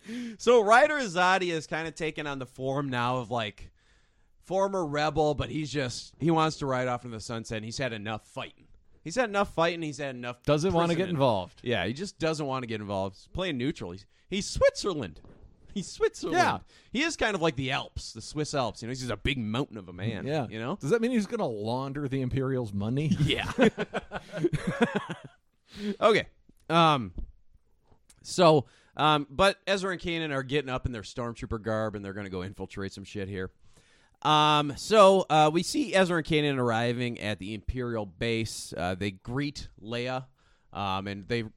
[SPEAKER 7] prison. so Ryder Azadi is kind of taking on the form now of like former rebel, but he's just he wants to ride off into the sunset. And he's had enough fighting. He's had enough fighting. He's had enough.
[SPEAKER 6] Doesn't want to get
[SPEAKER 7] prisoning.
[SPEAKER 6] involved.
[SPEAKER 7] Yeah, he just doesn't want to get involved. He's playing neutral. He's he's Switzerland. He's Switzerland.
[SPEAKER 6] Yeah.
[SPEAKER 7] He is kind of like the Alps, the Swiss Alps. You know, he's just a big mountain of a man.
[SPEAKER 6] Yeah.
[SPEAKER 7] You know?
[SPEAKER 6] Does that mean he's gonna launder the Imperials' money?
[SPEAKER 7] Yeah. okay. Um. So, um, but Ezra and Kanan are getting up in their stormtrooper garb, and they're going to go infiltrate some shit here. Um. So, uh, we see Ezra and Kanan arriving at the Imperial base. Uh, they greet Leia, um, and they, you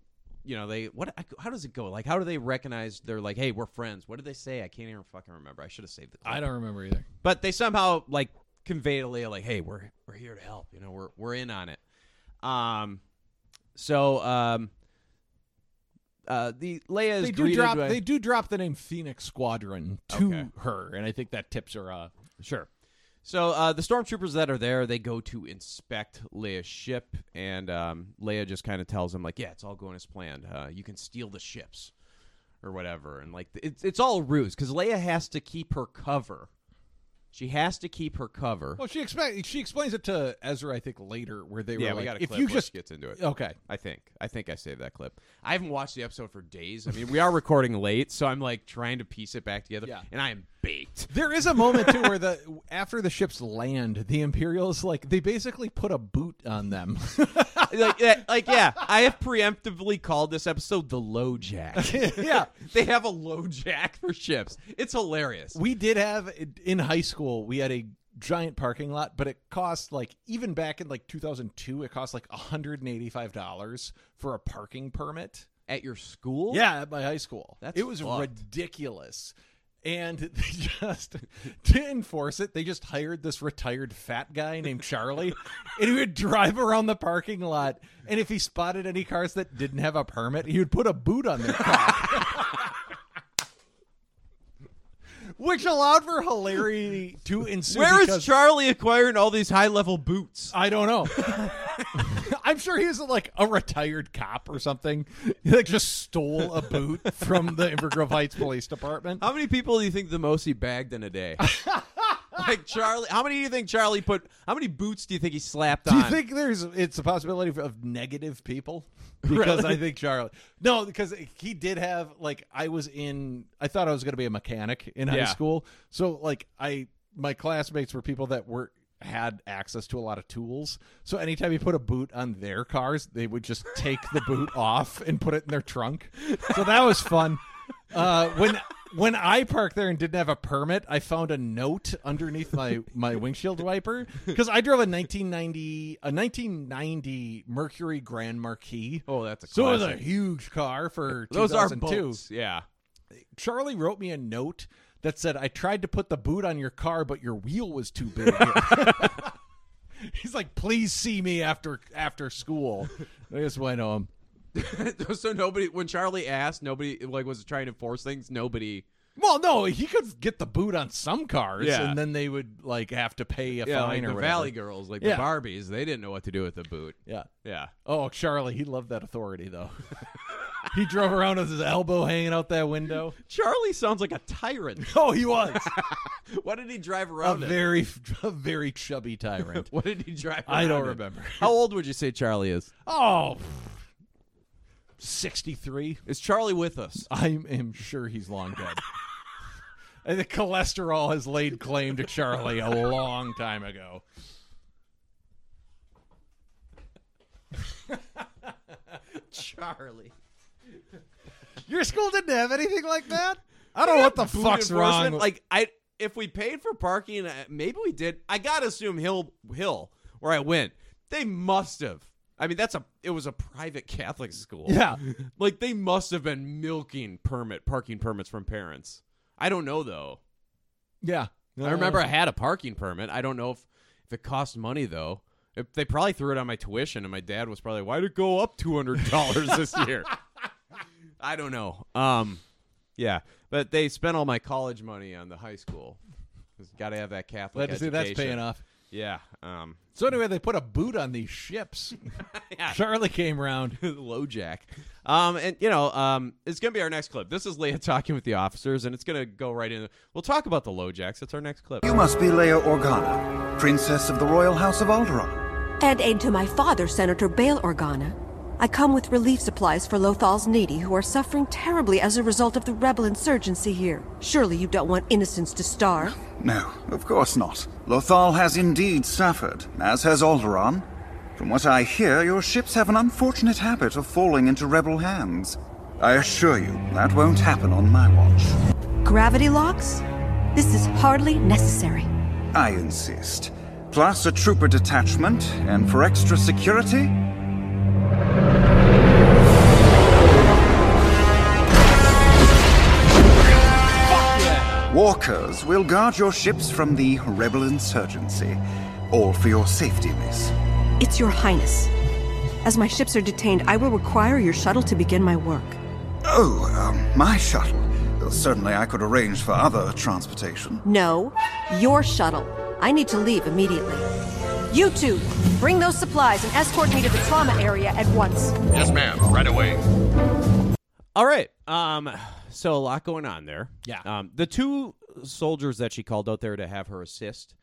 [SPEAKER 7] you know they what I- how does it go? Like how do they recognize they're like, hey, we're friends? What did they say? I can't even fucking remember. I should have saved the. Clip.
[SPEAKER 6] I don't remember either.
[SPEAKER 7] But they somehow like convey to Leia like, hey, we're we're here to help. You know, we're we're in on it. Um, so um, uh, the Leia is
[SPEAKER 6] They do
[SPEAKER 7] greeted
[SPEAKER 6] drop.
[SPEAKER 7] by-
[SPEAKER 6] They do drop the name Phoenix Squadron to her, and I think that tips her off.
[SPEAKER 7] Sure. So uh, the stormtroopers that are there, they go to inspect Leia's ship, and um, Leia just kind of tells them, like, "Yeah, it's all going as planned. Uh, you can steal the ships, or whatever." And like, it's it's all a ruse because Leia has to keep her cover. She has to keep her cover.
[SPEAKER 6] Well, she expect she explains it to Ezra, I think later, where they were
[SPEAKER 7] yeah,
[SPEAKER 6] like,
[SPEAKER 7] we got a
[SPEAKER 6] if
[SPEAKER 7] clip
[SPEAKER 6] you
[SPEAKER 7] where
[SPEAKER 6] just
[SPEAKER 7] she gets into it.
[SPEAKER 6] okay,
[SPEAKER 7] I think I think I saved that clip. I haven't watched the episode for days. I mean, we are recording late, so I'm like trying to piece it back together,
[SPEAKER 6] Yeah.
[SPEAKER 7] and I am baked.
[SPEAKER 6] There is a moment too where the after the ships land, the Imperials like they basically put a boot on them.
[SPEAKER 7] like, yeah, like yeah, I have preemptively called this episode the low jack. yeah, they have a low jack for ships. It's hilarious.
[SPEAKER 6] we did have in high school we had a giant parking lot, but it cost like even back in like 2002, it cost like 185 dollars for a parking permit
[SPEAKER 7] at your school.
[SPEAKER 6] Yeah, at my high school.
[SPEAKER 7] That's
[SPEAKER 6] it was
[SPEAKER 7] fucked.
[SPEAKER 6] ridiculous. And they just to enforce it, they just hired this retired fat guy named Charlie, and he would drive around the parking lot. And if he spotted any cars that didn't have a permit, he would put a boot on their car, which allowed for hilarity to ensue.
[SPEAKER 7] Where is
[SPEAKER 6] because-
[SPEAKER 7] Charlie acquiring all these high level boots?
[SPEAKER 6] I don't know. I'm sure he was like a retired cop or something. He like just stole a boot from the Evergrove Heights Police Department.
[SPEAKER 7] How many people do you think the most he bagged in a day? like Charlie, how many do you think Charlie put? How many boots do you think he slapped
[SPEAKER 6] Do
[SPEAKER 7] on?
[SPEAKER 6] you think there's it's a possibility of, of negative people? Because
[SPEAKER 7] Really?
[SPEAKER 6] I think Charlie. No, because he did have like I was in. I thought I was going to be a mechanic in high
[SPEAKER 7] Yeah.
[SPEAKER 6] school, so like I my classmates were people that were had access to a lot of tools. So anytime you put a boot on their cars, they would just take the boot off and put it in their trunk. So that was fun. Uh, when when I parked there and didn't have a permit, I found a note underneath my my windshield wiper because I drove a 1990 a 1990 Mercury Grand Marquis.
[SPEAKER 7] Oh, that's a
[SPEAKER 6] so it was a
[SPEAKER 7] classic.
[SPEAKER 6] huge car for
[SPEAKER 7] Those are
[SPEAKER 6] 2002.
[SPEAKER 7] boats. Yeah.
[SPEAKER 6] Charlie wrote me a note that said, "I tried to put the boot on your car, but your wheel was too big." He's like, "Please see me after after school." I just went um, home.
[SPEAKER 7] so nobody, when Charlie asked, nobody like was trying to force things. Nobody.
[SPEAKER 6] Well, no, he could get the boot on some cars,
[SPEAKER 7] Yeah.
[SPEAKER 6] and then they would like have to pay a
[SPEAKER 7] yeah,
[SPEAKER 6] fine
[SPEAKER 7] like
[SPEAKER 6] or
[SPEAKER 7] the
[SPEAKER 6] whatever.
[SPEAKER 7] Valley Girls, like
[SPEAKER 6] Yeah.
[SPEAKER 7] the Barbies, they didn't know what to do with the boot.
[SPEAKER 6] Yeah.
[SPEAKER 7] Yeah.
[SPEAKER 6] Oh, Charlie, he loved that authority though. he drove around with his elbow hanging out that window.
[SPEAKER 7] Charlie sounds like a tyrant.
[SPEAKER 6] Oh, he was
[SPEAKER 7] What did he drive
[SPEAKER 6] a
[SPEAKER 7] around? in?
[SPEAKER 6] very, a very chubby tyrant.
[SPEAKER 7] What did he drive?
[SPEAKER 6] I
[SPEAKER 7] around
[SPEAKER 6] don't
[SPEAKER 7] in?
[SPEAKER 6] remember.
[SPEAKER 7] How old would you say Charlie is?
[SPEAKER 6] Oh, 63.
[SPEAKER 7] Is Charlie with us?
[SPEAKER 6] I am sure he's long dead. and the cholesterol has laid claim to Charlie a long time ago.
[SPEAKER 7] Charlie.
[SPEAKER 6] Your school didn't have anything like that? I don't know what the
[SPEAKER 7] Boot
[SPEAKER 6] fuck's wrong.
[SPEAKER 7] enforcement? Like I, if we paid for parking, uh, maybe we did. I gotta assume Hill Hill where I went. They must have. I mean, that's a. It was a private Catholic school.
[SPEAKER 6] Yeah.
[SPEAKER 7] like they must have been milking permit parking permits from parents. I don't know though.
[SPEAKER 6] yeah.
[SPEAKER 7] I remember
[SPEAKER 6] Oh.
[SPEAKER 7] I had a parking permit. I don't know if, if it cost money though. If they probably threw it on my tuition, and my dad was probably, "Why'd it go up two hundred dollars this year?" I don't know. Um, yeah, but they spent all my college money on the high school. Got to have that Catholic.
[SPEAKER 6] Glad to see that's
[SPEAKER 7] education.
[SPEAKER 6] paying off.
[SPEAKER 7] Yeah. Um,
[SPEAKER 6] So anyway, they put a boot on these ships.
[SPEAKER 7] Yeah.
[SPEAKER 6] Charlie came round.
[SPEAKER 7] low jack. Um, and you know, um, it's gonna be our next clip. This is Leia talking with the officers, and it's gonna go right in. We'll talk about the low jacks. That's our next clip.
[SPEAKER 15] You must be Leia Organa, Princess of the Royal House of Alderaan.
[SPEAKER 16] And aid to my father, Senator Bail Organa. I come with relief supplies for Lothal's needy, who are suffering terribly as a result of the rebel insurgency here. Surely you don't want innocents to starve.
[SPEAKER 15] No, of course not. Lothal has indeed suffered, as has Alderaan. From what I hear, your ships have an unfortunate habit of falling into rebel hands. I assure you, that won't happen on my watch.
[SPEAKER 16] Gravity locks? This is hardly necessary.
[SPEAKER 15] I insist. Plus a trooper detachment, and for extra security. walkers will guard your ships from the rebel insurgency. All for your safety, miss.
[SPEAKER 16] It's your highness. As my ships are detained, I will require your shuttle to begin my work.
[SPEAKER 15] Oh, um, my shuttle. Well, certainly I could arrange for other transportation.
[SPEAKER 16] No, your shuttle. I need to leave immediately. You two, bring those supplies and escort me to the trauma area at once.
[SPEAKER 17] Yes, ma'am. Right away.
[SPEAKER 7] All right. Um, so a lot going on there.
[SPEAKER 6] Yeah.
[SPEAKER 7] Um, the two soldiers that she called out there to have her assist,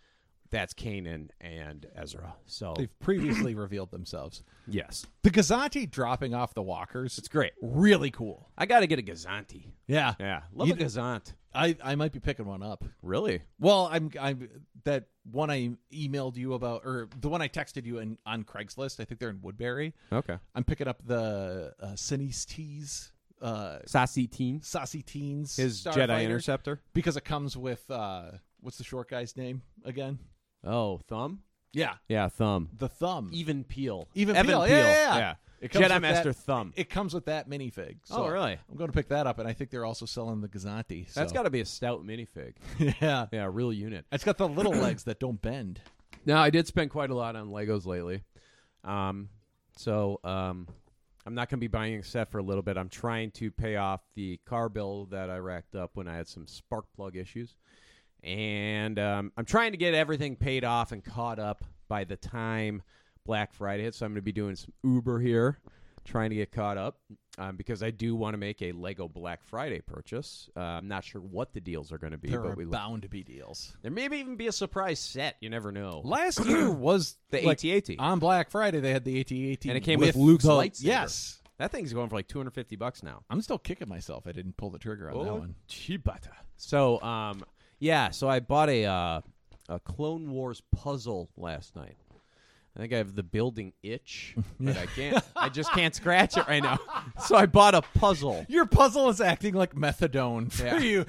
[SPEAKER 7] that's Kanan and Ezra. So
[SPEAKER 6] They've previously revealed themselves.
[SPEAKER 7] yes,
[SPEAKER 6] The Gazanti dropping off the walkers. It's
[SPEAKER 7] great.
[SPEAKER 6] Really cool.
[SPEAKER 7] I got to get a Gazanti.
[SPEAKER 6] Yeah.
[SPEAKER 7] Yeah. Love
[SPEAKER 6] You-
[SPEAKER 7] a Gazant.
[SPEAKER 6] I, I might be picking one up.
[SPEAKER 7] Really?
[SPEAKER 6] Well, I'm I'm that one I emailed you about, or the one I texted you in, on Craigslist. I think they're in Woodbury.
[SPEAKER 7] Okay.
[SPEAKER 6] I'm picking up the uh, Sinise Tees. Uh,
[SPEAKER 7] Sassy Teen.
[SPEAKER 6] Sassy Teens.
[SPEAKER 7] His
[SPEAKER 6] Starfighter,
[SPEAKER 7] Jedi Interceptor?
[SPEAKER 6] because it comes with uh, what's the short guy's name again?
[SPEAKER 7] Oh, thumb.
[SPEAKER 6] Yeah,
[SPEAKER 7] Yeah, thumb.
[SPEAKER 6] the thumb.
[SPEAKER 7] Even Peel.
[SPEAKER 6] Even
[SPEAKER 7] Evan
[SPEAKER 6] Peel.
[SPEAKER 7] Peel,
[SPEAKER 6] Yeah, yeah, yeah.
[SPEAKER 7] yeah.
[SPEAKER 6] comes
[SPEAKER 7] Jedi
[SPEAKER 6] with
[SPEAKER 7] Master
[SPEAKER 6] that-
[SPEAKER 7] Thumb.
[SPEAKER 6] It comes with that minifig. So
[SPEAKER 7] Oh, really?
[SPEAKER 6] I'm going to pick that up, and I think they're also selling the Gazanti. So.
[SPEAKER 7] That's got to be a stout minifig.
[SPEAKER 6] yeah,
[SPEAKER 7] yeah, real unit.
[SPEAKER 6] It's got the little legs that don't bend.
[SPEAKER 7] No, I did spend quite a lot on Legos lately. Um, so um, I'm not going to be buying a set for a little bit. I'm trying to pay off the car bill that I racked up when I had some spark plug issues. And um, I'm trying to get everything paid off and caught up by the time Black Friday hits. So I'm going to be doing some Uber here, trying to get caught up um, because I do want to make a Lego Black Friday purchase. Uh, I'm not sure what the deals are going to be,
[SPEAKER 6] There
[SPEAKER 7] but
[SPEAKER 6] are
[SPEAKER 7] we
[SPEAKER 6] bound to be deals.
[SPEAKER 7] There may even be a surprise set. You never know.
[SPEAKER 6] Last year was
[SPEAKER 7] The
[SPEAKER 6] like,
[SPEAKER 7] AT-AT.
[SPEAKER 6] on Black Friday. They had the AT-AT,
[SPEAKER 7] and it came with, Luke's
[SPEAKER 6] the-
[SPEAKER 7] lightsaber.
[SPEAKER 6] Yes,
[SPEAKER 7] that thing's going for like 250 bucks now.
[SPEAKER 6] I'm still kicking myself. I didn't pull the trigger on that
[SPEAKER 7] Oh,
[SPEAKER 6] one.
[SPEAKER 7] Chibata. So, um, yeah. So I bought a uh, a Clone Wars puzzle last night. I think I have the building itch, but I can't. I just can't scratch it right now. So I bought a puzzle.
[SPEAKER 6] Your puzzle is acting like methadone for
[SPEAKER 7] Yeah.
[SPEAKER 6] you.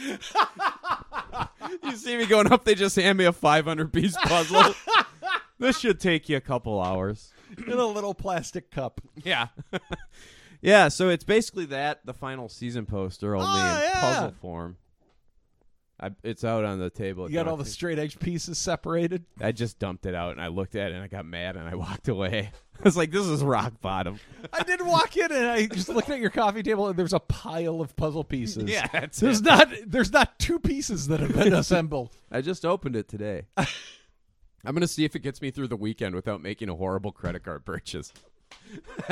[SPEAKER 7] You see me going up? They just hand me a 500 piece puzzle. this should take you a couple hours.
[SPEAKER 6] In a little plastic cup.
[SPEAKER 7] Yeah. yeah, so it's basically that the final season poster only in
[SPEAKER 6] Oh, yeah.
[SPEAKER 7] puzzle form. I, it's out on the table.
[SPEAKER 6] You got all the straight edge pieces separated.
[SPEAKER 7] I just dumped it out and I looked at it and I got mad and I walked away. I was like, "This is rock bottom."
[SPEAKER 6] I did walk in and I just looked at your coffee table and there's a pile of puzzle pieces.
[SPEAKER 7] Yeah, that's
[SPEAKER 6] there's
[SPEAKER 7] it.
[SPEAKER 6] not there's not two pieces that have been assembled.
[SPEAKER 7] I just opened it today. I'm gonna see if it gets me through the weekend without making a horrible credit card purchase.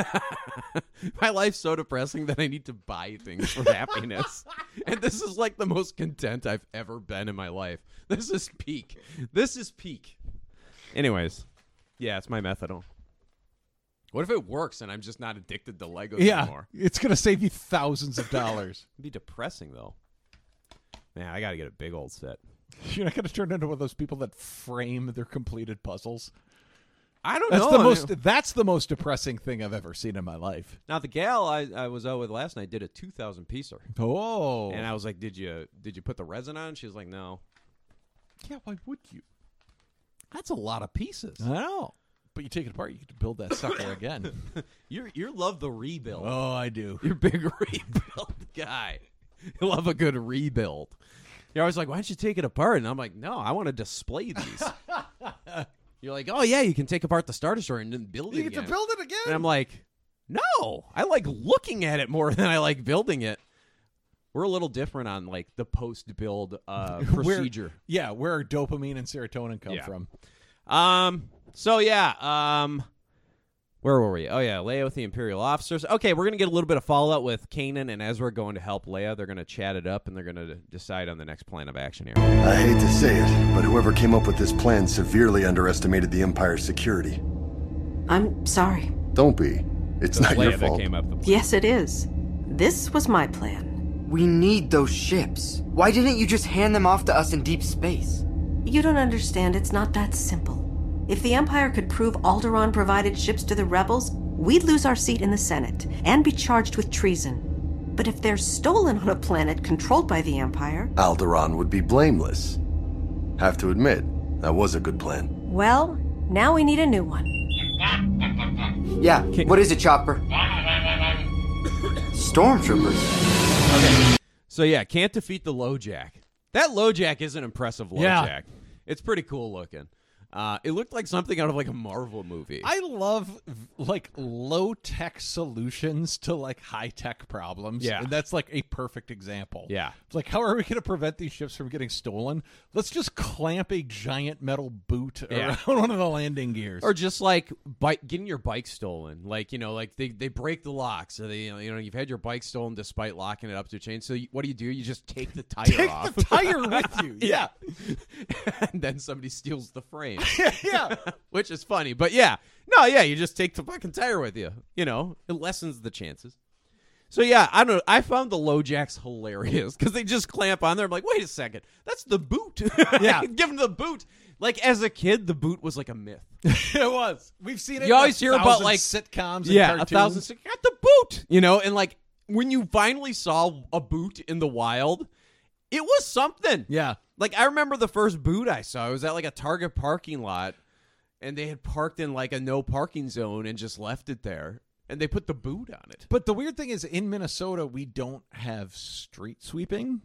[SPEAKER 7] My life's so depressing that I need to buy things for happiness. And this is like the most content I've ever been in my life. This is peak. This is peak. Anyways, yeah, it's my methadone. What if it works and I'm just not addicted to Legos
[SPEAKER 6] yeah,
[SPEAKER 7] anymore?
[SPEAKER 6] it's gonna save you thousands of dollars.
[SPEAKER 7] It'd be depressing though. Man, I gotta get a big old set.
[SPEAKER 6] You're not gonna turn into one of those people that frame their completed puzzles.
[SPEAKER 7] I don't
[SPEAKER 6] That's
[SPEAKER 7] know.
[SPEAKER 6] the
[SPEAKER 7] I mean-
[SPEAKER 6] most that's the most depressing thing I've ever seen in my life.
[SPEAKER 7] Now the gal I, I was out with last night did a two thousand piecer,
[SPEAKER 6] Oh,
[SPEAKER 7] and I was like, "Did you did you put the resin on?" She was like, "No."
[SPEAKER 6] yeah. Why would you?
[SPEAKER 7] That's a lot of pieces.
[SPEAKER 6] I know. But you take it apart, you get to build that sucker again.
[SPEAKER 7] You you love the rebuild.
[SPEAKER 6] oh, I do.
[SPEAKER 7] You're a big rebuild guy. You love a good rebuild. You're always like, "Why don't you take it apart?" And I'm like, "No, I want to display these." You're like, "Oh yeah, you can take apart the star destroyer and then build it."
[SPEAKER 6] You get to
[SPEAKER 7] again."
[SPEAKER 6] build it again.
[SPEAKER 7] And I'm like, no, I like looking at it more than I like building it. We're a little different on like the post build uh,
[SPEAKER 6] Where-
[SPEAKER 7] procedure.
[SPEAKER 6] yeah, where are dopamine and serotonin come
[SPEAKER 7] Yeah.
[SPEAKER 6] from?
[SPEAKER 7] Um. So yeah. Um. Where were we? Oh yeah, Leia with the Imperial officers. Okay, we're gonna get a little bit of fallout with Kanan and Ezra going to help Leia. They're gonna chat it up and they're gonna decide on the next plan of action here.
[SPEAKER 13] I hate to say it, but whoever came up with this plan severely underestimated the Empire's security.
[SPEAKER 16] I'm sorry.
[SPEAKER 13] Don't be. It's not your
[SPEAKER 7] Leia that
[SPEAKER 13] fault.
[SPEAKER 7] came up. The-
[SPEAKER 16] Yes, it is. This was my plan.
[SPEAKER 18] We need those ships. Why didn't you just hand them off to us in deep space?
[SPEAKER 16] You don't understand, it's not that simple. If the Empire could prove Alderaan provided ships to the rebels, we'd lose our seat in the Senate and be charged with treason. But if they're stolen on a planet controlled by the Empire,
[SPEAKER 13] Alderaan would be blameless. Have to admit, that was a good plan.
[SPEAKER 16] well, now we need a new one.
[SPEAKER 18] Yeah, what is it, Chopper? Stormtroopers.
[SPEAKER 7] So yeah, can't defeat the LoJack. That LoJack is an impressive LoJack.
[SPEAKER 6] Yeah.
[SPEAKER 7] It's pretty cool looking. Uh, it looked like something out of like a Marvel movie.
[SPEAKER 6] I love like low tech solutions to like high tech problems.
[SPEAKER 7] Yeah.
[SPEAKER 6] And that's like a perfect example.
[SPEAKER 7] Yeah.
[SPEAKER 6] It's like, how are we going to prevent these ships from getting stolen? Let's just clamp a giant metal boot
[SPEAKER 7] Yeah.
[SPEAKER 6] around one of the landing gears.
[SPEAKER 7] or just like bike getting your bike stolen like you know like they, they break the lock so they you know, you know you've had your bike stolen despite locking it up to a chain so you, what do you do you just take the tire off
[SPEAKER 6] tire with you.
[SPEAKER 7] yeah and then somebody steals the frame yeah which is funny but yeah no yeah you just take the fucking tire with you you know it lessens the chances so yeah i don't know i found the low jacks hilarious because they just clamp on there i'm like wait a second that's the boot
[SPEAKER 6] Yeah.
[SPEAKER 7] give them the boot like as a kid the boot was like a myth
[SPEAKER 6] it was. We've seen it.
[SPEAKER 7] you
[SPEAKER 6] in a
[SPEAKER 7] always hear about
[SPEAKER 6] thousand
[SPEAKER 7] like
[SPEAKER 6] sitcoms. And
[SPEAKER 7] yeah,
[SPEAKER 6] cartoons.
[SPEAKER 7] a thousand. sit- Got the boot, you know, and like when you finally saw a boot in the wild, it was something.
[SPEAKER 6] Yeah,
[SPEAKER 7] like I remember the first boot I saw. It was at like a Target parking lot, and they had parked in like a no parking zone and just left it there, and they put the boot on it.
[SPEAKER 6] But the weird thing is, in Minnesota, we don't have street sweeping.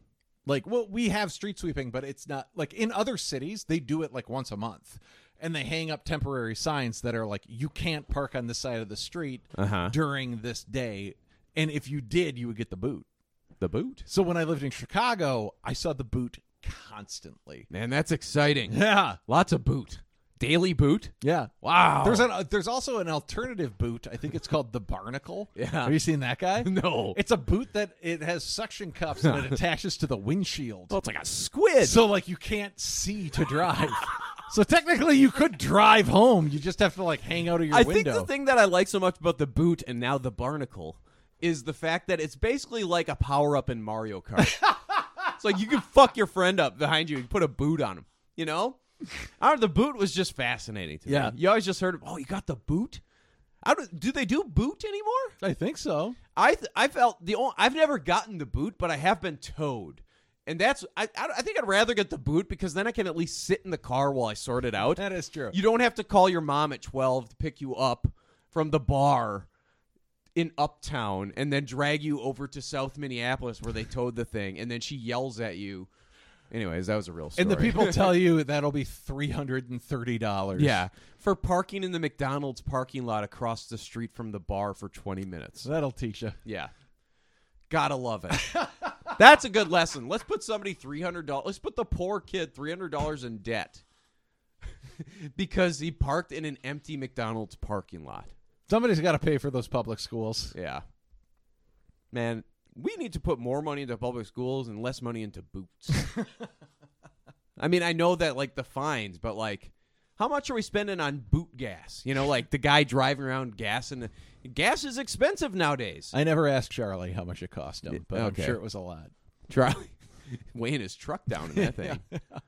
[SPEAKER 6] Like, well, we have street sweeping, but it's not like in other cities, they do it like once a month and they hang up temporary signs that are like, you can't park on this side of the street
[SPEAKER 7] Uh-huh.
[SPEAKER 6] during this day. And if you did, you would get the boot.
[SPEAKER 7] The boot.
[SPEAKER 6] So when I lived in Chicago, I saw the boot constantly.
[SPEAKER 7] Man, that's exciting.
[SPEAKER 6] Yeah.
[SPEAKER 7] lots of boot. Daily boot.
[SPEAKER 6] Yeah.
[SPEAKER 7] Wow.
[SPEAKER 6] There's an, there's also an alternative boot. I think it's called the Barnacle.
[SPEAKER 7] Yeah.
[SPEAKER 6] Have you seen that guy?
[SPEAKER 7] No.
[SPEAKER 6] It's a boot that it has suction cuffs and it attaches to the windshield.
[SPEAKER 7] Well, it's like a squid.
[SPEAKER 6] So like you can't see to drive. so technically you could drive home. You just have to like hang out of your
[SPEAKER 7] I
[SPEAKER 6] window.
[SPEAKER 7] think the thing that I like so much about the boot and now the barnacle is the fact that it's basically like a power up in Mario Kart. it's like you can fuck your friend up behind you and put a boot on him. You know, I don't. know, The boot was just fascinating to
[SPEAKER 6] Yeah.
[SPEAKER 7] me. You always just heard, oh, you got the boot. I don't, do they do boot anymore?
[SPEAKER 6] I think so.
[SPEAKER 7] I th- I felt the only, I've never gotten the boot, but I have been towed. And that's I, I I think I'd rather get the boot because then I can at least sit in the car while I sort it out.
[SPEAKER 6] That is true.
[SPEAKER 7] You don't have to call your mom at 12 to pick you up from the bar in uptown and then drag you over to South Minneapolis where they towed the thing and then she yells at you. Anyways, that was a real story.
[SPEAKER 6] and the people tell you that'll be three hundred and thirty dollars.
[SPEAKER 7] Yeah, for parking in the McDonald's parking lot across the street from the bar for 20 minutes.
[SPEAKER 6] That'll teach you.
[SPEAKER 7] Yeah. Gotta love it. That's a good lesson. Let's put somebody three hundred dollars. Let's put the poor kid three hundred dollars in debt because he parked in an empty McDonald's parking lot.
[SPEAKER 6] Somebody's gotta pay for those public schools.
[SPEAKER 7] Yeah. Man, we need to put more money into public schools and less money into boots. I mean, I know that like the fines, but like how much are we spending on boot gas? You know, like the guy driving around gas and gas is expensive nowadays.
[SPEAKER 6] I never asked Charlie how much it cost him, but
[SPEAKER 7] okay.
[SPEAKER 6] I'm sure it was a lot.
[SPEAKER 7] Charlie weighing his truck down in that thing.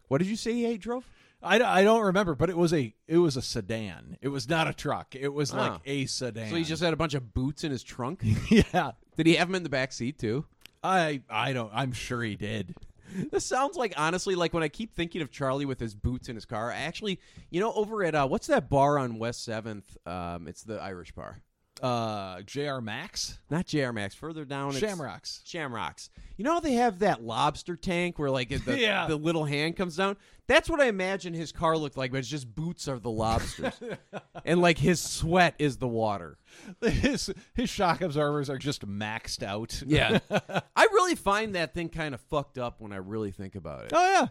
[SPEAKER 7] What did you say he ate drove?
[SPEAKER 6] I, d- I don't remember, but it was a it was a sedan. It was not a truck. It was like
[SPEAKER 7] Oh.
[SPEAKER 6] a sedan.
[SPEAKER 7] So he just had a bunch of boots in his trunk.
[SPEAKER 6] yeah.
[SPEAKER 7] Did he have them in the back seat too?
[SPEAKER 6] I I don't. I'm sure he did.
[SPEAKER 7] This sounds like honestly, like when I keep thinking of Charlie with his boots in his car. I actually, you know, over at uh, what's that bar on West Seventh? Um, it's the Irish bar,
[SPEAKER 6] Uh, J.R. Max.
[SPEAKER 7] not JR Max. Further down, it's-
[SPEAKER 6] Shamrocks.
[SPEAKER 7] Shamrocks. You know how they have that lobster tank where like the,
[SPEAKER 6] Yeah.
[SPEAKER 7] the little hand comes down? That's what I imagine his car looked like, but it's just boots are the lobsters. and like his sweat is the water.
[SPEAKER 6] His his shock absorbers are just maxed out.
[SPEAKER 7] I really find that thing kind of fucked up when I really think about it.
[SPEAKER 6] oh yeah.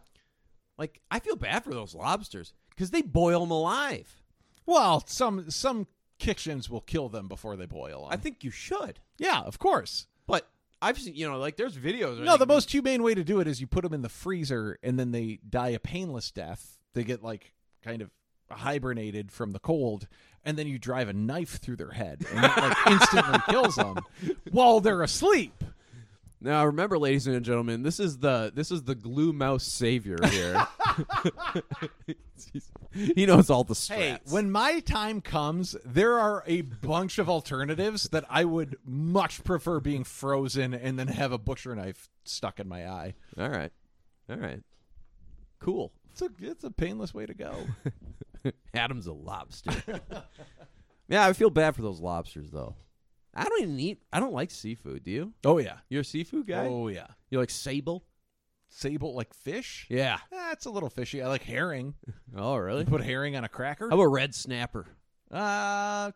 [SPEAKER 7] Like I feel bad for those lobsters cuz they boil them alive.
[SPEAKER 6] Well, some some kitchens will kill them before they boil
[SPEAKER 7] I
[SPEAKER 6] them.
[SPEAKER 7] think you should.
[SPEAKER 6] yeah, of course.
[SPEAKER 7] But I've seen, you know, like there's videos. where
[SPEAKER 6] No,
[SPEAKER 7] they-
[SPEAKER 6] the most humane way to do it is you put them in the freezer and then they die a painless death. They get like kind of hibernated from the cold, and then you drive a knife through their head and that like instantly kills them while they're asleep.
[SPEAKER 7] Now remember, ladies and gentlemen, this is the this is the glue mouse savior here. he knows all the strats.
[SPEAKER 6] Hey, when my time comes, there are a bunch of alternatives that I would much prefer being frozen and then have a butcher knife stuck in my eye.
[SPEAKER 7] all right, all right, cool.
[SPEAKER 6] It's a it's a painless way to go.
[SPEAKER 7] Adam's a lobster. yeah, I feel bad for those lobsters though. I don't even eat. I don't like seafood. Do you?
[SPEAKER 6] Oh yeah.
[SPEAKER 7] You're a seafood guy.
[SPEAKER 6] Oh yeah.
[SPEAKER 7] You like sable?
[SPEAKER 6] Sable like fish?
[SPEAKER 7] Yeah.
[SPEAKER 6] That's Eh, a little fishy. I like herring.
[SPEAKER 7] Oh really?
[SPEAKER 6] You put herring on a cracker?
[SPEAKER 7] How about red snapper?
[SPEAKER 6] Uh,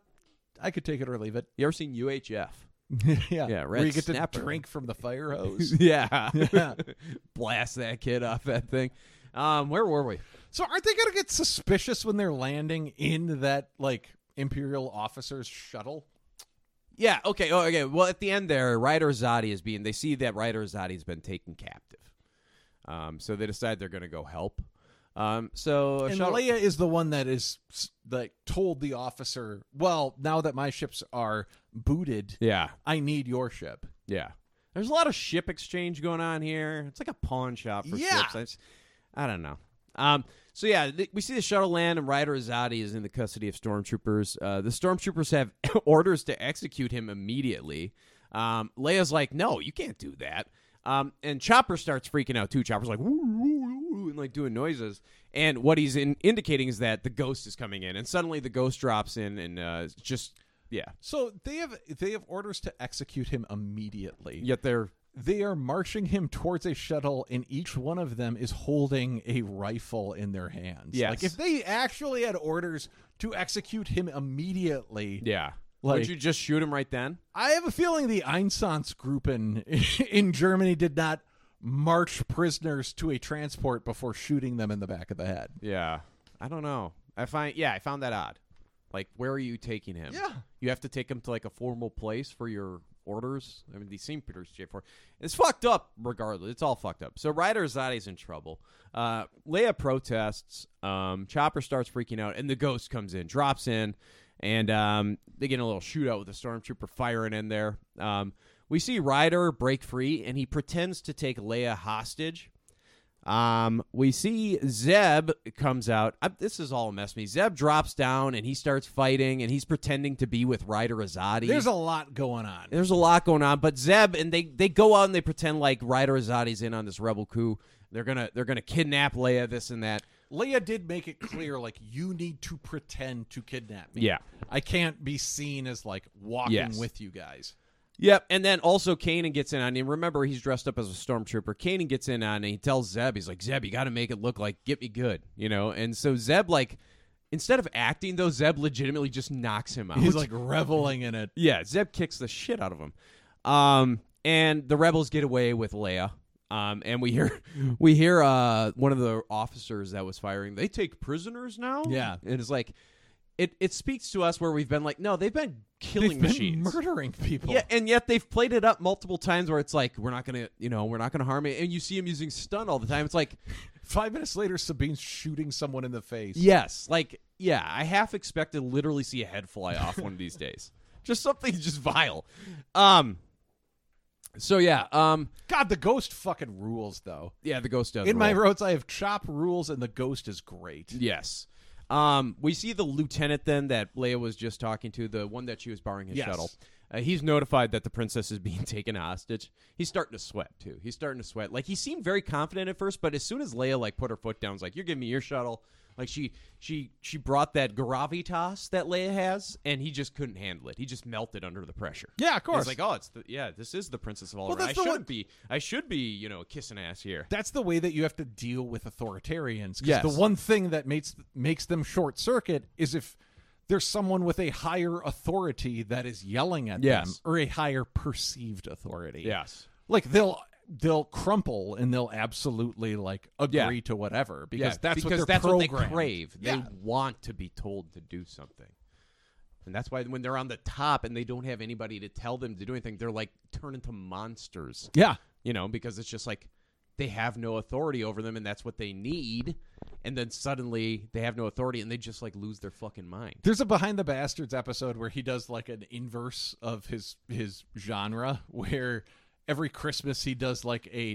[SPEAKER 6] I could take it or leave it.
[SPEAKER 7] You ever seen UHF?
[SPEAKER 6] yeah.
[SPEAKER 7] Yeah, red
[SPEAKER 6] Where you get
[SPEAKER 7] snapper.
[SPEAKER 6] to drink from the fire hose.
[SPEAKER 7] yeah.
[SPEAKER 6] Yeah.
[SPEAKER 7] Blast that kid off that thing. Um, where were we?
[SPEAKER 6] So aren't they going to get suspicious when they're landing in that like imperial officer's shuttle?
[SPEAKER 7] Yeah. Okay. Oh, okay. Well, at the end there, Ryder Zadi is being. They see that Ryder Zadi has been taken captive, um, so they decide they're going to go help. Um, so a
[SPEAKER 6] and
[SPEAKER 7] shuttle-
[SPEAKER 6] Leia is the one that is s- like told the officer, "Well, now that my ships are booted,
[SPEAKER 7] Yeah.
[SPEAKER 6] I need your ship."
[SPEAKER 7] Yeah. There's a lot of ship exchange going on here. It's like a pawn shop for
[SPEAKER 6] Yeah.
[SPEAKER 7] ships. I, just- I don't know. Um, so yeah, th- we see the shuttle land, and Ryder Azadi is in the custody of stormtroopers. Uh, the stormtroopers have orders to execute him immediately. Um, Leia's like, "No, you can't do that." Um, and Chopper starts freaking out too. Chopper's like, "Woo, woo, woo," and like doing noises. And what he's in- indicating is that the ghost is coming in, and suddenly the ghost drops in and uh, it's just yeah.
[SPEAKER 6] So they have they have orders to execute him immediately.
[SPEAKER 7] Yet they're
[SPEAKER 6] They are marching him towards a shuttle, and each one of them is holding a rifle in their hands.
[SPEAKER 7] Yes.
[SPEAKER 6] Like if they actually had orders to execute him immediately,
[SPEAKER 7] yeah.
[SPEAKER 6] Like-
[SPEAKER 7] Would you just shoot him right then?
[SPEAKER 6] I have a feeling the Einsatzgruppen in Germany did not march prisoners to a transport before shooting them in the back of the head.
[SPEAKER 7] Yeah. I don't know. I find yeah, I found that odd. Like where are you taking him?
[SPEAKER 6] Yeah.
[SPEAKER 7] You have to take him to like a formal place for your orders. I mean, these seem pretty straightforward. It's fucked up regardless. It's all fucked up. So Ryder Zadi's in trouble. Uh Leia protests. Um Chopper starts freaking out and the ghost comes in, drops in, and um they get in a little shootout with a stormtrooper firing in there. Um we see Ryder break free and he pretends to take Leia hostage. Um, we see Zeb comes out. I, this is all a mess. to Me, Zeb drops down and he starts fighting, and he's pretending to be with Ryder Azadi.
[SPEAKER 6] There's a lot going on.
[SPEAKER 7] There's a lot going on, but Zeb and they they go out and they pretend like Ryder Azadi's in on this rebel coup. They're gonna they're gonna kidnap Leia, this and that.
[SPEAKER 6] Leia did make it clear like you need to pretend to kidnap me.
[SPEAKER 7] Yeah.
[SPEAKER 6] I can't be seen as like walking
[SPEAKER 7] Yes.
[SPEAKER 6] with you guys.
[SPEAKER 7] Yep, and then also Kanan gets in on him. Remember, he's dressed up as a stormtrooper. Kanan gets in on it. He tells Zeb, he's like, Zeb, you got to make it look like get me good, you know. And so Zeb, like, instead of acting though, Zeb legitimately just knocks him out.
[SPEAKER 6] He's like reveling in it.
[SPEAKER 7] Yeah, Zeb kicks the shit out of him. Um, and the rebels get away with Leia. Um, and we hear we hear uh one of the officers that was firing. They take prisoners now.
[SPEAKER 6] Yeah.
[SPEAKER 7] and it's like it it speaks to us where we've been like, no, they've been killing
[SPEAKER 6] They've been
[SPEAKER 7] machines,
[SPEAKER 6] murdering people.
[SPEAKER 7] Yeah, and yet they've played it up multiple times where it's like we're not gonna, you know, we're not gonna harm it. And you see him using stun all the time. It's like,
[SPEAKER 6] Five minutes later, Sabine's shooting someone in the face.
[SPEAKER 7] yes, like yeah, I half expect to literally see a head fly off one of these days. Just something just vile. Um. So yeah, um,
[SPEAKER 6] God, the ghost fucking rules though.
[SPEAKER 7] yeah, the ghost does
[SPEAKER 6] in my
[SPEAKER 7] roll.
[SPEAKER 6] roads, I have chop rules, and the ghost is great.
[SPEAKER 7] Yes. Um, we see the lieutenant then that Leia was just talking to, the one that she was borrowing his
[SPEAKER 6] Yes.
[SPEAKER 7] shuttle. Uh, he's notified that the princess is being taken hostage. He's starting to sweat too. He's starting to sweat. Like he seemed very confident at first, but as soon as Leia like put her foot down, was like, "You're giving me your shuttle." Like she she she brought that gravitas that Leia has, and he just couldn't handle it. He just melted under the pressure.
[SPEAKER 6] Yeah, of course.
[SPEAKER 7] He's like, "Oh, it's the yeah, this is the princess of all
[SPEAKER 6] Well,
[SPEAKER 7] around. I
[SPEAKER 6] that's the
[SPEAKER 7] should
[SPEAKER 6] one-
[SPEAKER 7] be I should be you know kissing ass here."
[SPEAKER 6] That's the way that you have to deal with authoritarians. 'cause
[SPEAKER 7] Yes.
[SPEAKER 6] The one thing that makes makes them short circuit is if there's someone with a higher authority that is yelling at
[SPEAKER 7] Yes.
[SPEAKER 6] them, or a higher perceived authority.
[SPEAKER 7] Yes.
[SPEAKER 6] Like they'll they'll crumple and they'll absolutely like agree
[SPEAKER 7] Yeah.
[SPEAKER 6] to whatever because
[SPEAKER 7] Yeah,
[SPEAKER 6] that's
[SPEAKER 7] because
[SPEAKER 6] what they're
[SPEAKER 7] that's what they
[SPEAKER 6] programmed.
[SPEAKER 7] crave. They
[SPEAKER 6] Yeah.
[SPEAKER 7] want to be told to do something, and that's why when they're on the top and they don't have anybody to tell them to do anything, they're like turn into monsters.
[SPEAKER 6] Yeah.
[SPEAKER 7] you know, because it's just like they have no authority over them, and that's what they need. And then suddenly they have no authority, and they just like lose their fucking mind.
[SPEAKER 6] There's a Behind the Bastards episode where he does like an inverse of his his genre where every Christmas he does like a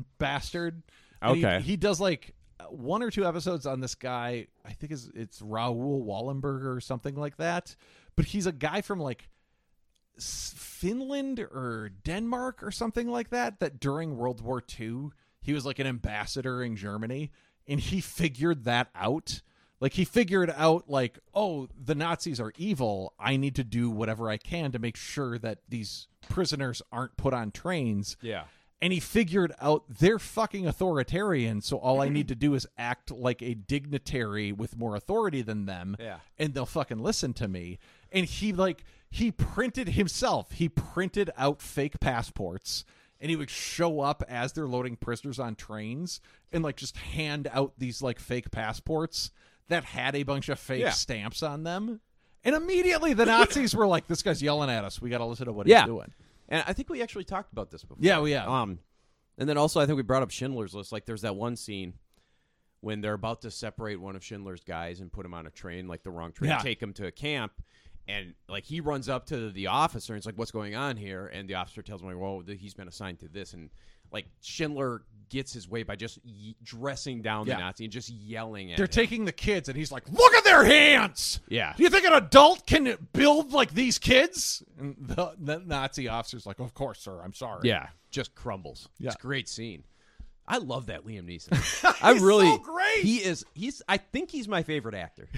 [SPEAKER 6] non-bastard. And he-
[SPEAKER 7] Okay.
[SPEAKER 6] He, does like one or two episodes on this guy, I think is it's Raoul Wallenberger or something like that, but he's a guy from like S- Finland or Denmark or something like that that during World War II he was like an ambassador in Germany and he figured that out Like he figured out like, oh, the Nazis are evil. I need to do whatever I can to make sure that these prisoners aren't put on trains.
[SPEAKER 7] Yeah.
[SPEAKER 6] And he figured out they're fucking authoritarian, so all I need to do is act like a dignitary with more authority than them
[SPEAKER 7] Yeah.
[SPEAKER 6] and they'll fucking listen to me. And he like he printed himself. He printed out fake passports and he would show up as they're loading prisoners on trains and like just hand out these like fake passports that had a bunch of fake
[SPEAKER 7] Yeah.
[SPEAKER 6] stamps on them. And immediately the Nazis were like, "This guy's yelling at us. We got to listen to what
[SPEAKER 7] yeah.
[SPEAKER 6] he's doing."
[SPEAKER 7] And I think we actually talked about this before.
[SPEAKER 6] Yeah, we have.
[SPEAKER 7] Um, and then also I think we brought up Schindler's List. Like, there's that one scene when they're about to separate one of Schindler's guys and put him on a train, like the wrong train,
[SPEAKER 6] Yeah.
[SPEAKER 7] take him to a camp. And like he runs up to the officer and it's like, "What's going on here?" And the officer tells him, like, "Well, th- he's been assigned to this." And like Schindler gets his way by just y- dressing down
[SPEAKER 6] Yeah.
[SPEAKER 7] the Nazi and just yelling at
[SPEAKER 6] They're
[SPEAKER 7] him.
[SPEAKER 6] taking the kids, and he's like, "Look at their hands."
[SPEAKER 7] Yeah.
[SPEAKER 6] Do you think an adult can build like these kids? And the, the Nazi officer's like, "Of course, sir. I'm sorry."
[SPEAKER 7] Yeah, just crumbles.
[SPEAKER 6] Yeah.
[SPEAKER 7] It's a great scene. I love that Liam Neeson. I really
[SPEAKER 6] great.
[SPEAKER 7] He is he's I think he's my favorite actor.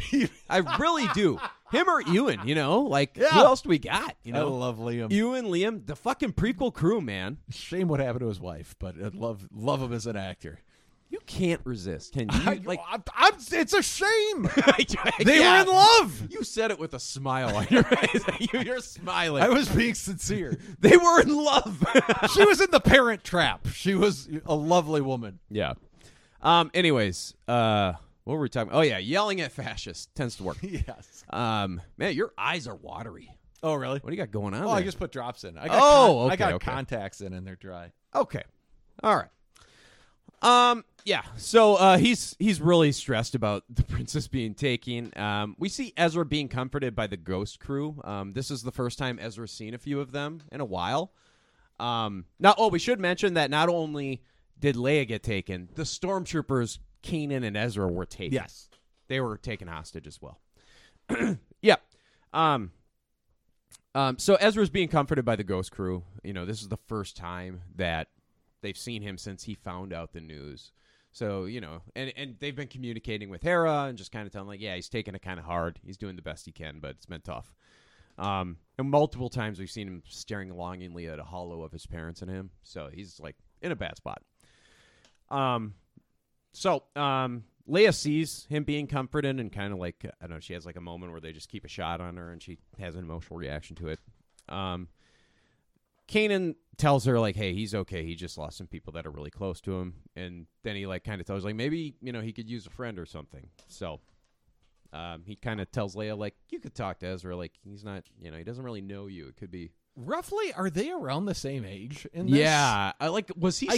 [SPEAKER 7] I really do. Him or Ewan, you know? Like who
[SPEAKER 6] Yeah.
[SPEAKER 7] else do we got? You
[SPEAKER 6] I
[SPEAKER 7] know?
[SPEAKER 6] love Liam.
[SPEAKER 7] Ewan, Liam, the fucking prequel crew, man.
[SPEAKER 6] Shame what happened to his wife, but I love love him as an actor.
[SPEAKER 7] You can't resist, can you? like
[SPEAKER 6] I'm, I'm, it's a shame.
[SPEAKER 7] They were in
[SPEAKER 6] love.
[SPEAKER 7] You said it with a smile on your face. You- You're smiling.
[SPEAKER 6] I was being sincere.
[SPEAKER 7] They were in love.
[SPEAKER 6] she was in the Parent Trap. She was a lovely woman.
[SPEAKER 7] Yeah. Um. Anyways, uh, what were we talking? Oh yeah, yelling at fascists tends to work.
[SPEAKER 6] Yes.
[SPEAKER 7] Um. Man, your eyes are watery.
[SPEAKER 6] Oh really?
[SPEAKER 7] What do you got going on?
[SPEAKER 6] Oh, I
[SPEAKER 7] there?
[SPEAKER 6] just put drops in. I got
[SPEAKER 7] Oh,
[SPEAKER 6] con- I
[SPEAKER 7] okay,
[SPEAKER 6] got
[SPEAKER 7] okay.
[SPEAKER 6] contacts in, and they're dry.
[SPEAKER 7] Okay. All right. Um. Yeah. So uh, he's he's really stressed about the princess being taken. Um. We see Ezra being comforted by the ghost crew. Um. This is the first time Ezra's seen a few of them in a while. Um. Now, oh, we should mention that not only did Leia get taken, the stormtroopers Kanan and Ezra were taken.
[SPEAKER 6] Yes.
[SPEAKER 7] They were taken hostage as well. yeah. Um. Um, so Ezra's being comforted by the ghost crew. You know, this is the first time that they've seen him since he found out the news. So you know, and and they've been communicating with Hera and just kind of telling like, yeah, he's taking it kind of hard. He's doing the best he can, but it's been tough. Um, and multiple times we've seen him staring longingly at a hollow of his parents and him. So he's like in a bad spot. Um, so um, Leia sees him being comforted and kind of like I don't know. She has like a moment where they just keep a shot on her and she has an emotional reaction to it. Um, Kanan tells her like, "Hey, he's okay. He just lost some people that are really close to him." And then he like kind of tells like, "Maybe you know he could use a friend or something." So. Um, he kind of tells Leia like you could talk to Ezra like he's not you know he doesn't really know you it could be
[SPEAKER 6] Roughly, are they around the same age? In this?
[SPEAKER 7] yeah I like was he
[SPEAKER 6] I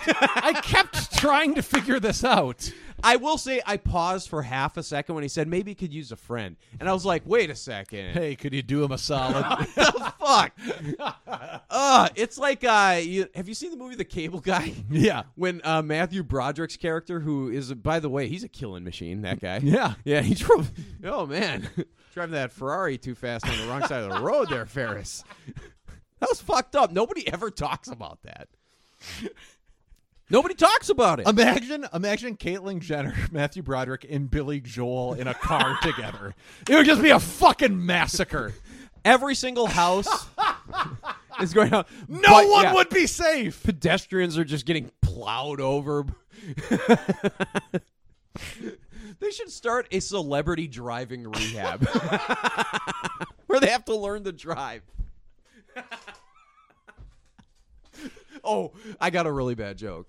[SPEAKER 6] kept, I kept trying to figure this out.
[SPEAKER 7] I will say I paused for half a second when he said maybe he could use a friend, and I was like, wait a second,
[SPEAKER 6] Hey, could you do him a solid?
[SPEAKER 7] the fuck? uh, it's like uh, you, have you seen the movie The Cable Guy?
[SPEAKER 6] yeah.
[SPEAKER 7] When uh, Matthew Broderick's character, who is by the way, he's a killing machine. That guy.
[SPEAKER 6] Yeah.
[SPEAKER 7] yeah. He drove. Oh man, driving that Ferrari too fast on the wrong side of the road, there, Ferris. That was fucked up. Nobody ever talks about that. Nobody talks about it.
[SPEAKER 6] Imagine, imagine Caitlyn Jenner, Matthew Broderick, and Billy Joel in a car together. It would just be a fucking massacre.
[SPEAKER 7] Every single house is going on.
[SPEAKER 6] No one would be safe.
[SPEAKER 7] Pedestrians are just getting plowed over. they should start a celebrity driving rehab where they have to learn to drive. oh, I got a really bad joke.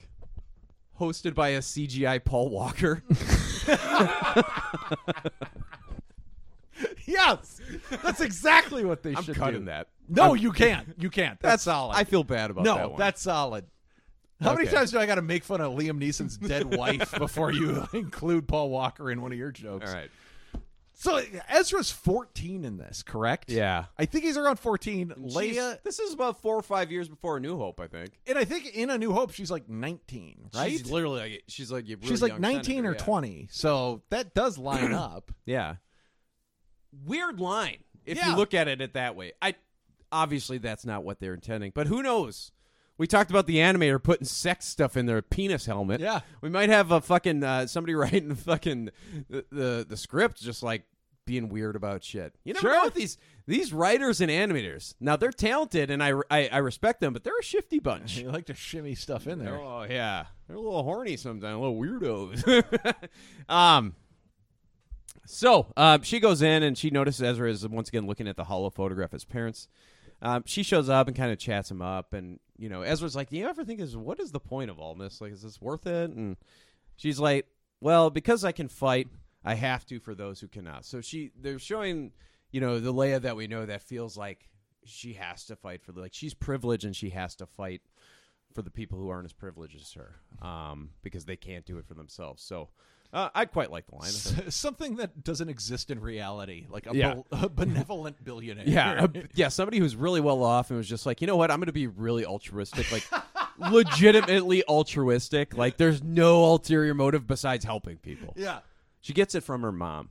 [SPEAKER 7] Hosted by a CGI Paul Walker.
[SPEAKER 6] Yes, that's exactly what they
[SPEAKER 7] I'm
[SPEAKER 6] should
[SPEAKER 7] cutting
[SPEAKER 6] do.
[SPEAKER 7] that.
[SPEAKER 6] No,
[SPEAKER 7] I'm-
[SPEAKER 6] you can't. You can't. That's, solid.
[SPEAKER 7] I feel bad about
[SPEAKER 6] no,
[SPEAKER 7] that one.
[SPEAKER 6] that's solid. How many
[SPEAKER 7] Okay.
[SPEAKER 6] times do I got to make fun of Liam Neeson's dead wife before you include Paul Walker in one of your jokes?
[SPEAKER 7] all right.
[SPEAKER 6] So Ezra's 14 in this, correct?
[SPEAKER 7] Yeah.
[SPEAKER 6] I think he's around 14. Leia,
[SPEAKER 7] She's- this is about four or five years before A New Hope, I think.
[SPEAKER 6] and I think in A New Hope, she's like 19, right?
[SPEAKER 7] She's literally like she's like a really
[SPEAKER 6] She's like
[SPEAKER 7] young
[SPEAKER 6] 19
[SPEAKER 7] senator,
[SPEAKER 6] or
[SPEAKER 7] yeah.
[SPEAKER 6] 20. So that does line up.
[SPEAKER 7] Yeah. Weird line if
[SPEAKER 6] Yeah.
[SPEAKER 7] you look at it it that way. I obviously that's not what they're intending, but who knows? We talked about the animator putting sex stuff in their penis helmet.
[SPEAKER 6] Yeah.
[SPEAKER 7] We might have a fucking uh, somebody writing the fucking the, the the script just like being weird about shit. You never know with these these writers and animators. Now they're talented and I I, I respect them, but they're a shifty bunch.
[SPEAKER 6] They like to shimmy stuff in there.
[SPEAKER 7] Oh yeah, they're a little horny sometimes, a little weirdos. um, so uh, she goes in and she notices Ezra is once again looking at the hollow photograph of his parents. Um, she shows up and kind of chats him up, and you know Ezra's like, "Do you ever think is what is the point of all this? Like, is this worth it?" And she's like, "Well, because I can fight, I have to for those who cannot." So she they're showing you know the Leia that we know that feels like she has to fight for like she's privileged and she has to fight for the people who aren't as privileged as her um, because they can't do it for themselves. So uh, I quite like the line. I think-
[SPEAKER 6] Something that doesn't exist in reality, like a,
[SPEAKER 7] Yeah.
[SPEAKER 6] bel- a benevolent billionaire.
[SPEAKER 7] Yeah, a- yeah, somebody who's really well off and was just like, you know what, I'm going to be really altruistic, like legitimately altruistic. Like, there's no ulterior motive besides helping people.
[SPEAKER 6] Yeah.
[SPEAKER 7] she gets it from her mom.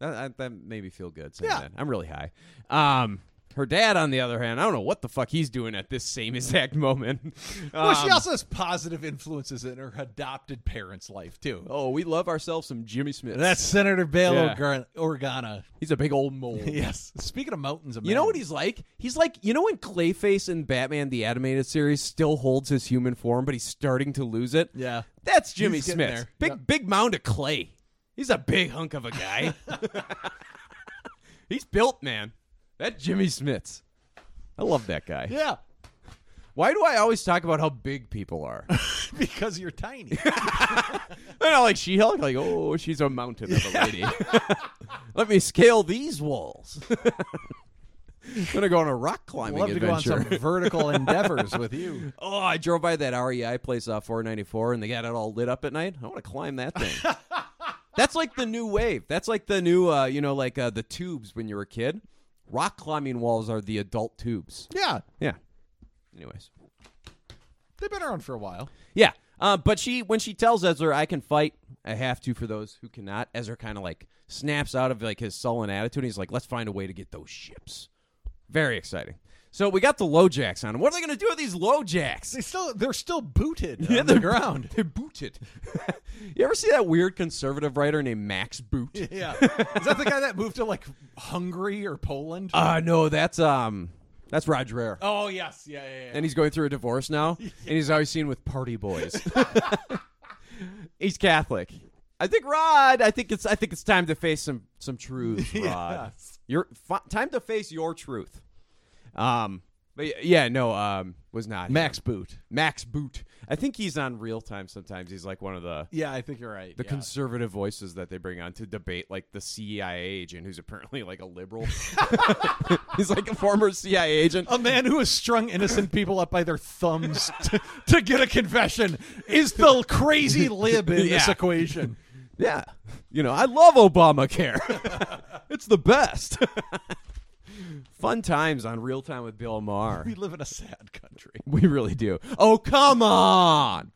[SPEAKER 7] That, that, that made me feel good. Saying
[SPEAKER 6] Yeah.
[SPEAKER 7] that. I'm really high. Um, her dad, on the other hand, I don't know what the fuck he's doing at this same exact moment.
[SPEAKER 6] well, she
[SPEAKER 7] Um,
[SPEAKER 6] also has positive influences in her adopted parents' life too.
[SPEAKER 7] Oh, we love ourselves some Jimmy Smith.
[SPEAKER 6] That's Senator Bail
[SPEAKER 7] Yeah.
[SPEAKER 6] Orga- Organa.
[SPEAKER 7] He's a big old mole.
[SPEAKER 6] yes. Speaking of mountains, of
[SPEAKER 7] You know
[SPEAKER 6] men,
[SPEAKER 7] what he's like? He's like you know when Clayface in Batman the Animated Series still holds his human form, but he's starting to lose it.
[SPEAKER 6] Yeah,
[SPEAKER 7] that's Jimmy
[SPEAKER 6] He's getting
[SPEAKER 7] Smith.
[SPEAKER 6] there.
[SPEAKER 7] Big big mound of clay. He's a big hunk of a guy. he's built, man. That Jimmy Smith. I love that guy.
[SPEAKER 6] Yeah.
[SPEAKER 7] Why do I always talk about how big people are?
[SPEAKER 6] because you're tiny.
[SPEAKER 7] I know, like she hulk like, oh, she's a mountain of a lady. Let me scale these walls. I'm gonna go on a rock climbing
[SPEAKER 6] Love to go on
[SPEAKER 7] adventure.
[SPEAKER 6] some vertical endeavors with you.
[SPEAKER 7] Oh, I drove by that REI place off 494, and they got it all lit up at night. I want to climb that thing. That's like the new wave. That's like the new, uh, you know, like uh, the tubes when you were a kid. Rock climbing walls are the adult tubes.
[SPEAKER 6] Yeah.
[SPEAKER 7] Yeah. Anyways.
[SPEAKER 6] They've been around for a while.
[SPEAKER 7] Yeah. Uh, but she, when she tells Ezra, I can fight, I have to for those who cannot, Ezra kind of like snaps out of like his sullen attitude. He's like, let's find a way to get those ships. Very exciting. So we got the low jacks on. What are they going to do with these low jacks?
[SPEAKER 6] They still, they're still booted
[SPEAKER 7] Yeah,
[SPEAKER 6] on the
[SPEAKER 7] they're-
[SPEAKER 6] ground.
[SPEAKER 7] They're booted. you ever see that weird conservative writer named Max Boot?
[SPEAKER 6] Yeah. Is that the guy that moved to like Hungary or Poland?
[SPEAKER 7] Uh no, that's um that's Roger Rare.
[SPEAKER 6] Oh yes, yeah, yeah. yeah.
[SPEAKER 7] And he's going through a divorce now, and he's always seen with party boys. he's Catholic. I think Rod. I think it's. I think it's time to face some some truths, Rod.
[SPEAKER 6] Yes.
[SPEAKER 7] Your fi- time to face your truth. Um, but y- yeah, no, um, was not him.
[SPEAKER 6] Max Boot.
[SPEAKER 7] Max Boot. I think he's on real time. Sometimes he's like one of the
[SPEAKER 6] Yeah, I think you're right.
[SPEAKER 7] the
[SPEAKER 6] yeah.
[SPEAKER 7] conservative voices that they bring on to debate like the CIA agent who's apparently like a liberal. He's like a former CIA agent.
[SPEAKER 6] a man who has strung innocent people up by their thumbs to, to get a confession is the crazy lib in this
[SPEAKER 7] Yeah.
[SPEAKER 6] equation.
[SPEAKER 7] Yeah. You know, I love Obamacare. it's the best. Fun times on Real Time with Bill Maher.
[SPEAKER 6] We live in a sad country.
[SPEAKER 7] We really do. Oh, come on.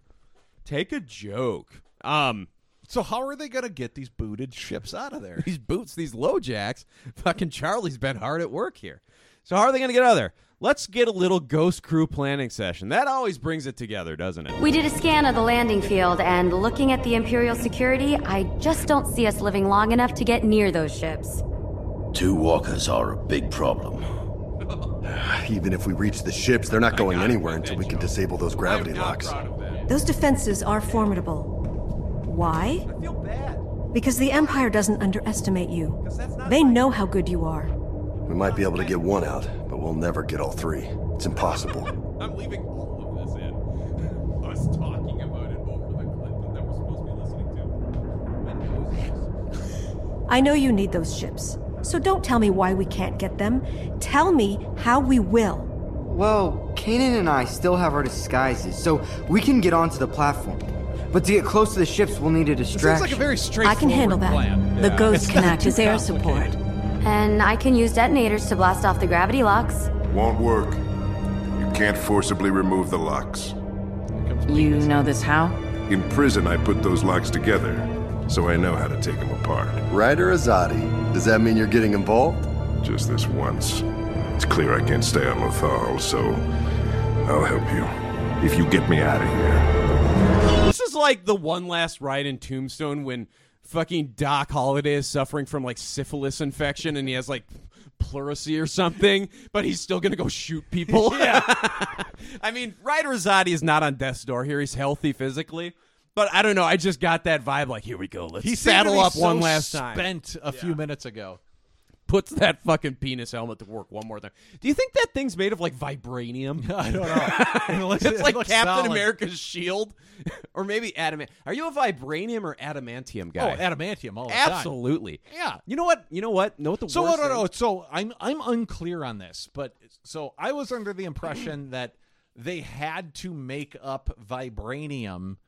[SPEAKER 7] Take a joke. Um
[SPEAKER 6] So how are they going to get these booted ships out of there?
[SPEAKER 7] these boots, these low jacks. Fucking Charlie's been hard at work here. So how are they going to get out of there? Let's get a little ghost crew planning session. That always brings it together, doesn't it?
[SPEAKER 17] We did a scan of the landing field, and looking at the Imperial security, I just don't see us living long enough to get near those ships.
[SPEAKER 19] Two walkers are a big problem.
[SPEAKER 13] Even if we reach the ships, they're not going anywhere until we can disable those gravity locks.
[SPEAKER 16] Those defenses are formidable. Why? I feel bad. Because the Empire doesn't underestimate you. They know how good you are.
[SPEAKER 13] We might be able to get one out, but we'll never get all three. It's impossible.
[SPEAKER 7] I'm leaving all of this in. Us talking about it over the clip that we're supposed to be listening to.
[SPEAKER 16] I know you need those ships. So don't tell me why we can't get them. Tell me how we will.
[SPEAKER 18] Well, Kanan and I still have our disguises, so we can get onto the platform. But to get close to the ships, we'll need a
[SPEAKER 6] Seems
[SPEAKER 18] distraction.
[SPEAKER 6] like a very straightforward
[SPEAKER 17] I can handle that.
[SPEAKER 6] plan.
[SPEAKER 17] The
[SPEAKER 6] It's
[SPEAKER 17] Ghost
[SPEAKER 6] not
[SPEAKER 17] can act
[SPEAKER 6] too
[SPEAKER 17] as air
[SPEAKER 6] complicated.
[SPEAKER 17] support. And I can use detonators to blast off the gravity locks.
[SPEAKER 14] Won't work. You can't forcibly remove the locks.
[SPEAKER 12] You know this how?
[SPEAKER 14] In prison, I put those locks together, so I know how to take them apart.
[SPEAKER 13] Ryder Azadi, does that mean you're getting involved?
[SPEAKER 14] Just this once. It's clear I can't stay on Lothal, so I'll help you if you get me out of here.
[SPEAKER 7] This is like the one last ride in Tombstone when fucking Doc Holliday is suffering from like syphilis infection and he has like pleurisy or something, but he's still gonna go shoot people. I mean, Ryder Azadi is not on death's door here. He's healthy physically. But I don't know. I just got that vibe. Like, here we go. Let's
[SPEAKER 6] He
[SPEAKER 7] saddle up one last time.
[SPEAKER 6] Spent a few minutes ago.
[SPEAKER 7] Puts that fucking penis helmet to work one more time. Do you think that thing's made of like vibranium? I
[SPEAKER 6] don't know. It looks-
[SPEAKER 7] it's
[SPEAKER 6] it
[SPEAKER 7] like
[SPEAKER 6] looks
[SPEAKER 7] Captain
[SPEAKER 6] solid.
[SPEAKER 7] America's shield, or maybe adamant. Are you a vibranium or adamantium guy?
[SPEAKER 6] Oh, adamantium all the time.
[SPEAKER 7] Absolutely.
[SPEAKER 6] Yeah.
[SPEAKER 7] You know what? You know what? Know what the
[SPEAKER 6] So
[SPEAKER 7] worst
[SPEAKER 6] no, no, no.
[SPEAKER 7] thing-
[SPEAKER 6] So I'm I'm unclear on this, but so I was under the impression that they had to make up vibranium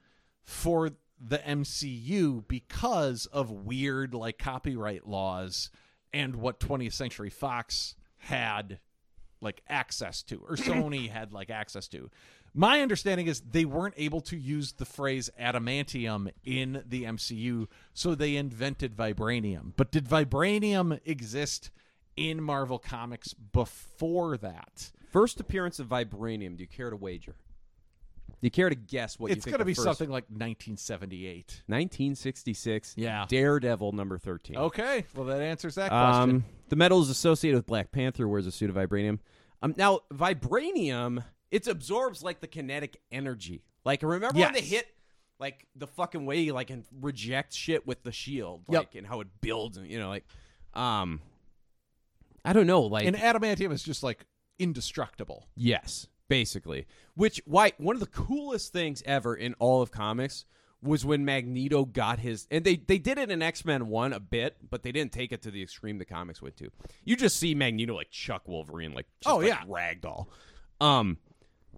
[SPEAKER 6] for the MCU because of weird like copyright laws and what 20th Century Fox had like access to or Sony had like access to. My understanding is they weren't able to use the phrase adamantium in the MCU, so they invented vibranium. But did vibranium exist in Marvel Comics before that?
[SPEAKER 7] First appearance of vibranium. Do you care to wager? Do you care to guess what you
[SPEAKER 6] it's
[SPEAKER 7] think
[SPEAKER 6] going to
[SPEAKER 7] the
[SPEAKER 6] be
[SPEAKER 7] first-
[SPEAKER 6] something like 1978.
[SPEAKER 7] 1966.
[SPEAKER 6] Yeah. Oh,
[SPEAKER 7] Daredevil number 13.
[SPEAKER 6] Okay, well that answers that question.
[SPEAKER 7] Um, the metal is associated with Black Panther, wears a suit of vibranium. Um, now, vibranium, it absorbs like the kinetic energy. Like, remember when they
[SPEAKER 6] Yes.
[SPEAKER 7] hit like the fucking way you like and reject shit with the shield,
[SPEAKER 6] Yep.
[SPEAKER 7] like, and how it builds, and you know, like, um, I don't know, like,
[SPEAKER 6] and adamantium is just like indestructible.
[SPEAKER 7] Yes, basically. Which why one of the coolest things ever in all of comics was when Magneto got his and they they did it in X-Men 1 a bit, but they didn't take it to the extreme the comics went to. You just see Magneto like chuck Wolverine like just
[SPEAKER 6] Oh,
[SPEAKER 7] like
[SPEAKER 6] yeah.
[SPEAKER 7] ragdoll. Um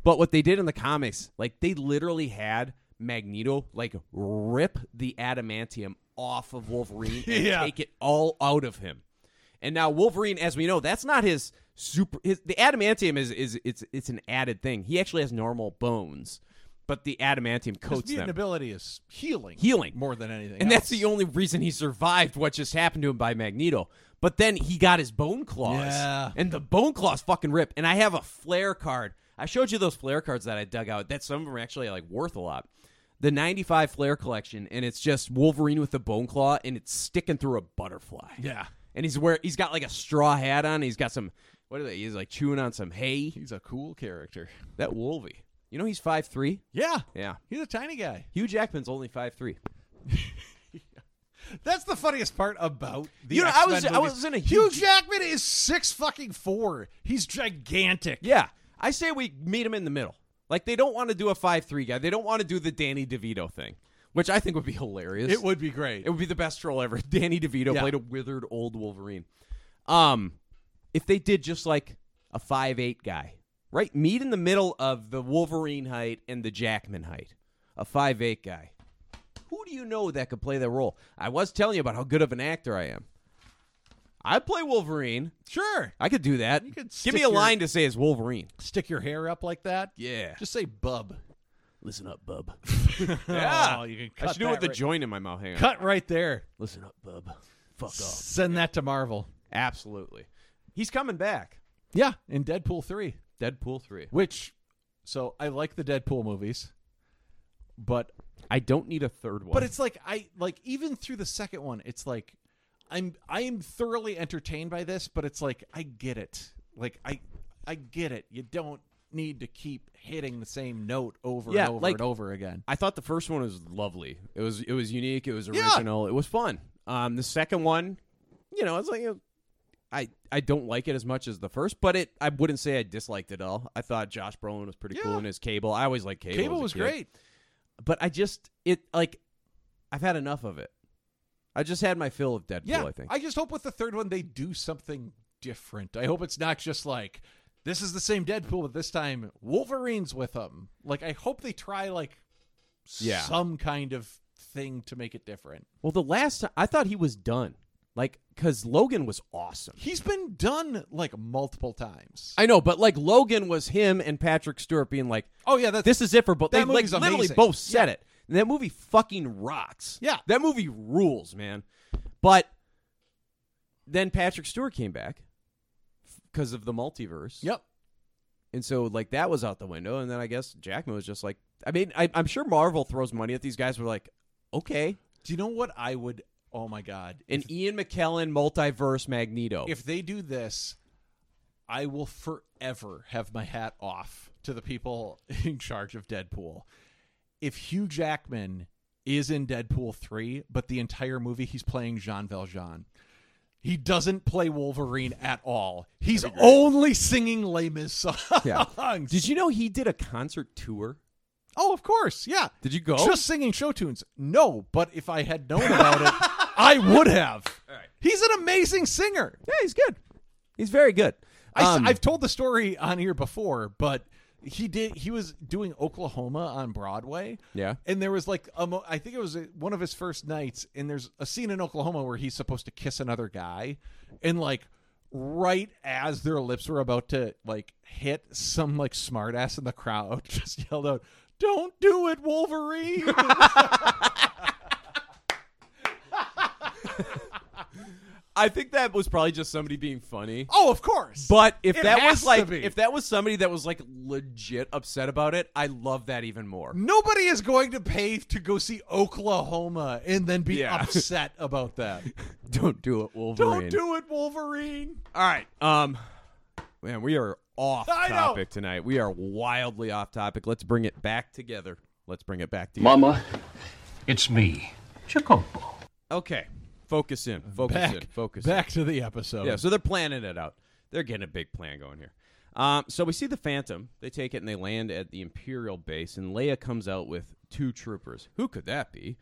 [SPEAKER 7] but what they did in the comics, like they literally had Magneto like rip the adamantium off of Wolverine and
[SPEAKER 6] Yeah.
[SPEAKER 7] take it all out of him. And now Wolverine, as we know, that's not his super. His, the adamantium is is it's it's an added thing. He actually has normal bones, but the adamantium
[SPEAKER 6] His
[SPEAKER 7] coats
[SPEAKER 6] mutant
[SPEAKER 7] them.
[SPEAKER 6] ability is healing,
[SPEAKER 7] Healing.
[SPEAKER 6] more than anything.
[SPEAKER 7] And
[SPEAKER 6] else.
[SPEAKER 7] that's the only reason he survived what just happened to him by Magneto. But then he got his bone claws,
[SPEAKER 6] Yeah.
[SPEAKER 7] and the bone claws fucking rip. And I have a flare card. I showed you those flare cards that I dug out. That some of them are actually like worth a lot. The '95 flare collection, and it's just Wolverine with the bone claw, and it's sticking through a butterfly
[SPEAKER 6] yeah.
[SPEAKER 7] and he's wear he's got like a straw hat on. He's got some what are they? He's like chewing on some hay.
[SPEAKER 6] He's a cool character.
[SPEAKER 7] That Wolvie. You know he's five three.
[SPEAKER 6] Yeah,
[SPEAKER 7] Yeah.
[SPEAKER 6] he's a tiny guy.
[SPEAKER 7] Hugh Jackman's only five three.
[SPEAKER 6] That's the funniest part about the
[SPEAKER 7] You know, I
[SPEAKER 6] X-Men
[SPEAKER 7] was- I
[SPEAKER 6] movies.
[SPEAKER 7] was in a
[SPEAKER 6] Hugh
[SPEAKER 7] huge-
[SPEAKER 6] Jackman is six fucking four. He's gigantic.
[SPEAKER 7] Yeah, I say we meet him in the middle. Like they don't want to do a five three guy. They don't want to do the Danny DeVito thing, which I think would be hilarious.
[SPEAKER 6] It would be great.
[SPEAKER 7] It would be the best role ever. Danny DeVito
[SPEAKER 6] Yeah.
[SPEAKER 7] played a withered old Wolverine. Um, if they did just like a five eight guy, right? Meet in the middle of the Wolverine height and the Jackman height. A five eight guy. Who do you know that could play that role? I was telling you about how good of an actor I am. I play Wolverine.
[SPEAKER 6] Sure.
[SPEAKER 7] I could do that.
[SPEAKER 6] You could
[SPEAKER 7] Give
[SPEAKER 6] stick
[SPEAKER 7] me a
[SPEAKER 6] your-
[SPEAKER 7] line to say it's Wolverine.
[SPEAKER 6] Stick your hair up like that.
[SPEAKER 7] Yeah.
[SPEAKER 6] Just say bub.
[SPEAKER 7] Listen up, bub.
[SPEAKER 6] yeah. Oh, you can cut
[SPEAKER 7] I should do it
[SPEAKER 6] that
[SPEAKER 7] with the
[SPEAKER 6] right-
[SPEAKER 7] joint in my mouth. Hang on.
[SPEAKER 6] Cut right there.
[SPEAKER 7] Listen up, bub. Fuck off.
[SPEAKER 6] Send that to Marvel.
[SPEAKER 7] Absolutely. He's coming back.
[SPEAKER 6] Yeah, in Deadpool 3.
[SPEAKER 7] Deadpool 3.
[SPEAKER 6] Which, so I like the Deadpool movies, but
[SPEAKER 7] I don't need a third one.
[SPEAKER 6] But it's like I like even through the second one, it's like I'm I am thoroughly entertained by this, but it's like I get it. Like I I get it. You don't need to keep hitting the same note over
[SPEAKER 7] Yeah,
[SPEAKER 6] and over
[SPEAKER 7] like-
[SPEAKER 6] and over again.
[SPEAKER 7] I thought the first one was lovely. It was it was unique, it was
[SPEAKER 6] Yeah.
[SPEAKER 7] original, it was fun. Um the second one, you know, it's like uh, I I don't like it as much as the first, but it I wouldn't say I disliked it at all. I thought Josh Brolin was pretty cool in his cable. I always liked cable.
[SPEAKER 6] Cable,
[SPEAKER 7] as a
[SPEAKER 6] was
[SPEAKER 7] kid.
[SPEAKER 6] great.
[SPEAKER 7] But I just it like I've had enough of it. I just had my fill of Deadpool,
[SPEAKER 6] Yeah,
[SPEAKER 7] I think.
[SPEAKER 6] just hope with the third one they do something different. I hope it's not just like this is the same Deadpool, but this time Wolverine's with him. Like I hope they try like
[SPEAKER 7] Yeah.
[SPEAKER 6] some kind of thing to make it different.
[SPEAKER 7] Well, the last time I thought he was done, like because Logan was awesome.
[SPEAKER 6] He's been done like multiple times.
[SPEAKER 7] I know, but like Logan was him and Patrick Stewart being like,
[SPEAKER 6] Oh yeah, that's
[SPEAKER 7] "This is it for both." They
[SPEAKER 6] That
[SPEAKER 7] like
[SPEAKER 6] movie's
[SPEAKER 7] literally
[SPEAKER 6] amazing.
[SPEAKER 7] both said it. And that movie fucking rocks.
[SPEAKER 6] Yeah.
[SPEAKER 7] that movie rules, man. But then Patrick Stewart came back because of the multiverse.
[SPEAKER 6] Yep.
[SPEAKER 7] And so like that was out the window, and then I guess Jackman was just like, I mean, I, I'm sure Marvel throws money at these guys. We're like, okay.
[SPEAKER 6] Do you know what I would? Oh my god,
[SPEAKER 7] an Ian McKellen multiverse Magneto.
[SPEAKER 6] If they do this, I will forever have my hat off to the people in charge of Deadpool. If Hugh Jackman is in Deadpool 3, but the entire movie he's playing Jean Valjean. He doesn't play Wolverine at all. He's only singing Les Mis songs.
[SPEAKER 7] Did you know he did a concert tour?
[SPEAKER 6] Oh, of course. Yeah.
[SPEAKER 7] Did you go?
[SPEAKER 6] Just singing show tunes. No, but if I had known about it, I would have. He's an amazing singer.
[SPEAKER 7] Yeah, he's good. He's very good. Um,
[SPEAKER 6] I, have told the story on here before, but he did. He was doing Oklahoma on Broadway.
[SPEAKER 7] Yeah.
[SPEAKER 6] And there was like a mo- I think it was uh, one of his first nights, and there's a scene in Oklahoma where he's supposed to kiss another guy, and like right as their lips were about to like hit, some like smartass in the crowd just yelled out, "Don't do it, Wolverine!"
[SPEAKER 7] I think that was probably just somebody being funny.
[SPEAKER 6] oh, of course.
[SPEAKER 7] But if
[SPEAKER 6] It
[SPEAKER 7] that
[SPEAKER 6] has
[SPEAKER 7] was
[SPEAKER 6] to
[SPEAKER 7] like
[SPEAKER 6] be.
[SPEAKER 7] if that was somebody that was like legit upset about it, I love that even more.
[SPEAKER 6] Nobody is going to pay to go see Oklahoma and then be
[SPEAKER 7] Yeah.
[SPEAKER 6] upset about that.
[SPEAKER 7] Don't do it, Wolverine.
[SPEAKER 6] Don't do it, Wolverine.
[SPEAKER 7] All right. Um man, we are off
[SPEAKER 6] I know.
[SPEAKER 7] topic tonight. We are wildly off topic. Let's bring it back together. Let's bring it back together.
[SPEAKER 2] Mama, it's me, Jacopo.
[SPEAKER 7] Okay. Focus in. Focus
[SPEAKER 6] back,
[SPEAKER 7] in. Focus in.
[SPEAKER 6] back to the episode.
[SPEAKER 7] Yeah, so they're planning it out. They're getting a big plan going here. Um, so we see the Phantom. They take it and they land at the Imperial base, and Leia comes out with two troopers. Who could that be?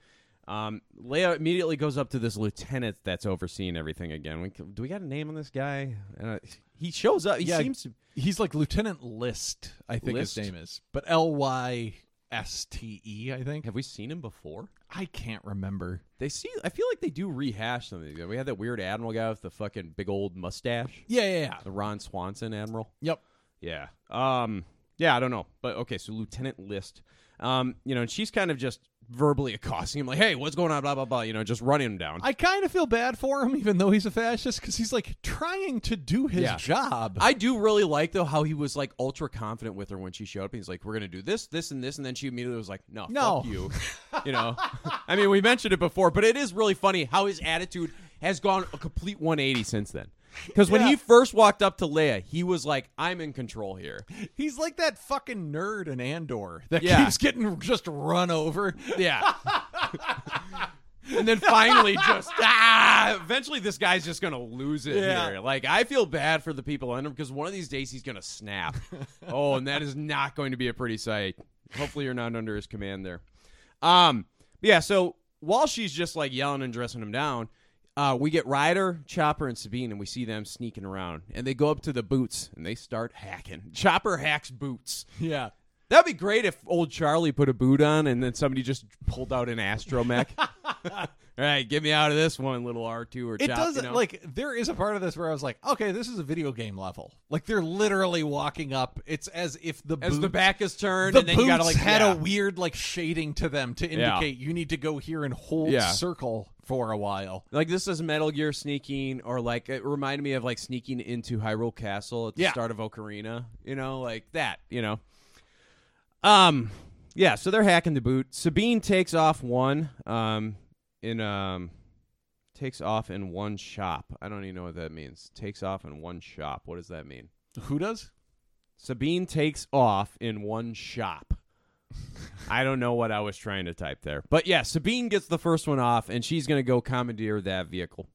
[SPEAKER 7] Um, Leia immediately goes up to this lieutenant that's overseeing everything again. We, do we got a name on this guy? Uh, he shows up. He
[SPEAKER 6] Yeah,
[SPEAKER 7] seems to.
[SPEAKER 6] He's like Lieutenant List, I think
[SPEAKER 7] List?
[SPEAKER 6] his name is, but L Y S T E, I think.
[SPEAKER 7] Have we seen him before?
[SPEAKER 6] I can't remember.
[SPEAKER 7] They see. I feel like they do rehash some of these. We had that weird admiral guy with the fucking big old mustache.
[SPEAKER 6] Yeah, yeah, yeah.
[SPEAKER 7] The Ron Swanson admiral.
[SPEAKER 6] Yep.
[SPEAKER 7] Yeah. Um. Yeah, I don't know, but okay. So Lieutenant List, um, you know, and she's kind of just verbally accosting him, like, "Hey, what's going on?" Blah blah blah. You know, just running him down.
[SPEAKER 6] I kind of feel bad for him, even though he's a fascist, because he's like trying to do his
[SPEAKER 7] Yeah.
[SPEAKER 6] job.
[SPEAKER 7] I do really like though how he was like ultra confident with her when she showed up. He's like, "We're gonna do this, this, and this," and then she immediately was like, "No,
[SPEAKER 6] No.
[SPEAKER 7] fuck you." you know, I mean, we mentioned it before, but it is really funny how his attitude has gone a complete 180 since then. Because when
[SPEAKER 6] Yeah.
[SPEAKER 7] he first walked up to Leia, he was like, "I'm in control here."
[SPEAKER 6] He's like that fucking nerd in Andor that
[SPEAKER 7] Yeah.
[SPEAKER 6] keeps getting just run over.
[SPEAKER 7] Yeah. and then finally just ah eventually this guy's just gonna lose it
[SPEAKER 6] Yeah.
[SPEAKER 7] here. Like I feel bad for the people under him because one of these days he's gonna snap. oh, and that is not going to be a pretty sight. Hopefully you're not under his command there. Um but yeah, so while she's just like yelling and dressing him down, uh, we get Ryder, Chopper, and Sabine, and we see them sneaking around. And they go up to the boots and they start hacking. Chopper hacks boots.
[SPEAKER 6] Yeah.
[SPEAKER 7] That'd be great if old Charlie put a boot on and then somebody just pulled out an astromech. All right, get me out of this one, little R two or
[SPEAKER 6] It
[SPEAKER 7] chop,
[SPEAKER 6] doesn't
[SPEAKER 7] you know?
[SPEAKER 6] like there is a part of this where I was like, okay, this is a video game level. Like they're literally walking up. It's as if the
[SPEAKER 7] as
[SPEAKER 6] boot,
[SPEAKER 7] the back is turned
[SPEAKER 6] the
[SPEAKER 7] and then you gotta
[SPEAKER 6] boots
[SPEAKER 7] like
[SPEAKER 6] had
[SPEAKER 7] yeah.
[SPEAKER 6] a weird like shading to them to
[SPEAKER 7] Yeah.
[SPEAKER 6] indicate you need to go here and hold
[SPEAKER 7] Yeah.
[SPEAKER 6] circle for a while.
[SPEAKER 7] like this is Metal Gear sneaking or like it reminded me of like sneaking into Hyrule Castle at the
[SPEAKER 6] Yeah.
[SPEAKER 7] start of Ocarina, you know, like that, you know. Um, yeah, so they're hacking the boot. Sabine takes off one, um, in um, takes off in one shop. I don't even know what that means. Takes off in one shop. What does that mean?
[SPEAKER 6] Who does?
[SPEAKER 7] Sabine takes off in one shop. I don't know what I was trying to type there, but yeah, Sabine gets the first one off, and she's gonna go commandeer that vehicle.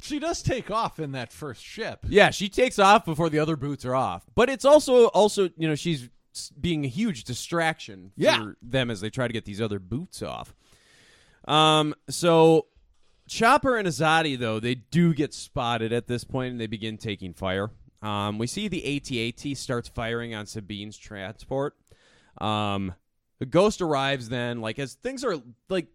[SPEAKER 6] She does take off in that first ship.
[SPEAKER 7] Yeah, she takes off before the other boots are off. But it's also also you know she's s- being a huge distraction for
[SPEAKER 6] Yeah.
[SPEAKER 7] them as they try to get these other boots off. Um, so Chopper and Azadi though they do get spotted at this point and they begin taking fire. Um, we see the AT-AT starts firing on Sabine's transport. Um, the ghost arrives then like as things are like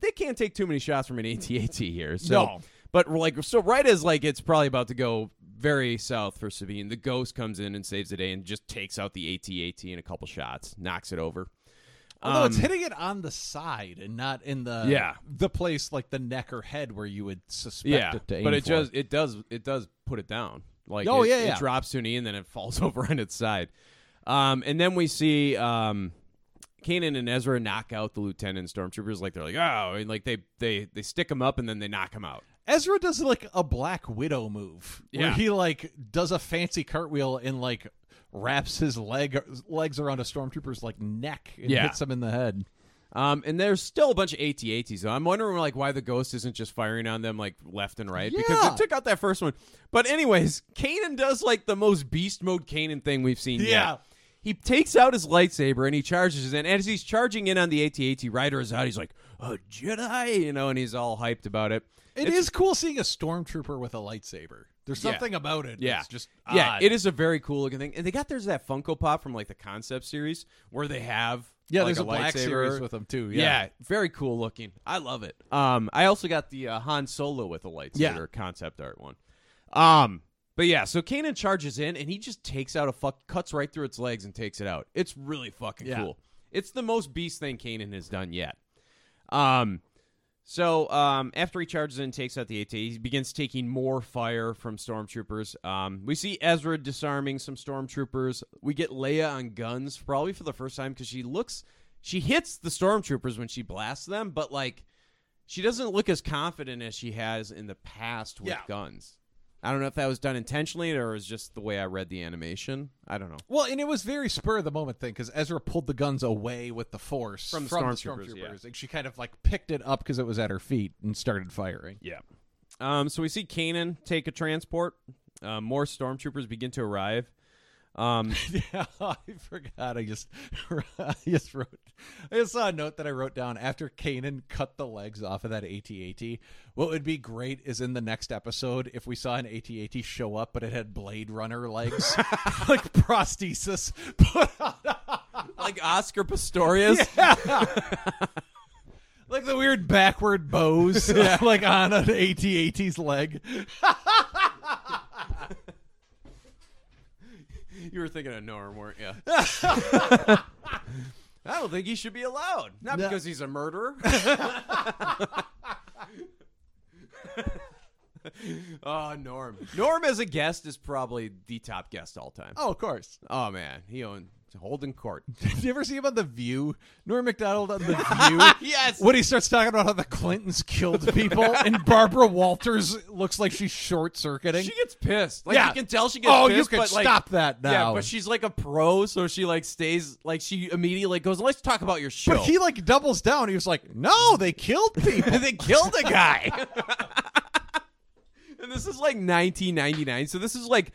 [SPEAKER 7] they can't take too many shots from an AT-AT here. So
[SPEAKER 6] No.
[SPEAKER 7] but we're like so right as like it's probably about to go very south for Sabine, the ghost comes in and saves the day and just takes out the AT-AT in a couple shots, knocks it over.
[SPEAKER 6] Although it's
[SPEAKER 7] Um,
[SPEAKER 6] hitting it on the side and not in the
[SPEAKER 7] Yeah.
[SPEAKER 6] the place like the neck or head where you would suspect
[SPEAKER 7] yeah,
[SPEAKER 6] it to aim
[SPEAKER 7] but it
[SPEAKER 6] for.
[SPEAKER 7] just it does it does put it down. Like
[SPEAKER 6] Oh,
[SPEAKER 7] it,
[SPEAKER 6] yeah,
[SPEAKER 7] it
[SPEAKER 6] yeah.
[SPEAKER 7] drops to an E and then it falls over on its side. Um, and then we see um, Kanan and Ezra knock out the lieutenant stormtroopers. Like they're like, oh, and like they they they stick him up and then they knock him out.
[SPEAKER 6] Ezra does like a Black Widow move where
[SPEAKER 7] Yeah.
[SPEAKER 6] he like does a fancy cartwheel and like wraps his leg legs around a stormtrooper's like neck and
[SPEAKER 7] Yeah.
[SPEAKER 6] hits him in the head.
[SPEAKER 7] Um, and there's still a bunch of AT-ATs. So I'm wondering like why the ghost isn't just firing on them like left and right because
[SPEAKER 6] Yeah.
[SPEAKER 7] it took out that first one. But anyways, Kanan does like the most beast mode Kanan thing we've seen.
[SPEAKER 6] Yeah.
[SPEAKER 7] Yet. He takes out his lightsaber and he charges in. And as he's charging in on the AT-AT, Ryder is out. He's like, "A Jedi," you know, and he's all hyped about it.
[SPEAKER 6] it's, cool seeing a stormtrooper with a lightsaber. There's
[SPEAKER 7] Yeah.
[SPEAKER 6] something about it.
[SPEAKER 7] Yeah,
[SPEAKER 6] that's just
[SPEAKER 7] yeah,
[SPEAKER 6] odd.
[SPEAKER 7] it is a very cool looking thing. And they got there's that Funko Pop from like the concept series where they have
[SPEAKER 6] Yeah,
[SPEAKER 7] like,
[SPEAKER 6] there's a
[SPEAKER 7] a,
[SPEAKER 6] black
[SPEAKER 7] lightsaber.
[SPEAKER 6] series with them, too, yeah.
[SPEAKER 7] yeah, very cool looking. I love it. Um, I also got the uh, Han Solo with a lightsaber
[SPEAKER 6] Yeah.
[SPEAKER 7] concept art one. Um, but yeah, so Kanan charges in and he just takes out a fuck, cuts right through its legs and takes it out. It's really fucking
[SPEAKER 6] Yeah.
[SPEAKER 7] cool. It's the most beast thing Kanan has done yet. Um, so um, after he charges in and takes out the AT, he begins taking more fire from stormtroopers. Um, we see Ezra disarming some stormtroopers. We get Leia on guns, probably for the first time, because she looks, she hits the stormtroopers when she blasts them, but like, she doesn't look as confident as she has in the past with
[SPEAKER 6] Yeah.
[SPEAKER 7] guns. I don't know if that was done intentionally or it was just the way I read the animation. I don't know.
[SPEAKER 6] Well, and it was very spur of the moment thing because Ezra pulled the guns away with the force
[SPEAKER 7] From the stormtroopers, yeah.
[SPEAKER 6] and she kind of like picked it up because it was at her feet and started firing.
[SPEAKER 7] Yeah. Um, so we see Kanan take a transport. Uh, more stormtroopers begin to arrive. Um,
[SPEAKER 6] yeah, I forgot. I just, I just wrote. I just saw a note that I wrote down after Kanan cut the legs off of that AT-AT. What would be great is in the next episode if we saw an AT-AT show up, but it had Blade Runner legs, like prosthesis.
[SPEAKER 7] like Oscar Pistorius.
[SPEAKER 6] like the weird backward bows,
[SPEAKER 7] Yeah.
[SPEAKER 6] like on an AT-AT's leg.
[SPEAKER 7] You were thinking of Norm, weren't you? I don't think he should be allowed. Not
[SPEAKER 6] No.
[SPEAKER 7] because he's a murderer. oh, Norm. Norm as a guest is probably the top guest all time.
[SPEAKER 6] Oh, of course.
[SPEAKER 7] Oh, man, he owned Holden Court.
[SPEAKER 6] Did you ever see him on The View? Norm MacDonald on The View?
[SPEAKER 7] Yes.
[SPEAKER 6] When he starts talking about how the Clintons killed people and Barbara Walters looks like she's short circuiting.
[SPEAKER 7] She gets pissed. Like
[SPEAKER 6] Yeah.
[SPEAKER 7] you can tell she gets
[SPEAKER 6] Oh,
[SPEAKER 7] pissed.
[SPEAKER 6] you can
[SPEAKER 7] but, like-
[SPEAKER 6] stop that now.
[SPEAKER 7] Yeah, but she's like a pro, so she like stays like she immediately like goes, Let's talk about your show.
[SPEAKER 6] But he like doubles down. He was like, "No, they killed people.
[SPEAKER 7] they killed a guy." and this is like nineteen ninety nine, so this is like